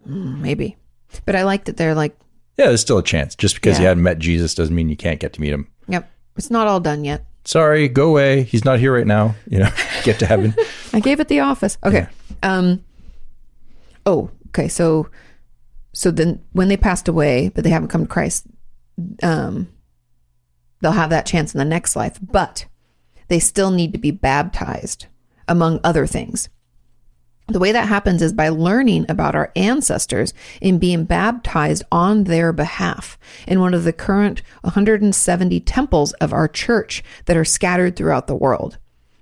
[SPEAKER 2] Maybe. But I like that they're like,
[SPEAKER 1] Yeah, there's still a chance. Just because you
[SPEAKER 2] Yeah.
[SPEAKER 1] hadn't met Jesus doesn't mean you can't get to meet him.
[SPEAKER 2] yep, it's not all done yet.
[SPEAKER 1] Sorry, go away. He's not here right now. You know, get to heaven.
[SPEAKER 2] I gave it the office. Okay. Um Oh, okay. So so then when they passed away, but they haven't come to Christ, um they'll have that chance in the next life, but they still need to be baptized among other things. The way that happens is by learning about our ancestors and being baptized on their behalf in one of the current 170 temples of our church that are scattered throughout the world.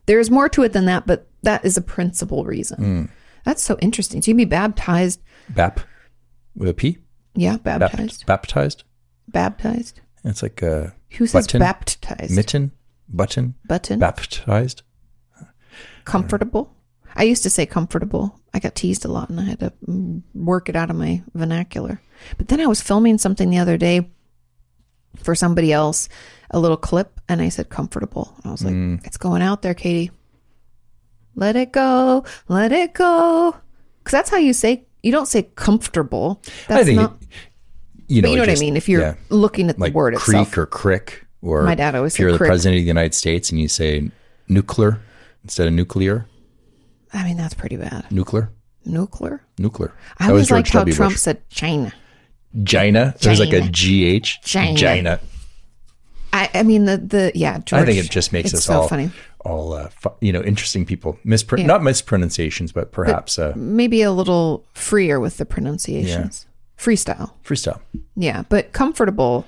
[SPEAKER 2] There is more to it than that, but that is a principal reason. That's so interesting. So you can be baptized.
[SPEAKER 1] Bap with a P.
[SPEAKER 2] Yeah,
[SPEAKER 1] Bap-
[SPEAKER 2] baptized.
[SPEAKER 1] baptized.
[SPEAKER 2] baptized.
[SPEAKER 1] It's like a
[SPEAKER 2] Who says
[SPEAKER 1] Button.
[SPEAKER 2] baptized?
[SPEAKER 1] mitten, button,
[SPEAKER 2] Button.
[SPEAKER 1] baptized.
[SPEAKER 2] comfortable. I used to say comfortable. I got teased a lot and I had to mm, work it out of my vernacular. But then I was filming something the other day for somebody else, a little clip, and I said comfortable. And I was like,
[SPEAKER 1] Mm.
[SPEAKER 2] it's going out there, Katie. Let it go. Let it go. Because that's how you say, you don't say comfortable. That's
[SPEAKER 1] I think
[SPEAKER 2] not,
[SPEAKER 1] it- you know,
[SPEAKER 2] but you
[SPEAKER 1] it
[SPEAKER 2] know what
[SPEAKER 1] just-
[SPEAKER 2] I mean? If you're
[SPEAKER 1] yeah.
[SPEAKER 2] looking at
[SPEAKER 1] like
[SPEAKER 2] the word
[SPEAKER 1] creek
[SPEAKER 2] itself.
[SPEAKER 1] or crick or
[SPEAKER 2] My dad always
[SPEAKER 1] if
[SPEAKER 2] said
[SPEAKER 1] you're the
[SPEAKER 2] crick.
[SPEAKER 1] president of the United States and you say nuclear instead of nuclear,
[SPEAKER 2] I mean, that's pretty bad.
[SPEAKER 1] nuclear.
[SPEAKER 2] Nuclear.
[SPEAKER 1] Nuclear.
[SPEAKER 2] I
[SPEAKER 1] That was
[SPEAKER 2] always
[SPEAKER 1] George
[SPEAKER 2] liked how
[SPEAKER 1] W.
[SPEAKER 2] Trump
[SPEAKER 1] Bush.
[SPEAKER 2] said China.
[SPEAKER 1] Gina. There's like a
[SPEAKER 2] Gina.
[SPEAKER 1] GH.
[SPEAKER 2] Gina.
[SPEAKER 1] Gina.
[SPEAKER 2] I, I mean the the yeah. George,
[SPEAKER 1] I think it just makes
[SPEAKER 2] it's
[SPEAKER 1] us
[SPEAKER 2] so
[SPEAKER 1] all
[SPEAKER 2] funny.
[SPEAKER 1] all uh, fu- you know interesting people. Mispron- not mispronunciations, but perhaps uh,
[SPEAKER 2] Maybe a little freer with the pronunciations. Freestyle.
[SPEAKER 1] freestyle.
[SPEAKER 2] Yeah, but comfortable.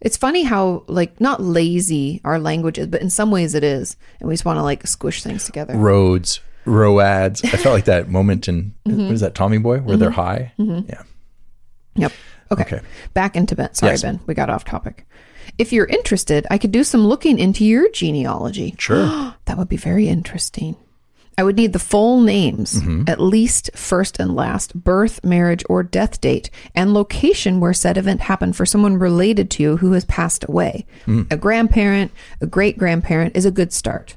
[SPEAKER 2] It's funny how like not lazy our language is, but in some ways it is, and we just want to like squish things together.
[SPEAKER 1] Roads, roads. I felt like that moment in
[SPEAKER 2] Mm-hmm.
[SPEAKER 1] what is that Tommy Boy where they're high. Yeah.
[SPEAKER 2] Yep. Okay.
[SPEAKER 1] Okay.
[SPEAKER 2] Back into Ben. Sorry,
[SPEAKER 1] Yes.
[SPEAKER 2] Ben. We got off topic. If you're interested, I could do some looking into your genealogy.
[SPEAKER 1] Sure.
[SPEAKER 2] That would be very interesting. I would need the full names, at least first and last, birth, marriage, or death date, and location where said event happened for someone related to you who has passed away. A grandparent, a great grandparent is a good start.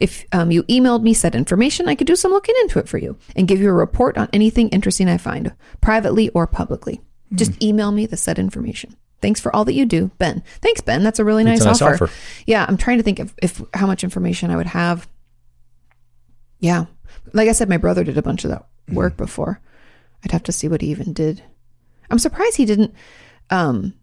[SPEAKER 2] If um, you emailed me said information, I could do some looking into it for you and give you a report on anything interesting I find, privately or publicly.
[SPEAKER 1] Hmm.
[SPEAKER 2] Just email me the said information. Thanks for all that you do, Ben. Thanks, Ben. That's a really nice,
[SPEAKER 1] That's a nice
[SPEAKER 2] offer.
[SPEAKER 1] offer.
[SPEAKER 2] Yeah, I'm trying to think of if how much information I would have. Yeah, like I said, my brother did a bunch of that work
[SPEAKER 1] Hmm.
[SPEAKER 2] before. I'd have to see what he even did. I'm surprised he didn't um,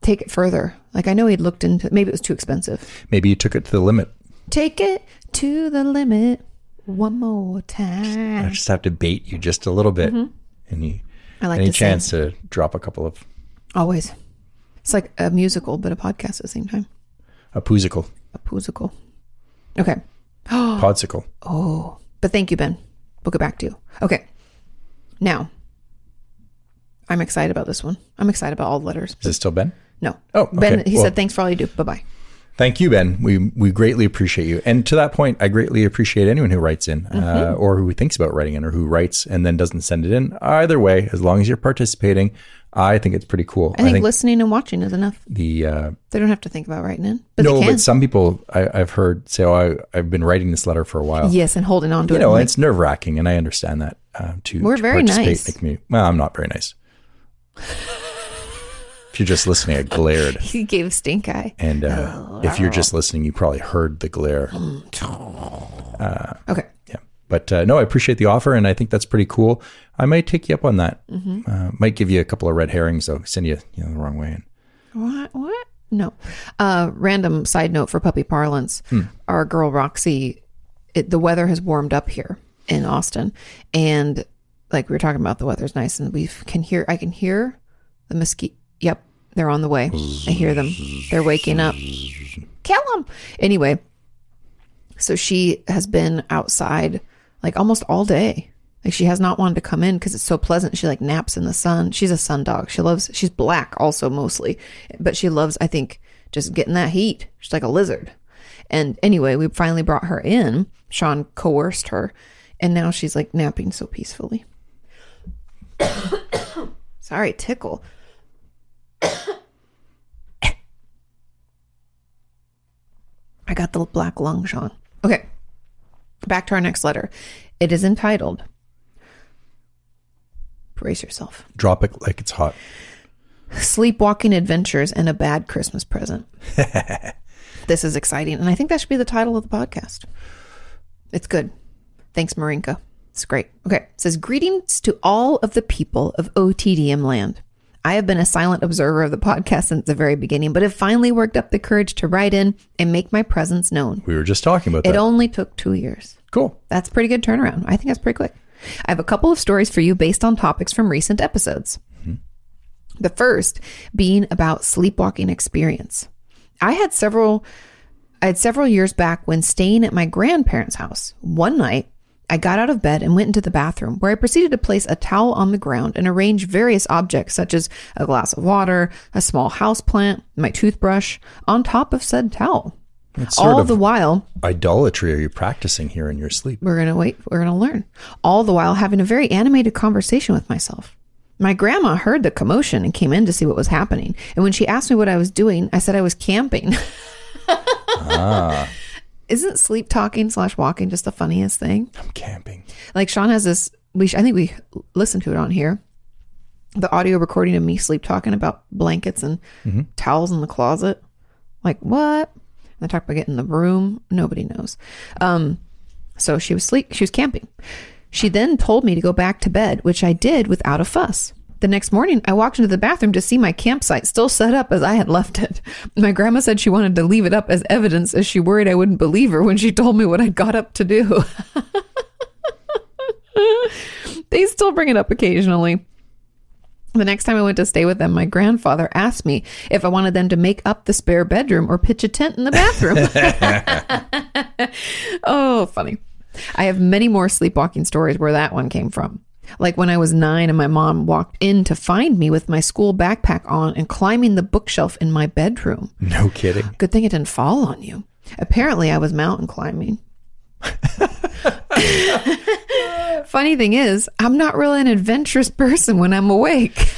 [SPEAKER 2] take it further. Like I know he'd looked into. Maybe it was too expensive.
[SPEAKER 1] Maybe you took it to the limit.
[SPEAKER 2] Take it to the limit one more
[SPEAKER 1] I
[SPEAKER 2] time.
[SPEAKER 1] just have to bait you just a little bit.
[SPEAKER 2] Mm-hmm.
[SPEAKER 1] Any
[SPEAKER 2] I like
[SPEAKER 1] any
[SPEAKER 2] to sing.
[SPEAKER 1] chance to drop a couple of
[SPEAKER 2] Always. It's like a musical, but a podcast at the same time.
[SPEAKER 1] a poosicle,
[SPEAKER 2] A poozical. Okay.
[SPEAKER 1] podsicle.
[SPEAKER 2] Oh, but thank you, Ben. We'll get back to you. Okay. Now, I'm excited about this one. I'm excited about all the letters.
[SPEAKER 1] Is it still Ben?
[SPEAKER 2] No.
[SPEAKER 1] Oh, okay.
[SPEAKER 2] Ben, he
[SPEAKER 1] Well-
[SPEAKER 2] said, thanks for all you do. Bye bye.
[SPEAKER 1] Thank you, Ben. We we greatly appreciate you. And to that point, I greatly appreciate anyone who writes in, uh,
[SPEAKER 2] Mm-hmm.
[SPEAKER 1] or who thinks about writing in, or who writes and then doesn't send it in. Either way, as long as you're participating, I think it's pretty cool.
[SPEAKER 2] I think, listening and watching is enough.
[SPEAKER 1] the uh,
[SPEAKER 2] They don't have to think about writing in. But
[SPEAKER 1] no,
[SPEAKER 2] they can.
[SPEAKER 1] but some people I, I've heard say, "Oh, I, I've been writing this letter for a while."
[SPEAKER 2] yes, and holding on to
[SPEAKER 1] you
[SPEAKER 2] it.
[SPEAKER 1] know,
[SPEAKER 2] Like,
[SPEAKER 1] it's nerve wracking, and I understand that. Uh, to
[SPEAKER 2] We're
[SPEAKER 1] to
[SPEAKER 2] very
[SPEAKER 1] participate
[SPEAKER 2] nice.
[SPEAKER 1] in the community. Well, I'm not very nice. if you're just listening, I glared.
[SPEAKER 2] he gave stink eye.
[SPEAKER 1] And
[SPEAKER 2] Oh,
[SPEAKER 1] uh, if you're just listening, you probably heard the glare.
[SPEAKER 2] Okay.
[SPEAKER 1] Yeah. But uh, no, I appreciate the offer, and I think that's pretty cool. I might take you up on that.
[SPEAKER 2] Mm-hmm.
[SPEAKER 1] Uh, might give you a couple of red herrings, though. Send you, you know, the wrong way. And
[SPEAKER 2] What? What? No. Uh, random side note for puppy parlance: Our girl Roxy, it, the weather has warmed up here in Austin, and like we were talking about, the weather's nice, and we can hear. I can hear the mosquito. Yep, they're on the way. I hear them. They're waking up. Kill them. Anyway, so she has been outside like almost all day. Like she has not wanted to come in because it's so pleasant. She like naps in the sun. She's a sun dog. She loves. She's black also mostly, but she loves. I think just getting that heat. She's like a lizard. And anyway, we finally brought her in. Sean coerced her, and now she's like napping so peacefully. Sorry, tickle. I got the black lung, Sean. Okay. Back to our next letter. It is entitled Brace Yourself
[SPEAKER 1] drop it like it's hot.
[SPEAKER 2] Sleepwalking Adventures and a Bad Christmas Present. this is exciting. And I think that should be the title of the podcast. It's good. Thanks, Marinka. It's great. Okay. It says greetings to all of the people of OTDM land. I have been a silent observer of the podcast since the very beginning, but have finally worked up the courage to write in and make my presence known.
[SPEAKER 1] We were just talking about
[SPEAKER 2] It
[SPEAKER 1] that.
[SPEAKER 2] only took two years.
[SPEAKER 1] cool.
[SPEAKER 2] That's a pretty good turnaround. I think that's pretty quick. I have a couple of stories for you based on topics from recent episodes.
[SPEAKER 1] Mm-hmm.
[SPEAKER 2] The first being about sleepwalking experience. I had several I had several years back when staying at my grandparents' house. One night, I got out of bed and went into the bathroom where I proceeded to place a towel on the ground and arrange various objects such as a glass of water, a small house plant, my toothbrush on top of said towel.
[SPEAKER 1] sort
[SPEAKER 2] All
[SPEAKER 1] of-
[SPEAKER 2] the while,
[SPEAKER 1] Idolatry are you practicing here in your sleep?
[SPEAKER 2] we're going to wait. We're going to learn. All the while having a very animated conversation with myself. My grandma heard the commotion and came in to see what was happening. And when she asked me what I was doing, I said I was camping. Isn't sleep talking slash walking just the funniest thing?
[SPEAKER 1] I'm camping.
[SPEAKER 2] Like Sean has this. We sh- I think we listened to it on here. The audio recording of me sleep talking about blankets and towels in the closet. Like what? And I talked about getting the broom. Nobody knows. Um, so she was sleep. She was camping. She then told me to go back to bed, which I did without a fuss. The next morning, I walked into the bathroom to see my campsite still set up as I had left it. My grandma said she wanted to leave it up as evidence as she worried I wouldn't believe her when she told me what I got up to do. they still bring it up occasionally. The next time I went to stay with them, my grandfather asked me if I wanted them to make up the spare bedroom or pitch a tent in the bathroom. oh, funny. I have many more sleepwalking stories where that one came from. Like when I was nine and my mom walked in to find me with my school backpack on and climbing the bookshelf in my bedroom.
[SPEAKER 1] No kidding.
[SPEAKER 2] Good thing it didn't fall on you. Apparently, I was mountain climbing. Funny thing is, I'm not really an adventurous person when I'm awake.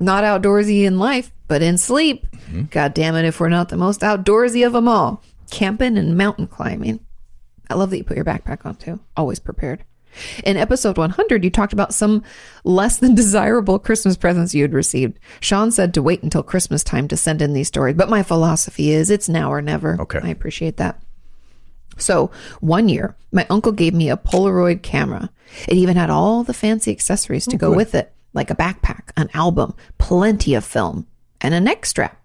[SPEAKER 2] not outdoorsy in life, but in sleep. God damn it, if we're not the most outdoorsy of them all, camping and mountain climbing. I love that you put your backpack on too. Always prepared. In episode 100, you talked about some less than desirable Christmas presents you had received. Sean said to wait until Christmas time to send in these stories, but my philosophy is it's now or never.
[SPEAKER 1] Okay.
[SPEAKER 2] I appreciate that. So, one year, my uncle gave me a Polaroid camera. It even had all the fancy accessories to go with it, like a backpack, an album, plenty of film, and a neck strap.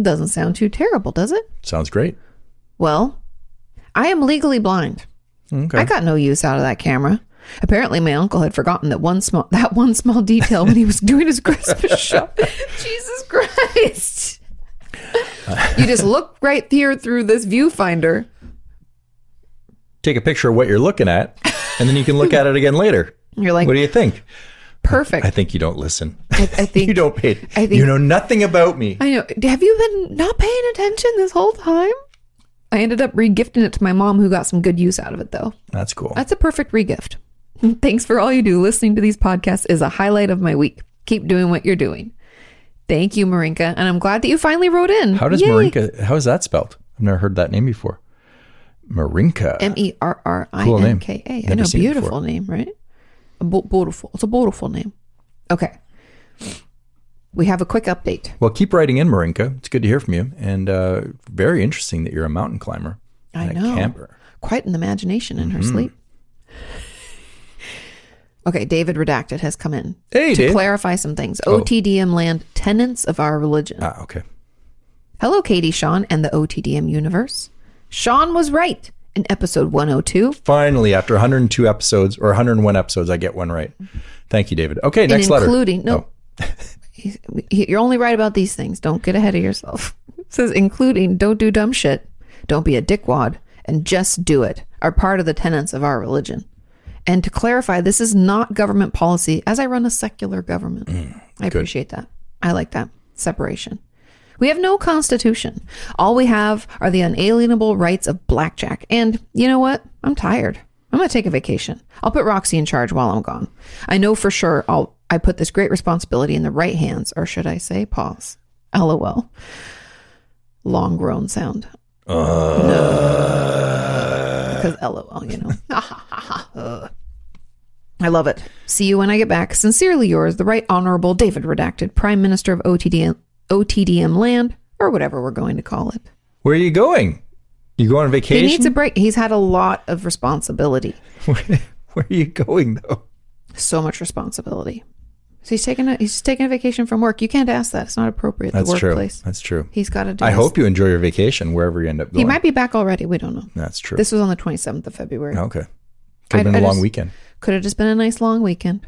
[SPEAKER 2] Doesn't sound too terrible, does it?
[SPEAKER 1] Sounds great.
[SPEAKER 2] Well, I am legally blind.
[SPEAKER 1] Okay.
[SPEAKER 2] I got no use out of that camera. Apparently, my uncle had forgotten that one small that one small detail when he was doing his Christmas shop. Jesus Christ! you just look right here through this viewfinder.
[SPEAKER 1] Take a picture of what you're looking at, and then you can look at it again later.
[SPEAKER 2] You're like
[SPEAKER 1] what do you think?
[SPEAKER 2] perfect.
[SPEAKER 1] I think you don't listen.
[SPEAKER 2] I, I think
[SPEAKER 1] you don't pay.
[SPEAKER 2] I think-
[SPEAKER 1] you know nothing about me.
[SPEAKER 2] I know. Have you been not paying attention this whole time? I ended up regifting it to my mom, who got some good use out of it, though.
[SPEAKER 1] That's cool.
[SPEAKER 2] That's a perfect regift. Thanks for all you do. Listening to these podcasts is a highlight of my week. Keep doing what you're doing. Thank you, Marinka, and I'm glad that you finally wrote in.
[SPEAKER 1] how does
[SPEAKER 2] Yay.
[SPEAKER 1] Marinka? How is that spelled? I've never heard that name before. Marinka.
[SPEAKER 2] M E R R I
[SPEAKER 1] Cool name.
[SPEAKER 2] N K A. I
[SPEAKER 1] Never
[SPEAKER 2] know,
[SPEAKER 1] seen it before.
[SPEAKER 2] beautiful name, right? A bo- beautiful. It's a beautiful name. Okay. We have a quick update.
[SPEAKER 1] well, keep writing in, Marinka. It's good to hear from you, and uh, very interesting that you're a mountain climber
[SPEAKER 2] I
[SPEAKER 1] and
[SPEAKER 2] know.
[SPEAKER 1] a camper. Mm-hmm.
[SPEAKER 2] quite an imagination in her sleep. Okay, David Redacted has come in
[SPEAKER 1] Hey,
[SPEAKER 2] to
[SPEAKER 1] Dave. Oh.
[SPEAKER 2] clarify some things. OTDM land, tenets of our religion.
[SPEAKER 1] Ah, okay.
[SPEAKER 2] Hello, Katie, Sean, and the OTDM universe. Sean was right in episode 102.
[SPEAKER 1] Finally, after 102 episodes or 101 episodes, I get one right. Thank you, David. Okay, next
[SPEAKER 2] and
[SPEAKER 1] letter.
[SPEAKER 2] including
[SPEAKER 1] Oh.
[SPEAKER 2] no He's- you're only right about these things don't get ahead of yourself it says including don't do dumb shit don't be a dickwad and just do it are part of the tenets of our religion and to clarify this is not government policy as i run a secular government
[SPEAKER 1] Mm,
[SPEAKER 2] i appreciate that i like that separation we have no constitution all we have are the unalienable rights of blackjack and you know what i'm tired I'm going to take a vacation. I'll put Roxy in charge while I'm gone. I know for sure I'll I put this great responsibility in the right hands or should I say paws. LOL. Long groan sound. Because LOL, you know. Ah, I love it. See you when I get back. Sincerely yours, the Right Honorable David Redacted, Prime Minister of OTDM, OTDM land, or whatever we're going to call it.
[SPEAKER 1] Where are you going? You go on
[SPEAKER 2] He
[SPEAKER 1] vacation?
[SPEAKER 2] needs a break. He's had a lot of responsibility.
[SPEAKER 1] Where are you going though?
[SPEAKER 2] so much responsibility. So he's taking a he's just taking a vacation from work. You can't ask that. It's not appropriate.
[SPEAKER 1] That's
[SPEAKER 2] the
[SPEAKER 1] true.
[SPEAKER 2] workplace.
[SPEAKER 1] That's true.
[SPEAKER 2] He's got to do.
[SPEAKER 1] I
[SPEAKER 2] this.
[SPEAKER 1] hope you enjoy your vacation wherever you end up
[SPEAKER 2] he
[SPEAKER 1] going.
[SPEAKER 2] might be back already. We don't know.
[SPEAKER 1] That's true.
[SPEAKER 2] This was on the 27th of February.
[SPEAKER 1] okay. Could have
[SPEAKER 2] I-
[SPEAKER 1] been a
[SPEAKER 2] I
[SPEAKER 1] long
[SPEAKER 2] just-
[SPEAKER 1] weekend.
[SPEAKER 2] Could have just been a nice long weekend.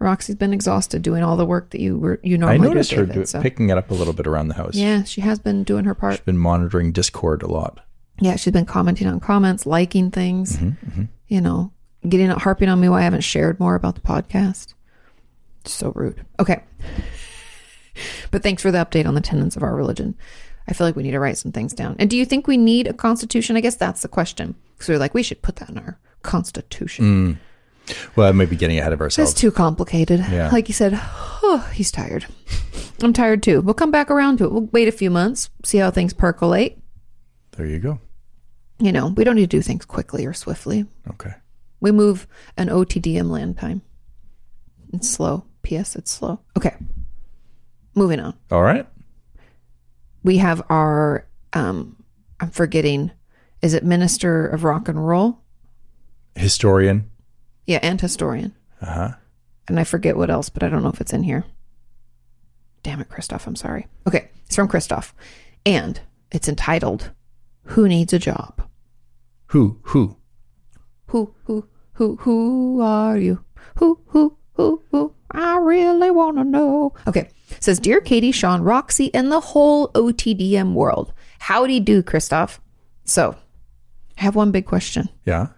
[SPEAKER 2] Roxy's been exhausted doing all the work that you were you
[SPEAKER 1] I
[SPEAKER 2] normally
[SPEAKER 1] noticed
[SPEAKER 2] do,
[SPEAKER 1] her
[SPEAKER 2] David,
[SPEAKER 1] do,
[SPEAKER 2] so-
[SPEAKER 1] picking it up a little bit around the house.
[SPEAKER 2] Yeah, she has been doing her part.
[SPEAKER 1] She's been monitoring Discord a lot.
[SPEAKER 2] Yeah, she's been commenting on comments, liking things, you know, getting harping on me why I haven't shared more about the podcast. So rude. Okay. But thanks for the update on the tenets of our religion. I feel like we need to write some things down. And do you think we need a constitution? I guess that's the question. Because we are like, we should put that in our constitution.
[SPEAKER 1] Well, I might be getting ahead of
[SPEAKER 2] That's
[SPEAKER 1] ourselves.
[SPEAKER 2] too complicated.
[SPEAKER 1] oh. Yeah.
[SPEAKER 2] Like you said, oh, he's tired. I'm tired too. We'll come back around to it. We'll wait a few months, see how things percolate.
[SPEAKER 1] there you go.
[SPEAKER 2] You know, we don't need to do things quickly or swiftly.
[SPEAKER 1] Okay.
[SPEAKER 2] We move an OTDM land time. It's slow. P.S. It's slow. Okay. Moving on.
[SPEAKER 1] All right.
[SPEAKER 2] We have our, um, I'm forgetting, is it Minister of Rock and Roll?
[SPEAKER 1] historian.
[SPEAKER 2] Yeah, and historian.
[SPEAKER 1] Uh huh.
[SPEAKER 2] And I forget what else, but I don't know if it's in here. Damn it, Christoph. I'm sorry. Okay, it's from Christoph. And it's entitled Who Needs a Job?
[SPEAKER 1] Who? Who?
[SPEAKER 2] Who, who, who, who are you? Who, who, who, who? I really want to know. Okay. It says, Dear Katie, Sean, Roxy, and the whole OTDM world. Howdy do, Christoph. So, I have one big question.
[SPEAKER 1] Yeah.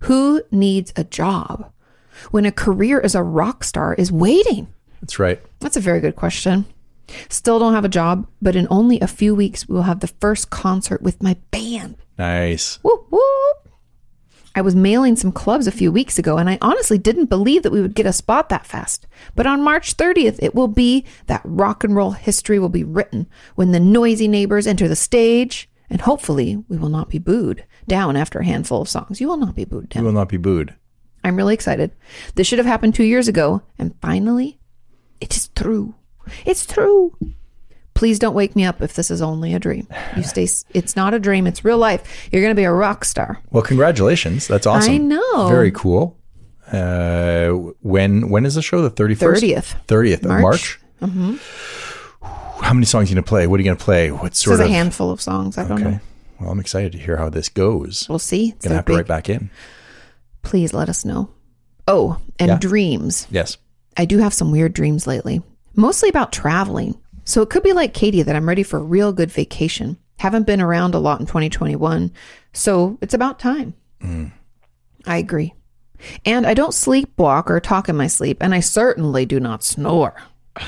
[SPEAKER 2] Who needs a job when a career as a rock star is waiting?
[SPEAKER 1] That's right.
[SPEAKER 2] That's a very good question. Still don't have a job, but in only a few weeks, we will have the first concert with my band.
[SPEAKER 1] Nice.
[SPEAKER 2] Whoop, whoop. I was mailing some clubs a few weeks ago, and I honestly didn't believe that we would get a spot that fast. But on March 30th, it will be that rock and roll history will be written when the noisy neighbors enter the stage, and hopefully, we will not be booed down after a handful of songs. You will not be booed down.
[SPEAKER 1] You will not be booed.
[SPEAKER 2] I'm really excited. This should have happened two years ago, and finally, it is true. It's true. Please don't wake me up if this is only a dream. You stay. s- It's not a dream. It's real life. You're gonna be a rock star.
[SPEAKER 1] Well, congratulations. That's awesome.
[SPEAKER 2] I know.
[SPEAKER 1] Very cool. Uh, when when is the show? The thirty first.
[SPEAKER 2] 30th.
[SPEAKER 1] Thirtieth of
[SPEAKER 2] March.
[SPEAKER 1] March. Mm-hmm. How many songs are you gonna play? What are you gonna play? What
[SPEAKER 2] This
[SPEAKER 1] sort
[SPEAKER 2] is a
[SPEAKER 1] of?
[SPEAKER 2] handful of songs. I don't
[SPEAKER 1] Okay.
[SPEAKER 2] know.
[SPEAKER 1] Well, I'm excited to hear how this goes.
[SPEAKER 2] We'll see. It's
[SPEAKER 1] Gonna
[SPEAKER 2] so
[SPEAKER 1] have to
[SPEAKER 2] big.
[SPEAKER 1] write back in.
[SPEAKER 2] Please let us know. Oh, and
[SPEAKER 1] Yeah.
[SPEAKER 2] dreams.
[SPEAKER 1] Yes.
[SPEAKER 2] I do have some weird dreams lately, mostly about traveling. So it could be like Katie that I'm ready for a real good vacation. Haven't been around a lot in 2021, so it's about time.
[SPEAKER 1] Mm.
[SPEAKER 2] I agree. And I don't sleepwalk or talk in my sleep, and I certainly do not snore.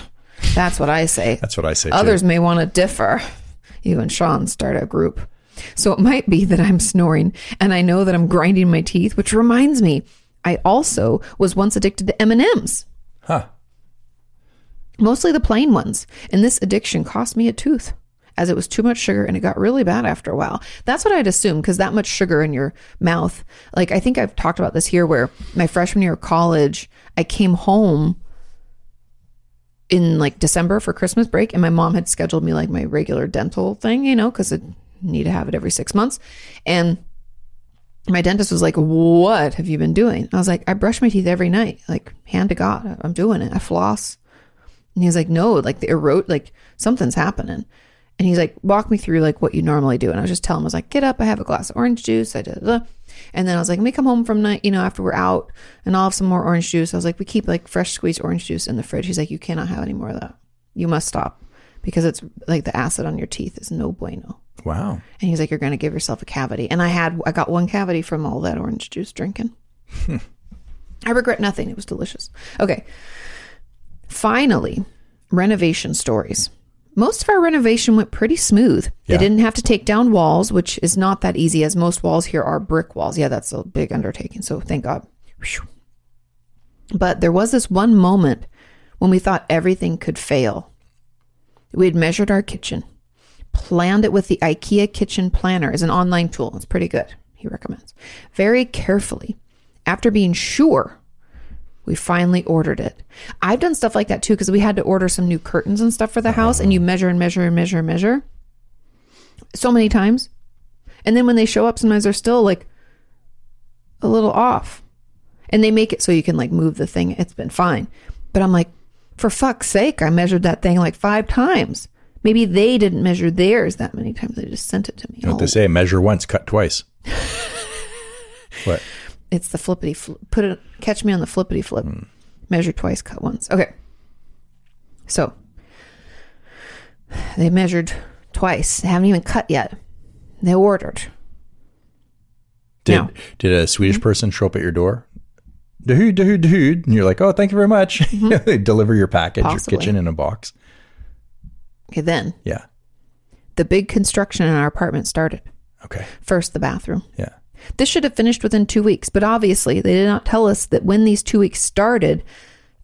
[SPEAKER 2] That's what I say.
[SPEAKER 1] That's what I say.
[SPEAKER 2] Others
[SPEAKER 1] Too.
[SPEAKER 2] may want to differ. You and Sean start a group. So it might be that I'm snoring and I know that I'm grinding my teeth, which reminds me, I also was once addicted to M&Ms,
[SPEAKER 1] Huh.
[SPEAKER 2] mostly the plain ones, and this addiction cost me a tooth as it was too much sugar and it got really bad after a while. That's what I'd assume because that much sugar in your mouth. Like I think I've talked about this here where my freshman year of college, I came home in like December for Christmas break, and my mom had scheduled me like my regular dental thing, you know, because I need to have it every six months. And my dentist was like, "What have you been doing?" I was like, "I brush my teeth every night, like hand to God, I'm doing it. I floss." And he's like, "No, like the erode, like something's happening." And he's like, "Walk me through like what you normally do." And I was just telling him, I was like, "Get up, I have a glass of orange juice." I did. And then I was like, let me come home from night, you know, after we're out and I'll have some more orange juice. I was like, we keep like fresh squeezed orange juice in the fridge. He's like, you cannot have any more of that. You must stop because it's like the acid on your teeth is no bueno.
[SPEAKER 1] Wow.
[SPEAKER 2] And he's like, you're going to give yourself a cavity. And I had, I got one cavity from all that orange juice drinking. I regret nothing. It was delicious. Okay. Finally, renovation stories. Most of our renovation went pretty smooth.
[SPEAKER 1] Yeah.
[SPEAKER 2] They didn't have to take down walls, which is not that easy, as most walls here are brick walls. Yeah, that's a big undertaking. So thank God. Phew. But there was this one moment when we thought everything could fail. We had measured our kitchen, planned it with the IKEA Kitchen Planner, is an online tool. It's pretty good. He recommends very carefully. After being sure we finally ordered it. I've done stuff like that too because we had to order some new curtains and stuff for the house, and you measure and measure and measure and measure so many times. And then when they show up, sometimes they're still like a little off. And they make it so you can like move the thing. It's been fine. But I'm like, for fuck's sake, I measured that thing like five times. Maybe they didn't measure theirs that many times. They just sent it to me.
[SPEAKER 1] You know
[SPEAKER 2] all
[SPEAKER 1] what they say? Measure once, cut twice. what?
[SPEAKER 2] It's the flippity fl- put it catch me on the flippity flip. Measure twice, cut once. Okay. So they measured twice. They haven't even cut yet. They ordered.
[SPEAKER 1] Did
[SPEAKER 2] No. Mm-hmm.
[SPEAKER 1] did a Swedish person show up at your door? Dude, dude, dude, and you're like, oh, thank you very much. they deliver your package,
[SPEAKER 2] Mm-hmm. Possibly.
[SPEAKER 1] your kitchen in a box.
[SPEAKER 2] Okay, then
[SPEAKER 1] Yeah.
[SPEAKER 2] the big construction in our apartment started.
[SPEAKER 1] Okay.
[SPEAKER 2] First, the bathroom.
[SPEAKER 1] Yeah.
[SPEAKER 2] This should have finished within two weeks, but obviously they did not tell us that when these two weeks started.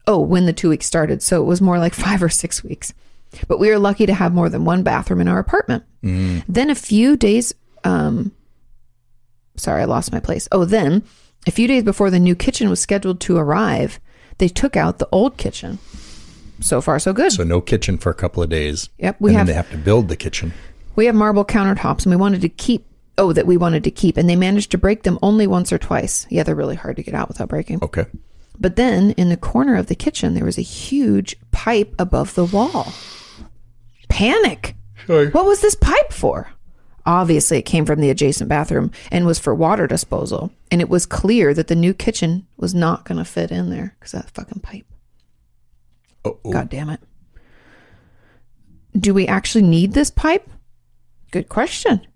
[SPEAKER 2] Oh, when the two weeks started. So it was more like five or six weeks. But we were lucky to have more than one bathroom in our apartment. Then a few days, um, sorry, I lost my place. Oh, then a few days before the new kitchen was scheduled to arrive, they took out the old kitchen. So far, so good.
[SPEAKER 1] So no kitchen for a couple of days.
[SPEAKER 2] Yep, we
[SPEAKER 1] and
[SPEAKER 2] have-
[SPEAKER 1] then they have to build the kitchen.
[SPEAKER 2] We have marble countertops and we wanted to keep oh that we wanted to keep and they managed to break them only once or twice yeah they're really hard to get out without breaking
[SPEAKER 1] Okay.
[SPEAKER 2] but then in the corner of the kitchen there was a huge pipe above the wall panic what was this pipe for obviously it came from the adjacent bathroom and was for water disposal and it was clear that the new kitchen was not going to fit in there because that fucking pipe
[SPEAKER 1] Uh-oh.
[SPEAKER 2] God damn it. Do we actually need this pipe? Good question.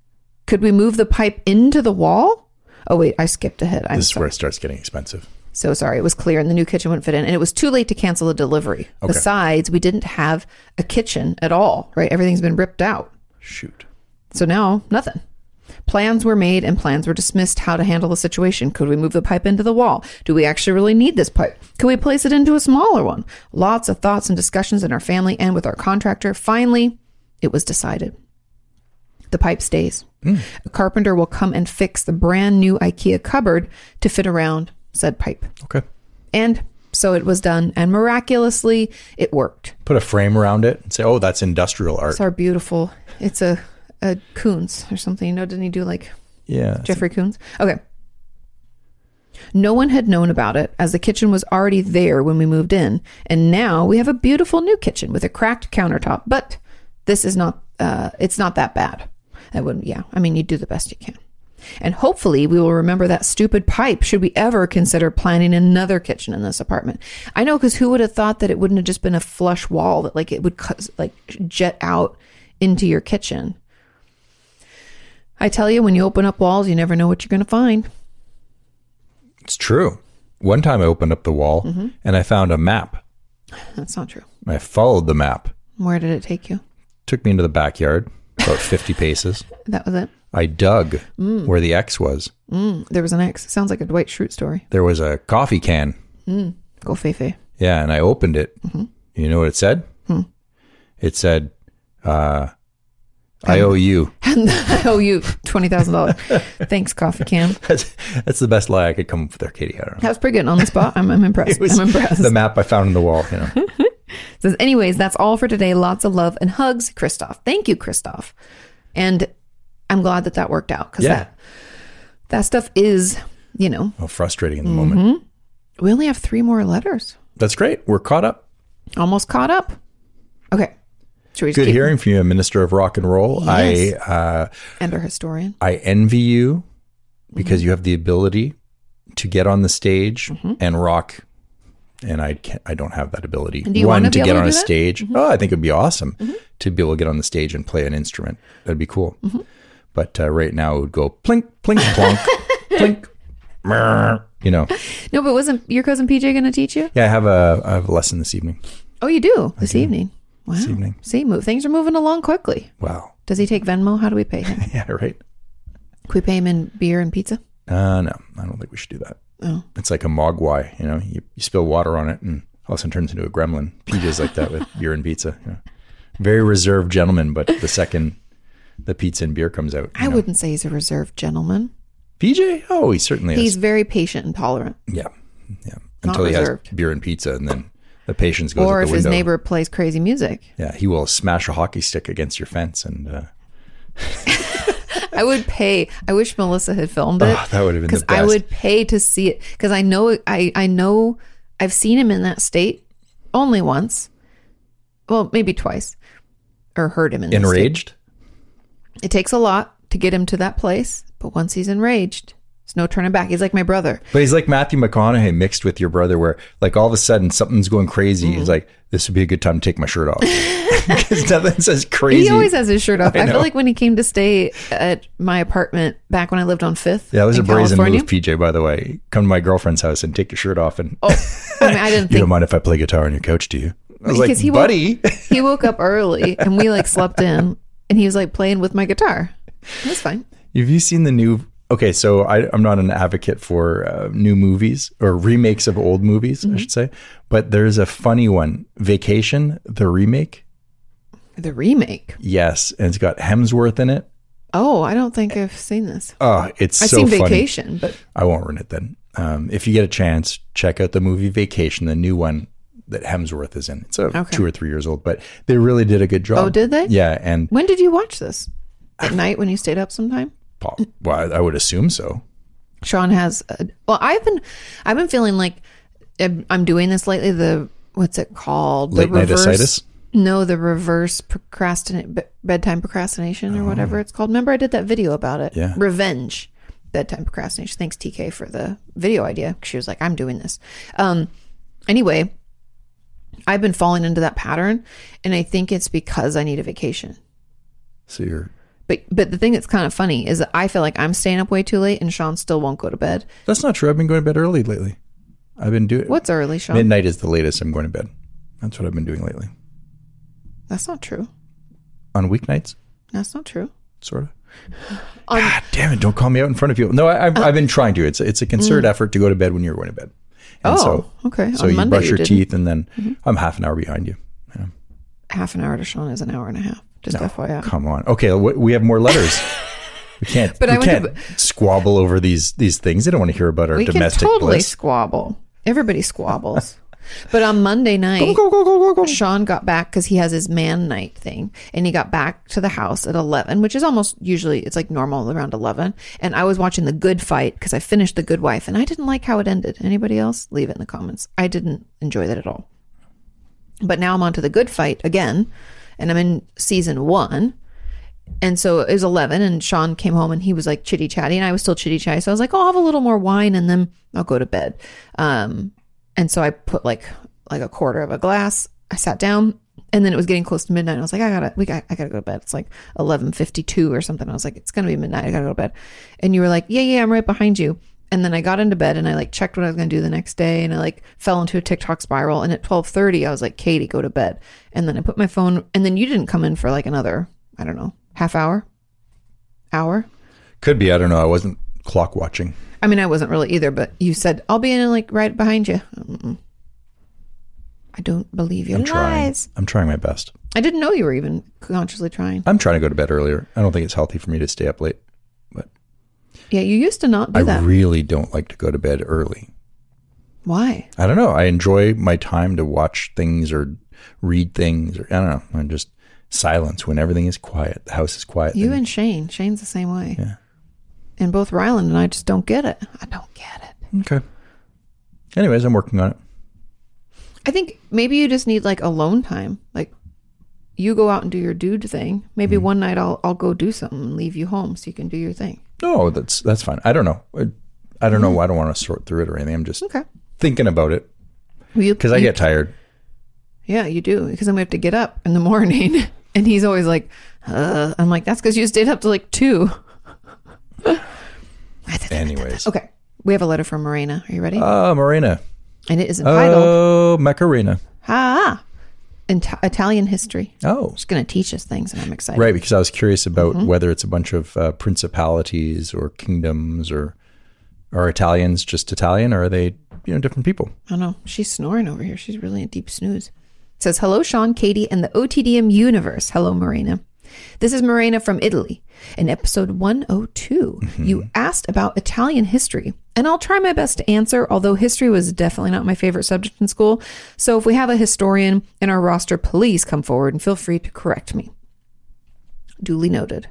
[SPEAKER 2] Could we move the pipe into the wall? Oh, wait, I skipped ahead. I'm
[SPEAKER 1] this is
[SPEAKER 2] so,
[SPEAKER 1] where it starts getting expensive.
[SPEAKER 2] so sorry. It was clear and the new kitchen wouldn't fit in, and it was too late to cancel the delivery.
[SPEAKER 1] Okay.
[SPEAKER 2] Besides, we didn't have a kitchen at all, right? Everything's been ripped out.
[SPEAKER 1] Shoot.
[SPEAKER 2] So now, nothing. Plans were made and plans were dismissed how to handle the situation. Could we move the pipe into the wall? Do we actually really need this pipe? Could we place it into a smaller one? Lots of thoughts and discussions in our family and with our contractor. Finally, it was decided. The pipe stays. A carpenter will come and fix the brand new IKEA cupboard to fit around said pipe.
[SPEAKER 1] Okay.
[SPEAKER 2] And so it was done, and miraculously, it worked.
[SPEAKER 1] Put a frame around it and say, oh, that's industrial art.
[SPEAKER 2] It's our beautiful. It's a a Coons or something. You know, didn't he do like
[SPEAKER 1] Yeah.
[SPEAKER 2] Jeffrey Coons. Okay. No one had known about it as the kitchen was already there when we moved in, and now we have a beautiful new kitchen with a cracked countertop. But this is not uh, it's not that bad. I wouldn't yeah, I mean you do the best you can. And hopefully we will remember that stupid pipe should we ever consider planning another kitchen in this apartment. I know cuz who would have thought that it wouldn't have just been a flush wall that like it would cu- like jet out into your kitchen. I tell you, when you open up walls, you never know what you're going to find.
[SPEAKER 1] It's true. One time I opened up the wall
[SPEAKER 2] Mm-hmm.
[SPEAKER 1] and I found a map.
[SPEAKER 2] That's not true.
[SPEAKER 1] I followed the map.
[SPEAKER 2] Where did it take you?
[SPEAKER 1] Took me into the backyard, about 50 paces.
[SPEAKER 2] That was it.
[SPEAKER 1] I dug where the X was.
[SPEAKER 2] Mm, there was an X. Sounds like a Dwight Schrute story.
[SPEAKER 1] There was a coffee can.
[SPEAKER 2] Go Fefe.
[SPEAKER 1] Yeah, and I opened it. You know what it said? It said, uh, I owe you.
[SPEAKER 2] I owe you $20,000. Thanks, coffee can.
[SPEAKER 1] That's, that's the best lie I could come up with there, Katie. I don't know.
[SPEAKER 2] That was pretty good on the spot. I'm, I'm impressed. I'm impressed.
[SPEAKER 1] the map I found in the wall, you know.
[SPEAKER 2] Says, anyways, that's all for today. Lots of love and hugs, Christoph. Thank you, Christoph. And I'm glad that that worked out because
[SPEAKER 1] Yeah.
[SPEAKER 2] that, that stuff is, you know,
[SPEAKER 1] How frustrating in the moment.
[SPEAKER 2] we only have three more letters.
[SPEAKER 1] That's great. We're caught up.
[SPEAKER 2] Almost caught up. Okay. Should we just
[SPEAKER 1] Good
[SPEAKER 2] keep
[SPEAKER 1] hearing from you, Minister of Rock and Roll.
[SPEAKER 2] Yes.
[SPEAKER 1] I uh,
[SPEAKER 2] and our historian?
[SPEAKER 1] I envy you
[SPEAKER 2] Mm-hmm.
[SPEAKER 1] because you have the ability to get on the stage and rock. And I can't, I don't have that ability.
[SPEAKER 2] And do you
[SPEAKER 1] One
[SPEAKER 2] wanna
[SPEAKER 1] to
[SPEAKER 2] be able
[SPEAKER 1] get
[SPEAKER 2] to
[SPEAKER 1] on
[SPEAKER 2] do
[SPEAKER 1] a
[SPEAKER 2] that? Mm-hmm.
[SPEAKER 1] stage. Oh, I think it'd be awesome to be able to get on the stage and play an instrument. That'd be cool.
[SPEAKER 2] Mm-hmm.
[SPEAKER 1] But uh, right now it would go plink plink plonk plink. Brr. You know,
[SPEAKER 2] No, but wasn't your cousin PJ going to teach you?
[SPEAKER 1] yeah. I have a I have a lesson this evening.
[SPEAKER 2] Oh, you do this evening. Wow. This
[SPEAKER 1] evening.
[SPEAKER 2] See, move, things are moving along quickly.
[SPEAKER 1] Wow.
[SPEAKER 2] Does he take Venmo? How do we pay him?
[SPEAKER 1] Yeah. Right.
[SPEAKER 2] Can we pay him in beer and pizza?
[SPEAKER 1] Uh, no, I don't think we should do that.
[SPEAKER 2] Oh.
[SPEAKER 1] It's like a mogwai, you know, you, you spill water on it and all of a sudden turns into a gremlin. PJ's like that with beer and pizza. You know. Very reserved gentleman, but the second the pizza and beer comes out, you
[SPEAKER 2] I
[SPEAKER 1] know.
[SPEAKER 2] wouldn't say he's a reserved gentleman.
[SPEAKER 1] PJ, oh, he certainly
[SPEAKER 2] He's
[SPEAKER 1] is.
[SPEAKER 2] very patient and tolerant.
[SPEAKER 1] Yeah. Yeah.
[SPEAKER 2] Not
[SPEAKER 1] Until he
[SPEAKER 2] reserved.
[SPEAKER 1] has beer and pizza and then the patience goes
[SPEAKER 2] Or
[SPEAKER 1] out
[SPEAKER 2] if
[SPEAKER 1] the
[SPEAKER 2] his
[SPEAKER 1] window.
[SPEAKER 2] neighbor plays crazy music,
[SPEAKER 1] yeah, he will smash a hockey stick against your fence and uh,
[SPEAKER 2] I would pay. I wish Melissa had filmed it.
[SPEAKER 1] Oh, that would have been the
[SPEAKER 2] because I
[SPEAKER 1] best.
[SPEAKER 2] would pay to see it because I know I I know I've seen him in that state only once, well maybe twice, or heard him in that state.
[SPEAKER 1] enraged.
[SPEAKER 2] It takes a lot to get him to that place, but once he's enraged, there's no turning back. He's like my brother.
[SPEAKER 1] But he's like Matthew McConaughey mixed with your brother, where like all of a sudden something's going crazy. He's
[SPEAKER 2] Mm-hmm.
[SPEAKER 1] like, this would be a good time to take my shirt off. Because nothing says crazy.
[SPEAKER 2] He always has his shirt off.
[SPEAKER 1] I
[SPEAKER 2] I,
[SPEAKER 1] know.
[SPEAKER 2] feel like when he came to stay at my apartment back when I lived on Fifth.
[SPEAKER 1] Yeah, it was
[SPEAKER 2] in
[SPEAKER 1] a brazen
[SPEAKER 2] California,
[SPEAKER 1] move, PJ, by the way. Come to my girlfriend's house and take your shirt off. And
[SPEAKER 2] Oh, I, mean, I didn't
[SPEAKER 1] you don't
[SPEAKER 2] think
[SPEAKER 1] mind if I play guitar on your couch, do you? I was like,
[SPEAKER 2] Because he wa-
[SPEAKER 1] buddy.
[SPEAKER 2] he woke up early and we like slept in and he was like playing with my guitar. That's fine.
[SPEAKER 1] Have you seen the new? Okay, so I, I'm not an advocate for uh, new movies or remakes of old movies,
[SPEAKER 2] Mm-hmm.
[SPEAKER 1] I should say. But there's a funny one Vacation, the remake.
[SPEAKER 2] The remake.
[SPEAKER 1] Yes. And it's got Hemsworth in it.
[SPEAKER 2] Oh, I don't think I've seen this.
[SPEAKER 1] Oh, it's
[SPEAKER 2] I've
[SPEAKER 1] so
[SPEAKER 2] seen
[SPEAKER 1] funny.
[SPEAKER 2] Vacation, but
[SPEAKER 1] I won't ruin it then. Um, if you get a chance, check out the movie Vacation, the new one that Hemsworth is in. It's a
[SPEAKER 2] Okay.
[SPEAKER 1] two or three years old, but they really did a good job.
[SPEAKER 2] Oh, did they?
[SPEAKER 1] Yeah, and
[SPEAKER 2] when did you watch this? At night when you stayed up sometime?
[SPEAKER 1] pop. Well, I, I would assume so.
[SPEAKER 2] Sean has. A, well, I've been, I've been feeling like I'm I'm doing this lately. The what's it called?
[SPEAKER 1] Late
[SPEAKER 2] the
[SPEAKER 1] night
[SPEAKER 2] reverse.
[SPEAKER 1] ascitis?
[SPEAKER 2] No, the reverse procrastinate be- bedtime procrastination or whatever it's called. Remember, I did that video about it.
[SPEAKER 1] Oh. Yeah.
[SPEAKER 2] Revenge bedtime procrastination. Thanks, TK, for the video idea. She was like, "I'm doing this." Um. Anyway, I've been falling into that pattern, and I think it's because I need a vacation.
[SPEAKER 1] So you're
[SPEAKER 2] But but the thing that's kind of funny is that I feel like I'm staying up way too late, and Sean still won't go to bed.
[SPEAKER 1] That's not true. I've been going to bed early lately. I've been doing
[SPEAKER 2] What's early, Sean?
[SPEAKER 1] midnight is the latest I'm going to bed. That's what I've been doing lately.
[SPEAKER 2] That's not true.
[SPEAKER 1] On weeknights,
[SPEAKER 2] That's not true.
[SPEAKER 1] sort of.
[SPEAKER 2] On-
[SPEAKER 1] God damn it! Don't call me out in front of you. No, I, I've, I've been trying to. It's it's a concerted effort to go to bed when you're going to bed. And
[SPEAKER 2] Mm. oh,
[SPEAKER 1] so,
[SPEAKER 2] okay.
[SPEAKER 1] so
[SPEAKER 2] On
[SPEAKER 1] you
[SPEAKER 2] Monday,
[SPEAKER 1] brush
[SPEAKER 2] you
[SPEAKER 1] your
[SPEAKER 2] didn't. Mm-hmm.
[SPEAKER 1] teeth, and then I'm half an hour behind you. Yeah.
[SPEAKER 2] Half an hour to Sean is an hour and a half. Just FYI.
[SPEAKER 1] Come on. Okay, w- we have more letters. we can't.
[SPEAKER 2] But
[SPEAKER 1] we
[SPEAKER 2] I went to
[SPEAKER 1] can't squabble over these these things. They don't want to hear about our
[SPEAKER 2] we can
[SPEAKER 1] domestic
[SPEAKER 2] totally
[SPEAKER 1] bliss.
[SPEAKER 2] squabble. Everybody squabbles. but on Monday night, Sean got back because he has his man night thing, and he got back to the house at eleven, which is almost usually it's like normal around eleven. And I was watching the Good Fight because I finished the Good Wife, and I didn't like how it ended. Anybody else? Leave it in the comments. I didn't enjoy that at all. But now I'm on to the Good Fight again, and I'm in season one. And so it was 11, and Sean came home and he was like chitty chatty, and I was still chitty chatty. So I was like, "Oh, I'll have a little more wine and then I'll go to bed. Um, and so I put like like a quarter of a glass. I sat down, and then it was getting close to midnight. I was like, I gotta, we got, I gotta go to bed. It's like 11:52 or something. I was like, it's gonna be midnight. I gotta go to bed. And you were like, Yeah, yeah, I'm right behind you. And then I got into bed and I like checked what I was gonna do the next day, and I like fell into a TikTok spiral. And at 12:30, I was like, Katie, go to bed. And then I put my phone, and then you didn't come in for like another I don't know, half hour, hour.
[SPEAKER 1] Could be. I don't know. I wasn't clock watching.
[SPEAKER 2] I mean, I wasn't really either, but you said I'll be in like right behind you. Mm-mm. I don't believe your
[SPEAKER 1] I'm trying.
[SPEAKER 2] lies.
[SPEAKER 1] I'm trying my best.
[SPEAKER 2] I didn't know you were even consciously trying.
[SPEAKER 1] I'm trying to go to bed earlier. I don't think it's healthy for me to stay up late.
[SPEAKER 2] Yeah, you used to not do
[SPEAKER 1] I
[SPEAKER 2] that.
[SPEAKER 1] really don't like to go to bed early.
[SPEAKER 2] Why?
[SPEAKER 1] I don't know. I enjoy my time to watch things or read things or I don't know. I'm just silence when everything is quiet. The house is quiet.
[SPEAKER 2] You
[SPEAKER 1] then-
[SPEAKER 2] and Shane. Shane's the same way.
[SPEAKER 1] Yeah.
[SPEAKER 2] And both Ryland and I just don't get it. I don't get it.
[SPEAKER 1] okay. Anyways, I'm working on it.
[SPEAKER 2] I think maybe you just need like alone time. Like you go out and do your dude thing. Maybe
[SPEAKER 1] Mm-hmm.
[SPEAKER 2] one night I'll I'll go do something and leave you home so you can do your thing.
[SPEAKER 1] No, that's that's fine. I don't know. I, I don't know. I don't want to sort through it or anything. I'm just
[SPEAKER 2] Okay.
[SPEAKER 1] thinking about it
[SPEAKER 2] Because
[SPEAKER 1] because I get tired.
[SPEAKER 2] Yeah, you do. Because then we have to get up in the morning. and he's always like, uh, I'm like, that's because you stayed up till like two.
[SPEAKER 1] Anyways,
[SPEAKER 2] Okay. We have a letter from Marina. Are you ready?
[SPEAKER 1] ah, Marina.
[SPEAKER 2] and it is entitled
[SPEAKER 1] Oh, Macarena.
[SPEAKER 2] Ha Ita- Italian History.
[SPEAKER 1] Oh,
[SPEAKER 2] It's going to teach us things, and I'm excited.
[SPEAKER 1] right. Because I was curious about whether it's a bunch of uh, principalities or kingdoms or are Italians just Italian or are they you know different people?
[SPEAKER 2] I don't know. She's snoring over here. She's really a deep snooze. It says, Hello, Sean, Katie, and the OTDM universe. Hello, Marina. This is Marina from Italy. In episode 102, you asked about Italian history, and I'll try my best to answer, although history was definitely not my favorite subject in school. So if we have a historian in our roster, please come forward and feel free to correct me. Duly noted.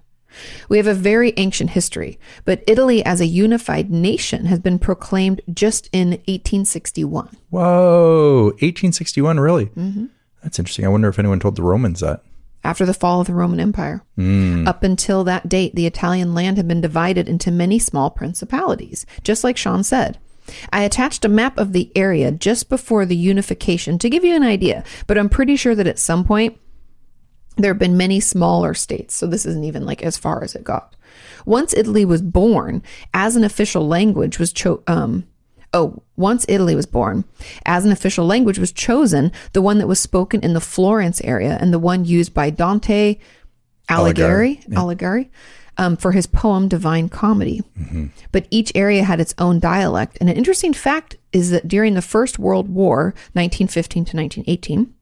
[SPEAKER 2] We have a very ancient history, but Italy as a unified nation has been proclaimed just in 1861.
[SPEAKER 1] Whoa, 1861, really? Mm-hmm. That's interesting. I wonder if anyone told the Romans that.
[SPEAKER 2] after the fall of the Roman Empire. Up until that date, the Italian land had been divided into many small principalities, just like Sean said. I attached a map of the area just before the unification to give you an idea, but I'm pretty sure that at some point there have been many smaller states, so this isn't even like as far as it got. Once Italy was born, as an official language was cho- um oh, once Italy was born, as an official language was chosen, the one that was spoken in the Florence area and the one used by Dante Alighieri, Alighieri um, for his poem Divine Comedy. But each area had its own dialect. And an interesting fact is that during the First World War, 1915 to 1918,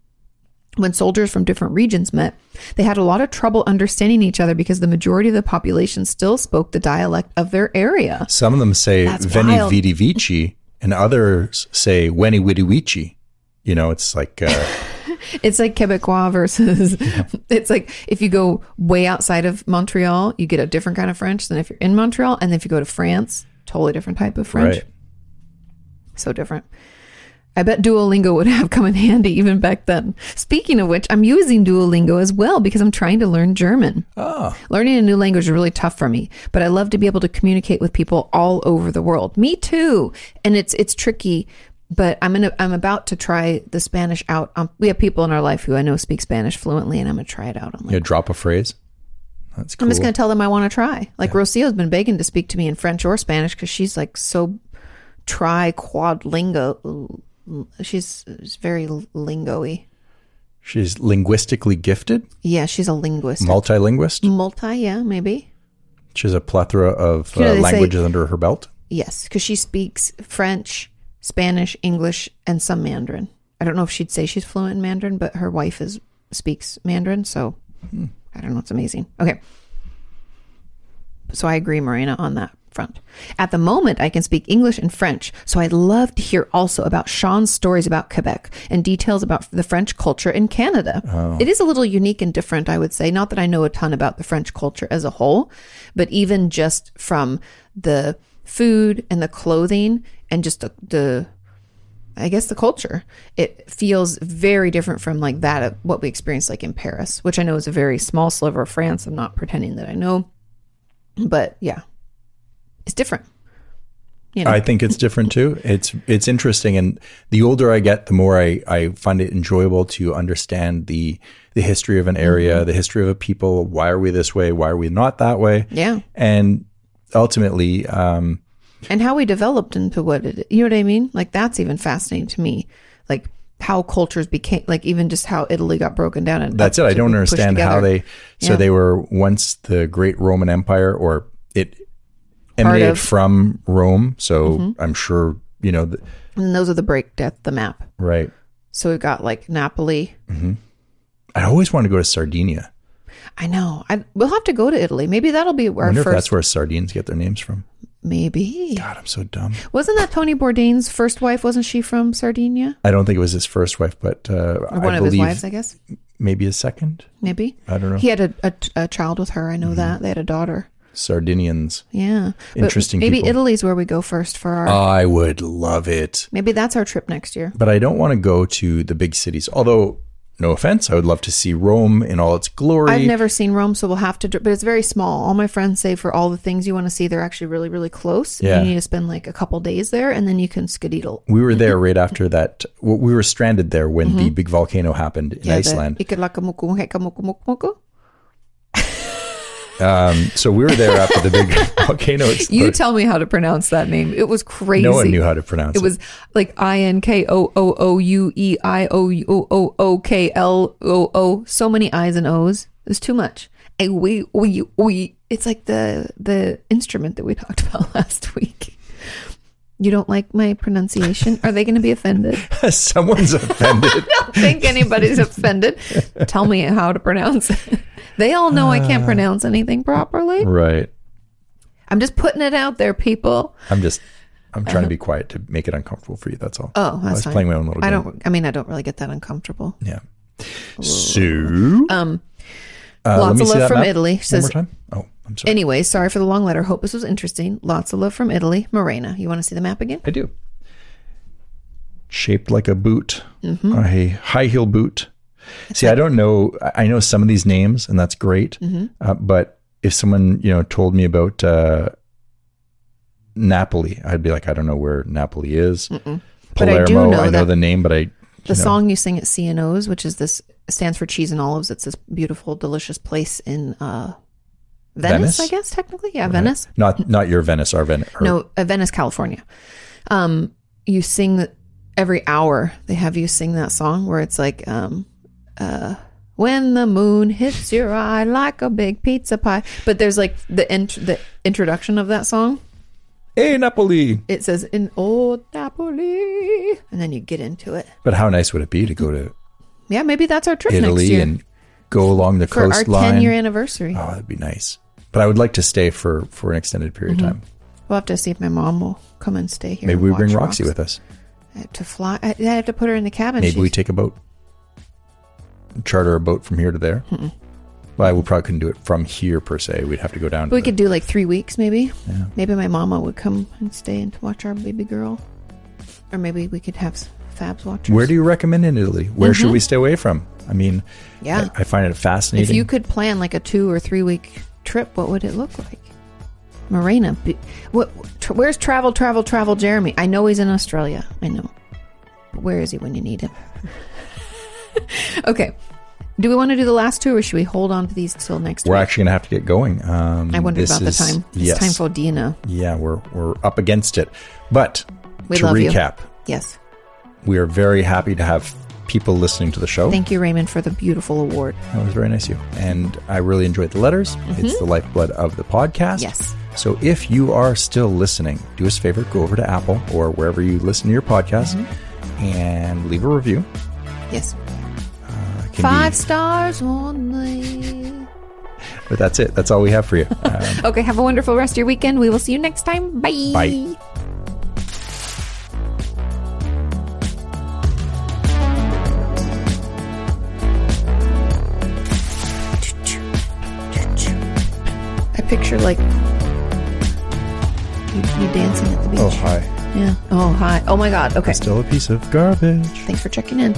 [SPEAKER 2] when soldiers from different regions met, they had a lot of trouble understanding each other because the majority of the population still spoke the dialect of their area.
[SPEAKER 1] Some of them say
[SPEAKER 2] That's
[SPEAKER 1] Veni
[SPEAKER 2] wild.
[SPEAKER 1] Vidi Vici, and others say Weni Widi Wici. You know, it's like uh,
[SPEAKER 2] It's like Quebecois versus. It's like if you go way outside of Montreal, you get a different kind of French than if you're in Montreal, and if you go to France, totally different type of French.
[SPEAKER 1] Right.
[SPEAKER 2] So different. I bet Duolingo would have come in handy even back then. Speaking of which, I'm using Duolingo as well because I'm trying to learn German.
[SPEAKER 1] Ah.
[SPEAKER 2] Learning a new language is really tough for me, but I love to be able to communicate with people all over the world. Me too. And it's it's tricky, but I'm gonna I'm about to try the Spanish out. Um, we have people in our life who I know speak Spanish fluently, and I'm gonna try it out. I'm like,
[SPEAKER 1] Yeah, drop a phrase. That's cool.
[SPEAKER 2] I'm just gonna tell them I want to try. Like Rocio's been begging to speak to me in French or Spanish because she's like so tri quadlingo. She's, she's very lingo-y.
[SPEAKER 1] She's linguistically gifted,
[SPEAKER 2] Yeah, she's a linguist.
[SPEAKER 1] multilinguist.
[SPEAKER 2] Multi, yeah, maybe.
[SPEAKER 1] She has a plethora of
[SPEAKER 2] You know,
[SPEAKER 1] uh,
[SPEAKER 2] they say-
[SPEAKER 1] languages under her belt.
[SPEAKER 2] Yes, because she speaks French, Spanish, English, and some Mandarin. I don't know if she'd say she's fluent in Mandarin, but her wife is speaks Mandarin, so I don't know. It's amazing. Okay, so I agree, Marina, on that front. At the moment, I can speak English and French, so I'd love to hear also about Sean's stories about Quebec and details about the French culture in Canada. It is a little unique and different, I would say. Not that I know a ton about the French culture as a whole, but even just from the food and the clothing and just the, the I guess the culture. It feels very different from like that of what we experienced like in Paris, which I know is a very small sliver of France. I'm not pretending that I know. But yeah. It's different. You know.
[SPEAKER 1] I think it's different too. It's it's interesting, and the older I get, the more I, I find it enjoyable to understand the the history of an area,
[SPEAKER 2] Mm-hmm.
[SPEAKER 1] the history of a people. Why are we this way? Why are we not that way?
[SPEAKER 2] Yeah.
[SPEAKER 1] And ultimately, um,
[SPEAKER 2] And how we developed into what it you know what I mean? Like that's even fascinating to me. Like how cultures became like even just how Italy got broken down and
[SPEAKER 1] that's it. I
[SPEAKER 2] to
[SPEAKER 1] don't
[SPEAKER 2] be pushed
[SPEAKER 1] understand how
[SPEAKER 2] together.
[SPEAKER 1] they. So
[SPEAKER 2] Yeah.
[SPEAKER 1] they were once the great Roman Empire, or it emanated
[SPEAKER 2] of. Mm-hmm.
[SPEAKER 1] from Rome. So I'm sure you know. The,
[SPEAKER 2] and those are the break death the map.
[SPEAKER 1] right.
[SPEAKER 2] So we've got like Napoli.
[SPEAKER 1] I always want to go to Sardinia.
[SPEAKER 2] I know. I we'll have to go to Italy. Maybe that'll be
[SPEAKER 1] I
[SPEAKER 2] our
[SPEAKER 1] wonder
[SPEAKER 2] first
[SPEAKER 1] if that's where sardines get their names from.
[SPEAKER 2] maybe.
[SPEAKER 1] God, I'm so dumb.
[SPEAKER 2] Wasn't that Tony Bourdain's first wife? Wasn't she from Sardinia?
[SPEAKER 1] I don't think it was his first wife, but uh,
[SPEAKER 2] Or one
[SPEAKER 1] I
[SPEAKER 2] of his
[SPEAKER 1] believe
[SPEAKER 2] wives, I guess.
[SPEAKER 1] maybe his second.
[SPEAKER 2] Maybe.
[SPEAKER 1] I don't know. Mm-hmm.
[SPEAKER 2] He had a, a, a child with her. I know that. They had a daughter.
[SPEAKER 1] Sardinians.
[SPEAKER 2] Yeah. But
[SPEAKER 1] Interesting
[SPEAKER 2] maybe
[SPEAKER 1] people. Uh,
[SPEAKER 2] Italy's where we go first for our.
[SPEAKER 1] I would love it,
[SPEAKER 2] maybe that's our trip next year.
[SPEAKER 1] but I don't want to go to the big cities. Although, no offense, I would love to see Rome in all its glory.
[SPEAKER 2] I've never seen Rome, so we'll have to. dr- But it's very small. All my friends say for all the things you want to see, they're actually really, really close.
[SPEAKER 1] Yeah.
[SPEAKER 2] You need to spend like a couple days there, and then you can skedaddle.
[SPEAKER 1] we were there right after that. w- We were stranded there when the big volcano happened in
[SPEAKER 2] Mm-hmm. Yeah, the
[SPEAKER 1] Iceland.
[SPEAKER 2] Ikalakamuku, Hekamukumukumuku.
[SPEAKER 1] Um, so we were there after the big volcano.
[SPEAKER 2] You
[SPEAKER 1] exploded.
[SPEAKER 2] tell me how to pronounce that name. It was crazy.
[SPEAKER 1] no one knew how to pronounce it.
[SPEAKER 2] It was like I N K O O O U E I O O O O K L O O. So many I's and O's. It was too much. A we we we. It's like the the instrument that we talked about last week. You don't like my pronunciation? Are they going to be offended?
[SPEAKER 1] Someone's offended.
[SPEAKER 2] think anybody's offended. Tell me how to pronounce it. They all know I
[SPEAKER 1] Uh.
[SPEAKER 2] can't pronounce anything properly.
[SPEAKER 1] right.
[SPEAKER 2] I'm just putting it out there, people.
[SPEAKER 1] I'm just. I'm trying to be quiet to make it uncomfortable for you. That's all.
[SPEAKER 2] Uh-huh. Oh, that's
[SPEAKER 1] I was
[SPEAKER 2] fine.
[SPEAKER 1] playing my own little
[SPEAKER 2] I
[SPEAKER 1] game.
[SPEAKER 2] don't. I mean, I don't really get that uncomfortable.
[SPEAKER 1] Yeah. So,
[SPEAKER 2] Um,
[SPEAKER 1] uh,
[SPEAKER 2] lots of
[SPEAKER 1] see
[SPEAKER 2] love
[SPEAKER 1] that
[SPEAKER 2] from
[SPEAKER 1] map
[SPEAKER 2] Italy. She
[SPEAKER 1] One
[SPEAKER 2] says,
[SPEAKER 1] more time. Oh, I'm sorry.
[SPEAKER 2] anyway, sorry for the long letter. Hope this was interesting. Lots of love from Italy. Morena, you want to see the map again?
[SPEAKER 1] I do. Shaped like a boot,
[SPEAKER 2] Mm-hmm.
[SPEAKER 1] a high heel boot. See, I don't know. I- I know some of these names, and that's great.
[SPEAKER 2] Mm-hmm.
[SPEAKER 1] Uh, but if someone you know told me about uh, Napoli, I'd be like, I don't know where Napoli is.
[SPEAKER 2] But I do
[SPEAKER 1] Palermo,
[SPEAKER 2] know
[SPEAKER 1] I know
[SPEAKER 2] that-
[SPEAKER 1] the name, but I
[SPEAKER 2] The
[SPEAKER 1] you know,
[SPEAKER 2] song you sing at CNO's, which is this stands for Cheese and Olives. It's this beautiful, delicious place in uh, Venice,
[SPEAKER 1] Venice?
[SPEAKER 2] I guess technically. Yeah, Venice.
[SPEAKER 1] Not not your Venice, our Venice.
[SPEAKER 2] No, uh, Venice, California. Um, you sing th- every hour. They have you sing that song where it's like, um, uh, when the moon hits your eye like a big pizza pie. But there's like the int- the introduction of that song.
[SPEAKER 1] hey Napoli.
[SPEAKER 2] It says in old Napoli, and then you get into it.
[SPEAKER 1] But how nice would it be to go to
[SPEAKER 2] Yeah, maybe that's our trip next
[SPEAKER 1] Italy
[SPEAKER 2] year
[SPEAKER 1] and go along the
[SPEAKER 2] for our
[SPEAKER 1] coastline?
[SPEAKER 2] ten year anniversary.
[SPEAKER 1] Oh, that'd be nice. But I would like to stay for for an extended period of time.
[SPEAKER 2] We'll have to see if my mom will come and stay Mm-hmm.
[SPEAKER 1] Maybe
[SPEAKER 2] here. and
[SPEAKER 1] we
[SPEAKER 2] watch
[SPEAKER 1] bring Roxy
[SPEAKER 2] Rox-
[SPEAKER 1] with us.
[SPEAKER 2] I have to fly. I, I have to put her in the cabin.
[SPEAKER 1] Maybe we
[SPEAKER 2] She's-
[SPEAKER 1] take a boat. charter a boat from here to there. Well, we probably couldn't do it from here per se. We'd have to go down.
[SPEAKER 2] But we
[SPEAKER 1] to
[SPEAKER 2] could
[SPEAKER 1] the-
[SPEAKER 2] do like three weeks, maybe. Maybe my mama would come and stay and watch our baby girl, or maybe we could have s- Fabs watch.
[SPEAKER 1] Where do you recommend in Italy? Where should we stay away from? I mean,
[SPEAKER 2] Mm-hmm. Yeah.
[SPEAKER 1] I, I find it fascinating.
[SPEAKER 2] If you could plan like a two or three week trip, what would it look like? Marina, be- what? Tr- where's travel, travel, travel, Jeremy? I know he's in Australia. I know, but where is he when you need him? okay. Do we want to do the last two, or should we hold on to these till next
[SPEAKER 1] We're
[SPEAKER 2] week?
[SPEAKER 1] actually going to have to get going. Um,
[SPEAKER 2] I wonder
[SPEAKER 1] this
[SPEAKER 2] about the
[SPEAKER 1] is-
[SPEAKER 2] time. It's
[SPEAKER 1] yes.
[SPEAKER 2] time for Dina.
[SPEAKER 1] yeah, we're we're up against it. But
[SPEAKER 2] We
[SPEAKER 1] to
[SPEAKER 2] love you.
[SPEAKER 1] recap,
[SPEAKER 2] Yes.
[SPEAKER 1] we are very happy to have people listening to the show.
[SPEAKER 2] Thank you, Raymond, for the beautiful award.
[SPEAKER 1] That was very nice of you. And I really enjoyed the letters. It's the lifeblood of the podcast.
[SPEAKER 2] Mm-hmm. Yes.
[SPEAKER 1] So if you are still listening, do us a favor, go over to Apple or wherever you listen to your podcast
[SPEAKER 2] Mm-hmm.
[SPEAKER 1] and leave a review.
[SPEAKER 2] Yes.
[SPEAKER 1] Uh, it can be-
[SPEAKER 2] Five stars only.
[SPEAKER 1] but that's it. That's all we have for you. Uh,
[SPEAKER 2] Okay, have a wonderful rest of your weekend. We will see you next time. Bye.
[SPEAKER 1] Bye.
[SPEAKER 2] I picture like you, you dancing at the beach.
[SPEAKER 1] hi.
[SPEAKER 2] Yeah. Oh, hi. Oh my God. Okay.
[SPEAKER 1] Still a piece of garbage.
[SPEAKER 2] Thanks for checking in.